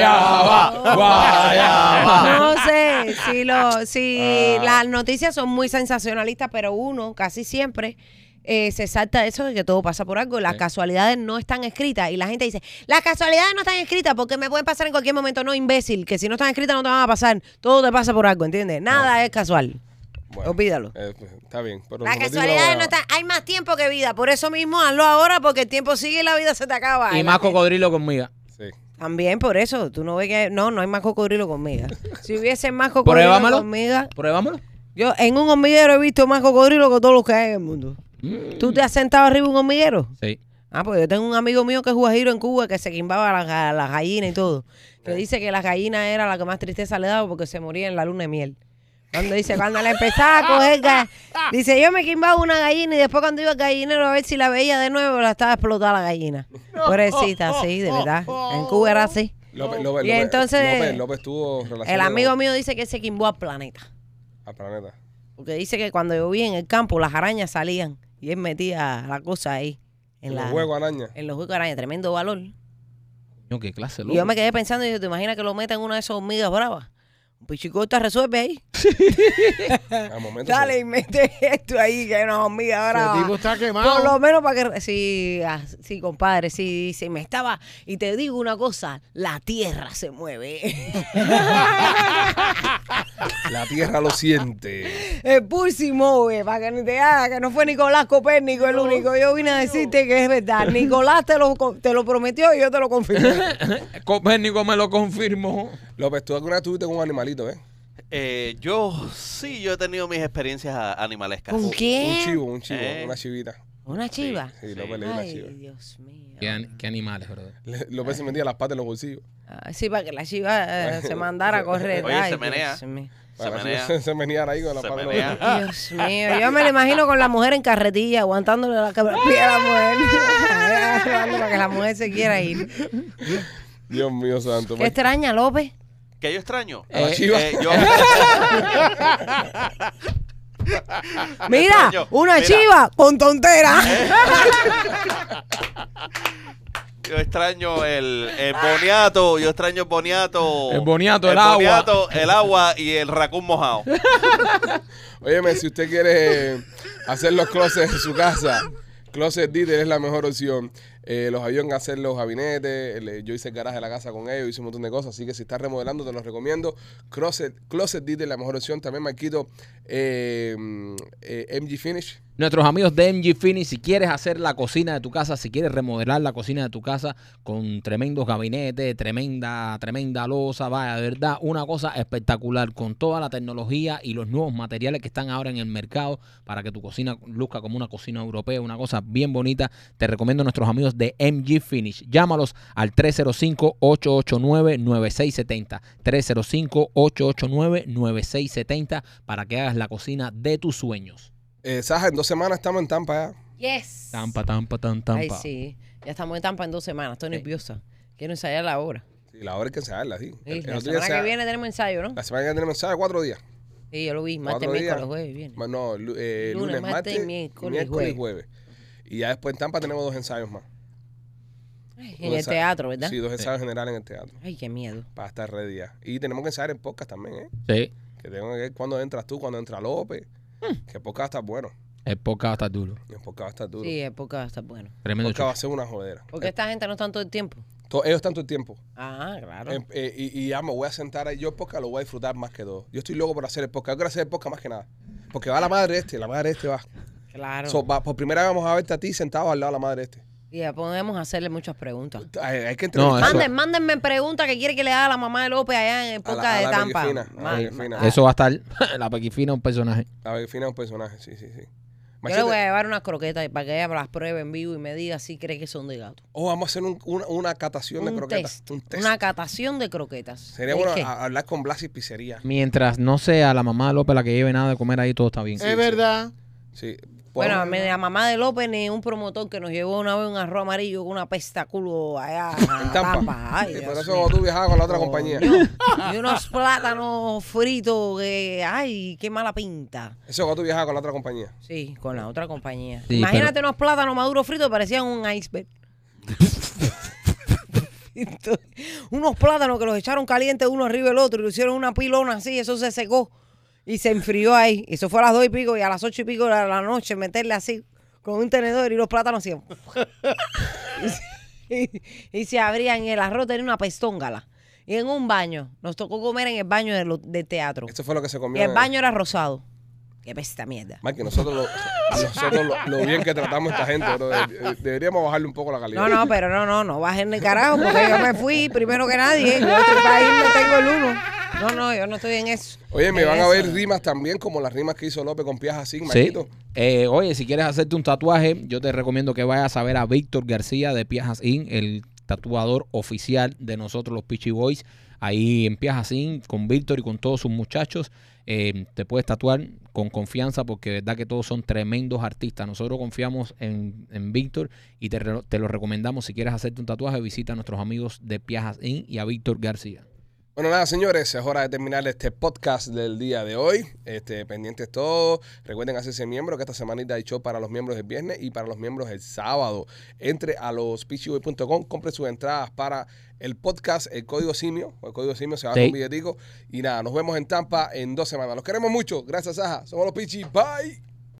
B: Guayaba, guayaba.
E: No sé si lo, si
B: Ah.
E: las noticias son muy sensacionalistas, pero uno casi siempre eh, se salta eso de que todo pasa por algo. Las casualidades no están escritas y la gente dice las casualidades no están escritas porque me pueden pasar en cualquier momento. No, imbécil, que si no están escritas no te van a pasar. Todo te pasa por algo, ¿entiendes? Nada es casual.
A: Bueno,
E: Olvídalo.
A: eh, pues, está bien. Pero
E: Las
A: como digo,
E: casualidades no
A: guayaba.
E: están. Hay más tiempo que vida. Por eso mismo hazlo ahora porque el tiempo sigue y la vida se te acaba.
B: Y más cocodrilo conmigo.
A: Sí.
E: También por eso, tú no ves que no, no hay más cocodrilo conmigo. Si hubiese más cocodrilo
B: Pruébamelo.
E: conmigo,
B: Pruébamelo.
E: yo en un hormiguero he visto más cocodrilo que todos los que hay en el mundo.
B: Mm.
E: ¿Tú te has sentado arriba de un hormiguero?
B: Sí.
E: Ah, pues yo tengo un amigo mío que es guajiro en Cuba que se quimbaba las ga- las gallinas y todo. Que dice que las gallinas era la que más tristeza le daba porque se moría en la luna de miel. Cuando dice, cuando la empezaba a coger, ga- dice, yo me quimbaba una gallina y después cuando iba al gallinero a ver si la veía de nuevo, la estaba explotada la gallina. Pobrecita, sí, de verdad. En Cuba era así.
A: López, López,
E: Y
A: López,
E: entonces-
A: López, López tuvo relación
E: El amigo mío dice que él se quimbó al planeta.
A: al planeta.
E: Porque dice que cuando yo vi en el campo, las arañas salían y él metía la cosa ahí. En,
A: En
E: la,
A: los huevos araña.
E: en los huecos de araña, tremendo valor.
B: Coño, qué clase,
E: Y yo me quedé pensando, y yo, ¿te imaginas que lo metan en una de esas hormigas bravas? Un pichicorta resuelve ahí.
A: Al momento.
E: Dale
A: se-
E: y mete esto ahí, que hay una hormiga
C: El tipo
E: brava.
C: está
E: Por lo
C: quemado.
E: menos para que... Sí, ah, sí, compadre, sí, dice, me estaba... Y te digo una cosa, la tierra se mueve.
A: La tierra lo siente.
E: El Pulsi Move, para que ni te haga, que no fue Nicolás Copérnico el único. Yo vine a decirte que es verdad. Nicolás te lo, co- te lo prometió y yo te lo confirmé.
B: Copérnico me lo confirmó.
A: López, tú alguna vez tuviste con un animalito, ¿eh?
D: Eh, yo sí, yo he tenido mis experiencias a- animalescas.
E: ¿Con
A: Un
E: quién?
A: chivo, un chivo,
D: Eh.
A: una chivita.
E: ¿Una chiva?
A: Sí, López le dio una
E: Ay,
A: chiva.
E: Dios mío.
B: Qué, an- qué animales, brother.
A: Le- López se metía las patas en los bolsillos.
E: Ah, Sí, para que la chiva eh, se mandara a correr.
D: Oye,
E: Ay,
D: se menea.
E: Dios mío.
D: Se
A: Para-
D: menea.
A: Se meneara ahí con las
D: Se
A: patas en los
D: menea.
A: bolsillos.
E: Dios mío, yo me lo imagino con la mujer en carretilla, aguantándole la cabra- pie a la mujer. para que la mujer se quiera ir.
A: Dios mío santo.
E: ¿Qué extraña, López?
D: ¿Qué yo extraño? Eh,
A: A la chiva.
D: yo...
A: Ah,
E: Mira,
D: Extraño.
E: una
D: Mira.
E: chiva con tontera.
A: ¿Eh?
D: Yo extraño el, el boniato, yo extraño el boniato.
B: El boniato, el agua.
D: boniato, el agua y el racún mojado.
A: Óyeme, si usted quiere hacer los closets en su casa, Closet Dieter es la mejor opción. Eh, los ayudan a hacer los gabinetes. el- eh, yo hice el garaje de la casa con ellos, hice un montón de cosas. Así que si estás remodelando, te los recomiendo. Closet, Closet Dieter es la mejor opción. También, Marquito, eh, mm, eh, MG Finish.
B: Nuestros amigos de MG Fini, si quieres hacer la cocina de tu casa, si quieres remodelar la cocina de tu casa con tremendos gabinetes, tremenda, tremenda losa, vaya, de verdad, una cosa espectacular con toda la tecnología y los nuevos materiales que están ahora en el mercado para que tu cocina luzca como una cocina europea, una cosa bien bonita. Te recomiendo a nuestros amigos de MG Finish. Llámalos al 305-889-9670. 305-889-9670 para que hagas la cocina de tus sueños.
A: Eh, Saja, en dos semanas estamos en Tampa ya.
E: Yes.
B: Tampa, tampa, tan, tampa.
E: Ay, sí. Ya estamos en Tampa en dos semanas. Estoy
B: Sí.
E: nerviosa. Quiero ensayar la obra.
A: Sí, la hora es que se habla, sí.
E: Sí,
A: El- el
E: la
A: otro día
E: semana
A: se-
E: que viene tenemos ensayo, ¿no?
A: La semana que viene tenemos ¿sabe? cuatro días.
E: Sí, yo lo vi. Martes,
A: Cuatro días.
E: miércoles, jueves. Viene.
A: Ma- No, lu- eh,
E: Lunes,
A: lunes,
E: martes,
A: martes,
E: miércoles,
A: miércoles, y jueves. Y ya después en Tampa tenemos dos ensayos más.
E: Ay,
A: Dos
E: en el
A: ensayos.
E: teatro, ¿verdad?
A: Sí, dos ensayos generales en el teatro.
E: Ay, qué miedo.
A: Para estar ready ya. Y tenemos que ensayar en podcast también, ¿eh?
B: Sí.
A: Que tengo que ver cuándo entras tú, cuándo entra López.
E: Mm.
A: Que podcast está bueno.
B: El podcast está duro.
A: El podcast está duro.
E: Sí, es porque está bueno.
B: Tremendo
A: Podcast va
B: show.
A: a ser una jodera.
E: Porque esta gente no está todo el tiempo.
A: To- ellos están todo el tiempo.
E: Eh, Ah, claro.
A: Eh, eh, y, y ya me voy a sentar ahí. Yo el podcast lo voy a disfrutar más que todo. Yo estoy loco por hacer el podcast. Yo quiero hacer el podcast más que nada. Porque va la madre este, la madre este va.
E: claro.
A: So, va- por primera vez vamos a verte a ti sentado al lado de la madre este.
E: y ya podemos hacerle muchas preguntas.
A: Hay, hay que
B: No,
A: entrevistar.
B: eso-
E: Manden, mándenme preguntas que quiere que le haga la mamá de López allá en el
A: Ah, A la-
E: podcast
A: a
E: de
A: la
E: Tampa.
A: Pequifina, a la
E: Ma-
A: Pequifina.
E: ma-
B: Eso va a estar. la pequifina es un personaje.
A: A ver, fina es un personaje, sí, sí, sí.
E: Yo le
A: Machete,
E: voy a llevar unas croquetas para que ella me las pruebe en vivo y me diga si cree que son de gato.
A: oh, vamos a hacer un- una, una catación de
E: Un
A: croquetas.
E: test,
A: Un test.
E: Una catación de croquetas.
A: Sería
E: ¿De
A: bueno ah,
E: qué?
A: a- hablar con Blas y Pizzería.
B: Mientras no sea la mamá de López la que lleve nada de comer ahí, todo está bien.
C: es verdad.
A: Sí.
E: Bueno,
A: Podemos-
E: me- la mamá de López ni un promotor que nos llevó una vez un arroz amarillo con una pesta culo allá a
A: en Tampa.
E: Tampa. Ay,
A: Y por
E: Dios
A: eso
E: mío.
A: tú viajabas con la otra compañía.
E: Coño, Y unos plátanos fritos que, ay, qué mala pinta.
A: Eso cuando tú viajabas con la otra compañía.
E: Sí, con la otra compañía.
B: Sí,
E: Imagínate
B: pero-
E: unos plátanos maduros fritos que parecían un iceberg. Entonces, unos plátanos que los echaron calientes uno arriba del otro y lo hicieron una pilona así, eso se secó y se enfrió ahí. Eso fue a las dos y pico y a las ocho y pico de la noche meterle así con un tenedor y los plátanos así. y, se- y se abrían y el arroz tenía una pestóngala. Y en un baño, nos tocó comer en el baño de lo- del teatro.
A: Esto fue lo que se comió.
E: Y el
A: en-
E: baño era rosado. Qué pesta mierda.
A: Mike, nosotros, lo, nosotros lo, lo bien que tratamos a esta gente, bro, de- deberíamos bajarle un poco la calidad.
E: No, no, pero no, no, no bajen el carajo porque yo me fui primero que nadie. Yo este país no tengo el uno. No, no, yo no estoy en eso.
A: Oye, me
E: En
A: van a
E: eso.
A: ver rimas también, como las rimas que hizo López con Piaja así,
B: Sí.
A: Maquito.
B: Eh, oye, si quieres hacerte un tatuaje, yo te recomiendo que vayas a ver a Víctor García de Piajas In, el tatuador oficial de nosotros los Peachy Boys. Ahí en Piajas In, con Víctor y con todos sus muchachos, eh, te puedes tatuar con confianza porque de verdad que todos son tremendos artistas. Nosotros confiamos en, en Víctor y te, re- te lo recomendamos. Si quieres hacerte un tatuaje, visita a nuestros amigos de Piajas In y a Víctor García.
A: Bueno, nada, señores, es hora de terminar este podcast del día de hoy. Este, pendientes todos. Recuerden hacerse miembro, que esta semanita hay show para los miembros el viernes y para los miembros el sábado. Entre a los pitchyboy.com, compre sus entradas para el podcast, el código simio. El código simio se va
B: Sí.
A: con billetico. Y nada, nos vemos en Tampa en dos semanas. Los queremos mucho. Gracias, Saja. Somos los Pichi. Bye.